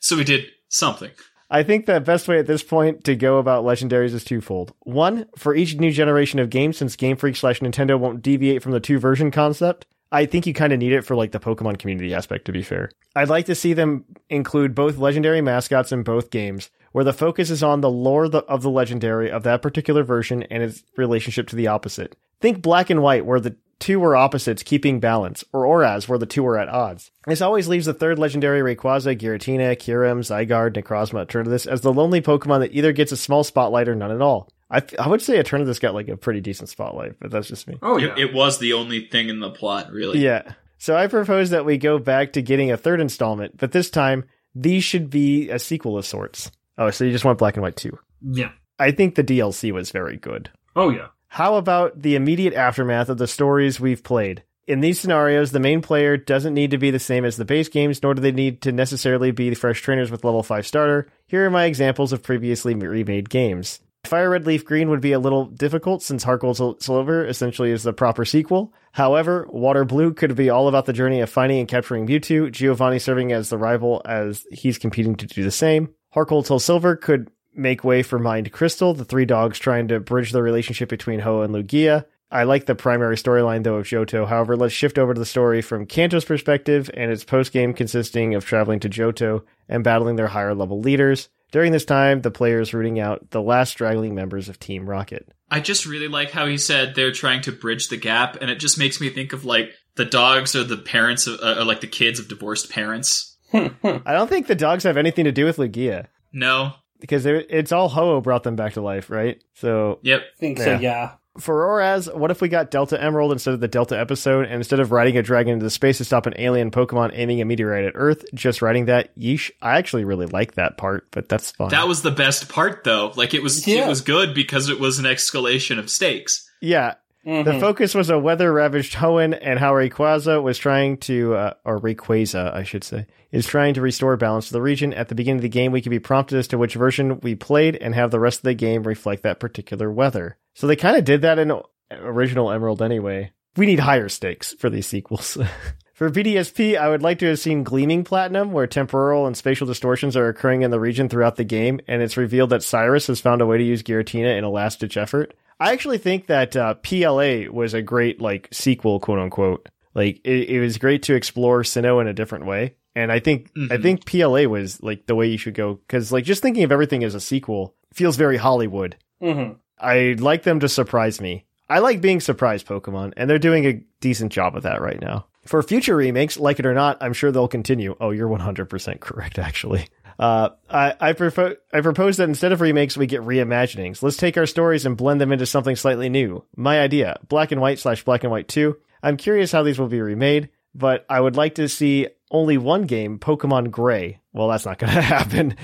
so we did something.
I think the best way at this point to go about legendaries is twofold. One, for each new generation of games, since Game Freak slash Nintendo won't deviate from the two version concept, I think you kind of need it for like the Pokemon community aspect, to be fair. I'd like to see them include both legendary mascots in both games, where the focus is on the lore the- of the legendary of that particular version and its relationship to the opposite. Think black and white, where the two were opposites keeping balance, or Oraz, where the two were at odds. This always leaves the third legendary Rayquaza, Giratina, Kyurem, Zygarde, Necrozma, Eternatus as the lonely Pokemon that either gets a small spotlight or none at all. I, f- I would say Eternatus got like a pretty decent spotlight, but that's just me.
Oh yeah.
It, it was the only thing in the plot, really.
Yeah. So I propose that we go back to getting a third installment, but this time these should be a sequel of sorts. Oh, so you just want Black and White 2.
yeah.
I think the DLC was very good.
Oh yeah.
How about the immediate aftermath of the stories we've played? In these scenarios, the main player doesn't need to be the same as the base games, nor do they need to necessarily be fresh trainers with level 5 starter. Here are my examples of previously remade games. Fire Red Leaf Green would be a little difficult since Heart Gold Silver essentially is the proper sequel. However, Water Blue could be all about the journey of finding and capturing Mewtwo, Giovanni serving as the rival as he's competing to do the same. Heart Gold Silver could make way for Mind Crystal, the three dogs trying to bridge the relationship between Ho and Lugia. I like the primary storyline though of Johto. However, let's shift over to the story from Kanto's perspective and its post game consisting of traveling to Johto and battling their higher level leaders. During this time, the player is rooting out the last straggling members of Team Rocket.
I just really like how he said they're trying to bridge the gap, and it just makes me think of like the dogs are the parents of, uh, are like the kids of divorced parents.
I don't think the dogs have anything to do with Lugia
No.
because they- it's all Ho brought them back to life, right? So
Yep.
I think
Yeah.
so, yeah.
for Oraz, what if we got Delta Emerald instead of the Delta episode, and instead of riding a dragon into space to stop an alien Pokemon aiming a meteorite at Earth, just riding that? Yeesh. I actually really like that part, but that's fine.
That was the best part though. Like it was
Yeah.
it was good because it was an escalation of stakes.
yeah. The focus was a weather ravaged Hoenn and how Rayquaza was trying to, uh, or Rayquaza, I should say, is trying to restore balance to the region. At the beginning of the game, we can be prompted as to which version we played and have the rest of the game reflect that particular weather. So they kind of did that in o- original Emerald anyway. We need higher stakes for these sequels. For BDSP, I would like to have seen Gleaming Platinum, where temporal and spatial distortions are occurring in the region throughout the game, and it's revealed that Cyrus has found a way to use Giratina in a last ditch effort. I actually think that uh, PLA was a great like sequel, quote unquote. Like it, it was great to explore Sinnoh in a different way, and I think I
Mhm.
think PLA was like the way you should go because like just thinking of everything as a sequel feels very Hollywood.
Mm-hmm.
I like them to surprise me. I like being surprised Pokemon, and they're doing a decent job of that right now. For future remakes, like it or not, I'm sure they'll continue. Oh, you're 100% correct, actually. Uh, I, I, propo- I propose that instead of remakes, we get reimaginings. Let's take our stories and blend them into something slightly new. My idea Black and White slash Black and White 2. I'm curious how these will be remade, but I would like to see only one game, Pokemon Gray. Well, that's not going to happen.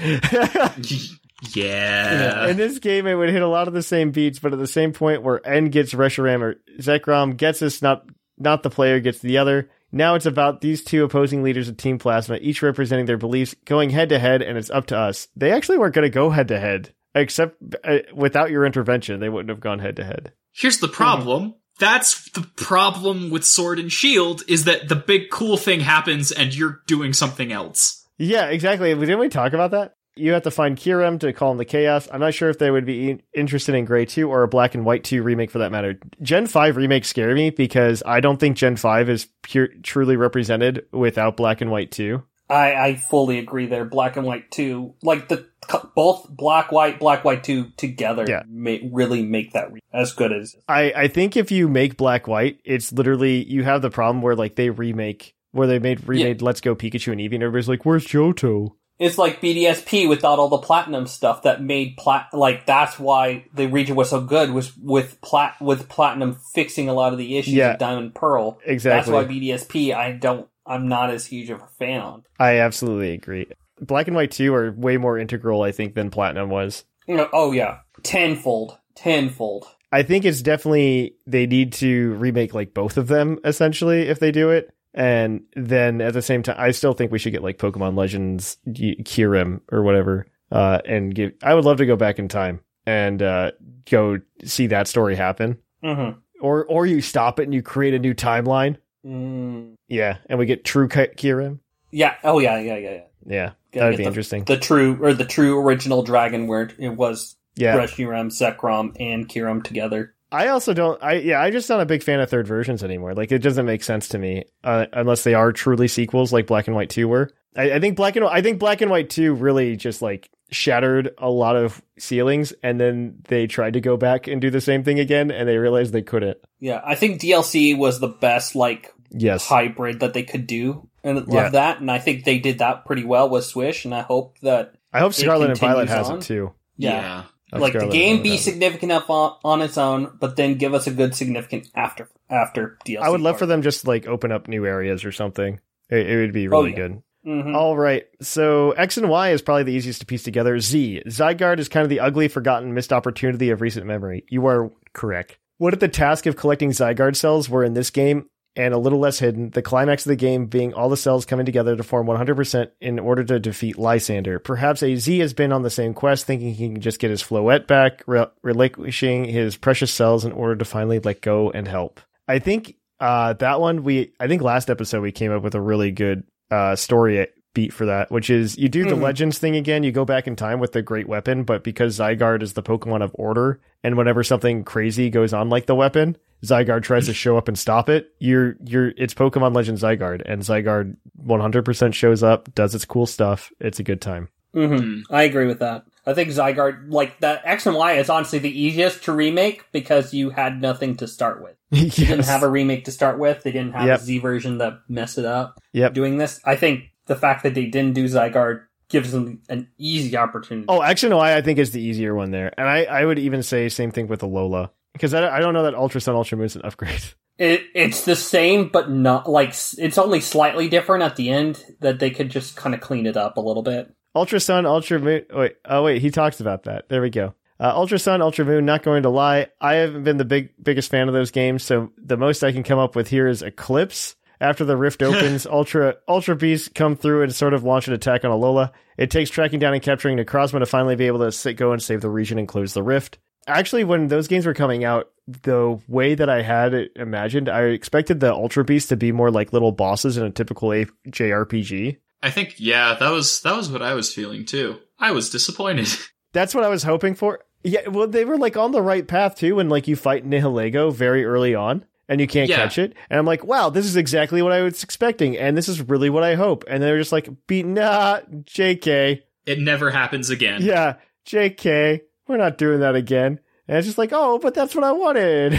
Yeah.
In this game, it would hit a lot of the same beats, but at the same point where N gets Reshiram or Zekrom gets us, not not the player gets the other. Now it's about these two opposing leaders of Team Plasma, each representing their beliefs, going head to head, and it's up to us. They actually weren't going to go head to head, except uh, without your intervention, they wouldn't have gone head to head.
Here's the problem. That's the problem with Sword and Shield is that the big cool thing happens and you're doing something else.
Yeah, exactly. Didn't we talk about that? You have to find Kirim to calm the chaos. I'm not sure if they would be in- interested in Gray 2 or a Black and White 2 remake for that matter. Gen 5 remakes scare me because I don't think Gen 5 is pure, truly represented without Black and White 2.
I, I fully agree there. Black and white two, like the co- both black white black white two together,
Yeah.
ma- really make that re- as good as.
I, I think if you make Black White, it's literally, you have the problem where like they remake, where they made remade Let's Go Pikachu and Eevee and everybody's like, where's Johto?
It's like BDSP without all the platinum stuff that made plat like that's why the region was so good was with plat with platinum fixing a lot of the issues
Yeah.
of Diamond Pearl.
Exactly.
That's why BDSP I don't I'm not as huge of a fan on.
I absolutely agree. Black and White 2 are way more integral, I think, than Platinum was.
You know, oh yeah, tenfold, tenfold.
I think it's definitely they need to remake like both of them essentially if they do it. And then at the same time, I still think we should get like Pokemon Legends Y- Kyurem or whatever. Uh, and give, I would love to go back in time and uh, go see that story happen.
Mm-hmm.
Or or you stop it and you create a new timeline.
Mm.
Yeah, and we get true Ky- Kyurem.
Yeah. Oh yeah. Yeah. Yeah. Yeah.
Yeah,
Gotta
that would
get
be
the-
interesting.
The true or the true original dragon where it was
yeah,
Reshiram, Zekrom, and Kiram together.
I also don't. I yeah. I just not a big fan of third versions anymore. Like it doesn't make sense to me uh, unless they are truly sequels, like Black and White Two were. I, I think Black and I think Black and White Two really just like shattered a lot of ceilings, and then they tried to go back and do the same thing again, and they realized they couldn't.
Yeah, I think DLC was the best like
Yes,
hybrid that they could do and love
Yeah.
that and I think they did that pretty well with Swish and I hope that
I hope Scarlet and Violet
continues
has
on.
it too.
yeah,
I hope
like the
Scarlet and
game
Violet
be
has it.
significant enough on, on its own but then give us a good significant after after DLC.
I would love for them just like open up new areas or something. It, it would be
Oh,
really
yeah.
good.
hmm
All right. So X and Y is probably the easiest to piece together. Z. Zygarde is kind of the ugly, forgotten, missed opportunity of recent memory. You are correct. What if the task of collecting Zygarde cells were in this game and a little less hidden, the climax of the game being all the cells coming together to form 100% in order to defeat Lysander? Perhaps AZ has been on the same quest, thinking he can just get his Floette back, re- relinquishing his precious cells in order to finally let go and help. I think uh, that one, we, I think last episode we came up with a really good uh, story beat for that, which is you do the
Mhm.
Legends thing again. You go back in time with the Great Weapon, but because Zygarde is the Pokemon of order, and whenever something crazy goes on like the weapon, Zygarde tries to show up and stop it. You're you're it's Pokemon Legend Zygarde, and Zygarde 100% shows up, does its cool stuff. It's a good time.
Mm-hmm.
Hmm.
I agree with that. I think Zygarde like that X and Y is honestly the easiest to remake because you had nothing to start with.
yes.
They didn't have a remake to start with. They didn't have
Yep.
a Z version that messed it up.
Yep.
Doing this, I think the fact that they didn't do Zygarde gives them an easy opportunity.
Oh, X and Y, I think is the easier one there, and I I would even say same thing with the Lola because I, I don't know that Ultra Sun Ultra Moon's an upgrade.
It, it's the same, but not like s- it's only slightly different at the end that they could just kind of clean it up a little bit.
Ultra Sun, Ultra Moon. Wait, oh wait, he talks about that. There we go. Uh, Ultra Sun, Ultra Moon. Not going to lie, I haven't been the big biggest fan of those games. So the most I can come up with here is Eclipse. After the rift opens, Ultra Ultra Beasts come through and sort of launch an attack on Alola. It takes tracking down and capturing Necrozma to finally be able to sit, go and save the region and close the rift. Actually, when those games were coming out, the way that I had it imagined, I expected the Ultra Beasts to be more like little bosses in a typical A- JRPG.
I think yeah, that was that was what I was feeling too. I was disappointed.
That's what I was hoping for. Yeah, well, they were like on the right path too, when like you fight Nihilego very early on and you can't
Yeah.
catch it. And I'm like, wow, this is exactly what I was expecting, and this is really what I hope. And they're just like, be nah, JK.
It never happens again.
Yeah, JK, we're not doing that again. And it's just like, oh, but that's what I wanted.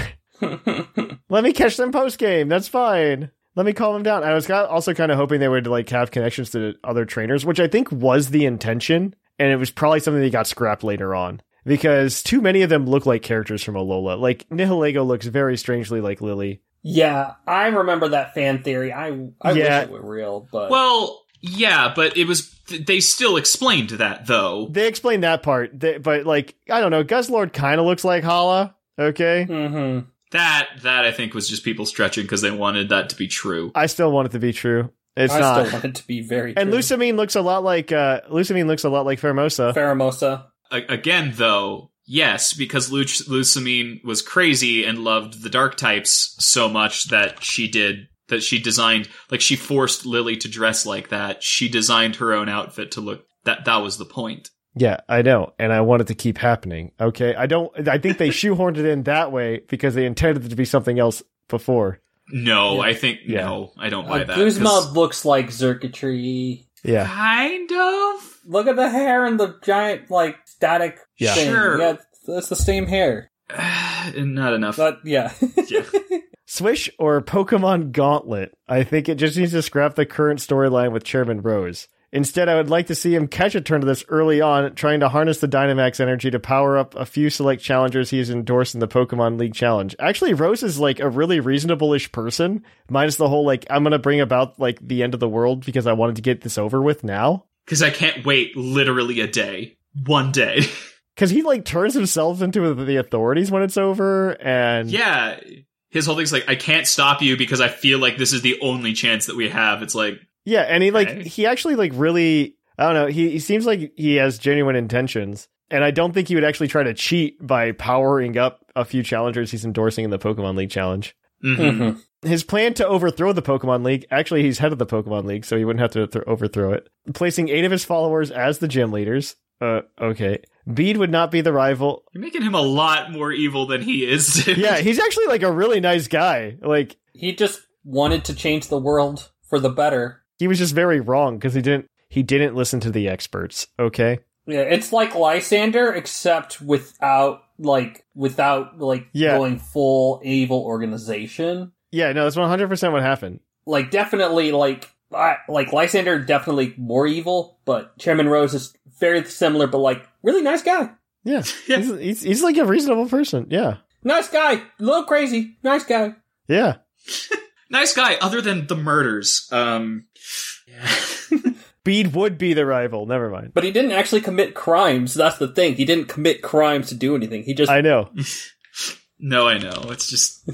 Let me catch them post game. That's fine. let me calm him down. I was ki- also kind of hoping they would like have connections to other trainers, which I think was the intention, and it was probably something that got scrapped later on because too many of them look like characters from Alola. Like Nihilego looks very strangely like Lily.
Yeah, I remember that fan theory. I, I
Yeah.
wish it were real, but
Well, yeah, but it was. th- They still explained that though.
They explained that part, they, but like I don't know, Guzzlord kind of looks like Hala. Okay,
hmm
That that I think was just people stretching because they wanted that to be true.
I still want it to be true. It's
I
not.
still want it to be very.
and
true.
Lusamine looks a lot like uh, Lusamine looks a lot like Fermosa.
Faramosa.
A- again, though, yes, because Luch- Lusamine was crazy and loved the dark types so much that she did that she designed like she forced Lily to dress like that. She designed her own outfit to look that that was the point.
Yeah, I know, and I want it to keep happening. Okay, I don't. I think they shoehorned it in that way because they intended it to be something else before.
No, I think
Yeah.
no, I don't buy
Uh,
that. 'cause-
Guzma looks like Zerkatry.
Yeah,
kind of.
Look at the hair and the giant like static
Yeah.
thing.
Sure.
Yeah, that's the same hair.
Not enough.
But yeah,
Yeah.
Swish or Pokemon Gauntlet. I think it just needs to scrap the current storyline with Chairman Rose. Instead, I would like to see him catch a turn to this early on, trying to harness the Dynamax energy to power up a few select challengers he has endorsed in the Pokemon League Challenge. Actually, Rose is like a really reasonable-ish person, minus the whole like I'm gonna bring about like the end of the world because I wanted to get this over with now.
because I can't wait literally a day, one
Mm.
day.
Because he like turns himself into the authorities when it's over, and
yeah, his whole thing's like, I can't stop you because I feel like this is the only chance that we have. It's like,
Yeah, and he like
Okay.
he actually like really I don't know, he, he seems like he has genuine intentions. And I don't think he would actually try to cheat by powering up a few challengers he's endorsing in the Pokemon League challenge. Mm-hmm.
mhm.
Mhm.
His plan to overthrow the Pokemon League, actually he's head of the Pokemon League, so he wouldn't have to th- overthrow it. Placing 8 of his followers as the gym leaders. Uh okay. Bede would not be the rival.
you're making him a lot more evil than he is. dude.
Yeah, he's actually like a really nice guy. Like
he just wanted to change the world for the better.
he was just very wrong because he didn't he didn't listen to the experts, okay?
Yeah, it's like Lysander, except without like without like
Yeah.
going full evil organization.
Yeah, no, that's 100% what happened.
Like definitely like I, like Lysander definitely more evil, but Chairman Rose is very similar, but like really nice guy.
Yeah.
Yeah.
He's, he's, he's like a reasonable person. Yeah.
Nice guy, a little crazy, nice guy.
Yeah.
nice guy, other than the murders. Um,
Bede would be the rival. Never mind.
But he didn't actually commit crimes. That's the thing. He didn't commit crimes to do anything. He just
I know.
no, I know. It's just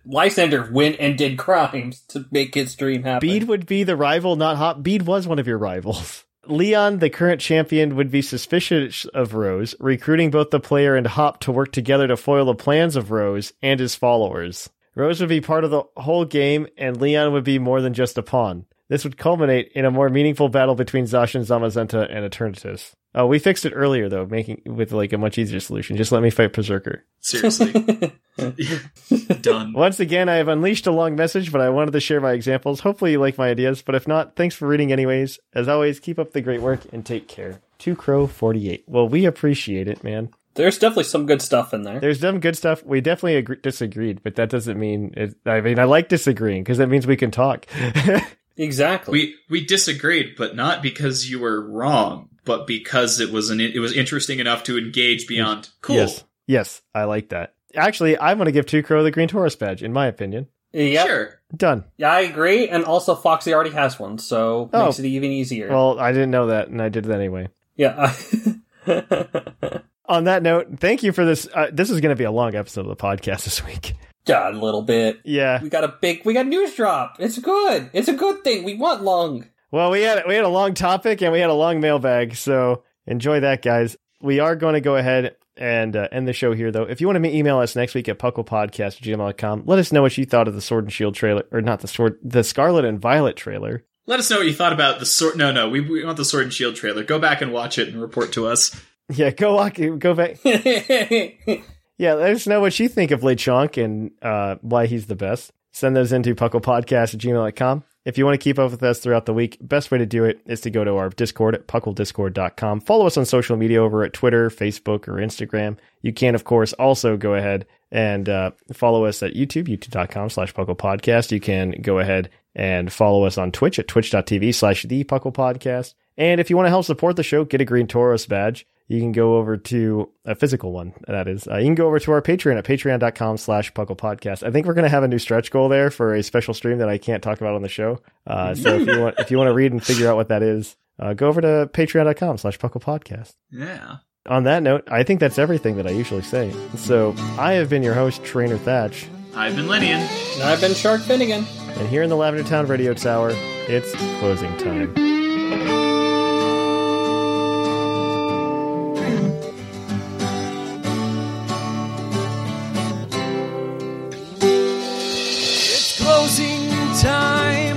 Lysander went and did crimes to make his dream happen.
Bede would be the rival, not Hop. Bede was one of your rivals. Leon, the current champion, would be suspicious of Rose, recruiting both the player and Hop to work together to foil the plans of Rose and his followers. Rose would be part of the whole game, and Leon would be more than just a pawn. This would culminate in a more meaningful battle between Zacian, Zamazenta, and Eternatus. Oh, we fixed it earlier though, making with like a much easier solution. Just let me fight Berserker.
seriously done.
Once again, I have unleashed a long message, but I wanted to share my examples. Hopefully, you like my ideas, but if not, thanks for reading, anyways. As always, keep up the great work and take care. Two Crow 48. Well, we appreciate it, man.
There's definitely some good stuff in there.
There's some good stuff. We definitely agree- disagreed, but that doesn't mean it. I mean, I like disagreeing because that means we can talk.
exactly.
We we disagreed, but not because you were wrong, but because it was an it was interesting enough to engage beyond. Cool.
Yes. Yes, I like that. Actually, I'm going to give Two Crow the Green Taurus badge, in my opinion.
Yep.
Sure.
Done.
Yeah, I agree. And also, Foxy already has one, so
Oh.
makes it even easier.
Well, I didn't know that, and I did that anyway.
yeah.
On that note, thank you for this. Uh, this is going to be a long episode of the podcast this week.
God, a little bit.
Yeah.
We got a big, we got a news drop. It's good. It's a good thing. We want long.
Well, we had we had a long topic and we had a long mailbag, so enjoy that, guys. We are going to go ahead and uh, end the show here, though. If you want to email us next week at pucklepodcast@gmail.com, let us know what you thought of the Sword and Shield trailer, or not the Sword, the Scarlet and Violet trailer.
Let us know what you thought about the sword. No, no, we, we want the sword and shield trailer. Go back and watch it and report to us.
Yeah, go walk, go back. Yeah, let us know what you think of Lechonk and uh, why he's the best. Send those into pucklepodcast at gmail.com. If you want to keep up with us throughout the week, best way to do it is to go to our Discord at pucklediscord.com. Follow us on social media over at Twitter, Facebook, or Instagram. You can, of course, also go ahead and uh, follow us at YouTube, youtube.com slash pucklepodcast. You can go ahead and follow us on Twitch at twitch.tv slash the pucklepodcast. And if you want to help support the show, get a Green Taurus badge. You can go over to a physical one, that is. Uh, you can go over to our Patreon at patreon.com slash pucklepodcast. I think we're going to have a new stretch goal there for a special stream that I can't talk about on the show. Uh, so if you, want, if you want to read and figure out what that is, uh, go over to patreon.com slash pucklepodcast.
Yeah.
On that note, I think that's everything that I usually say. So I have been your host, Trainer Thatch,
I've been Lydian.
And I've been Shark Finnegan.
and here in the Lavender Town Radio Tower, it's closing time.
It's closing time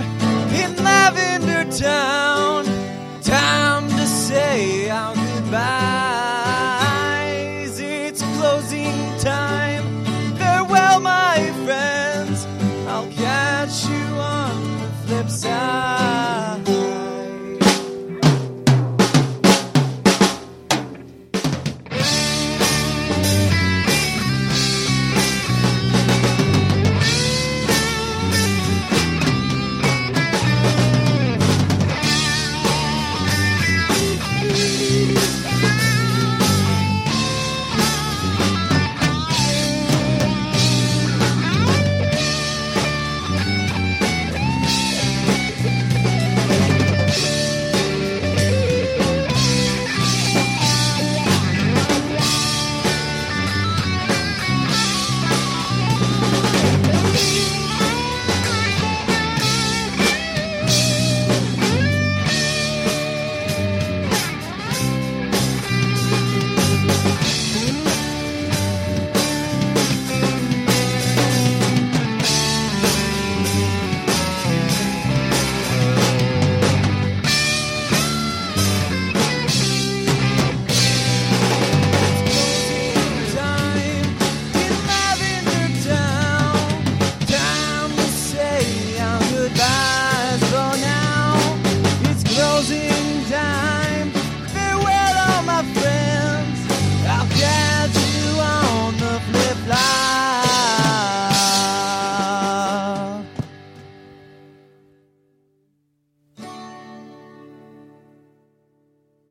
in Lavender Town. Time to say our goodbyes. It's closing time. Farewell, my friends. I'll catch you on the flip side.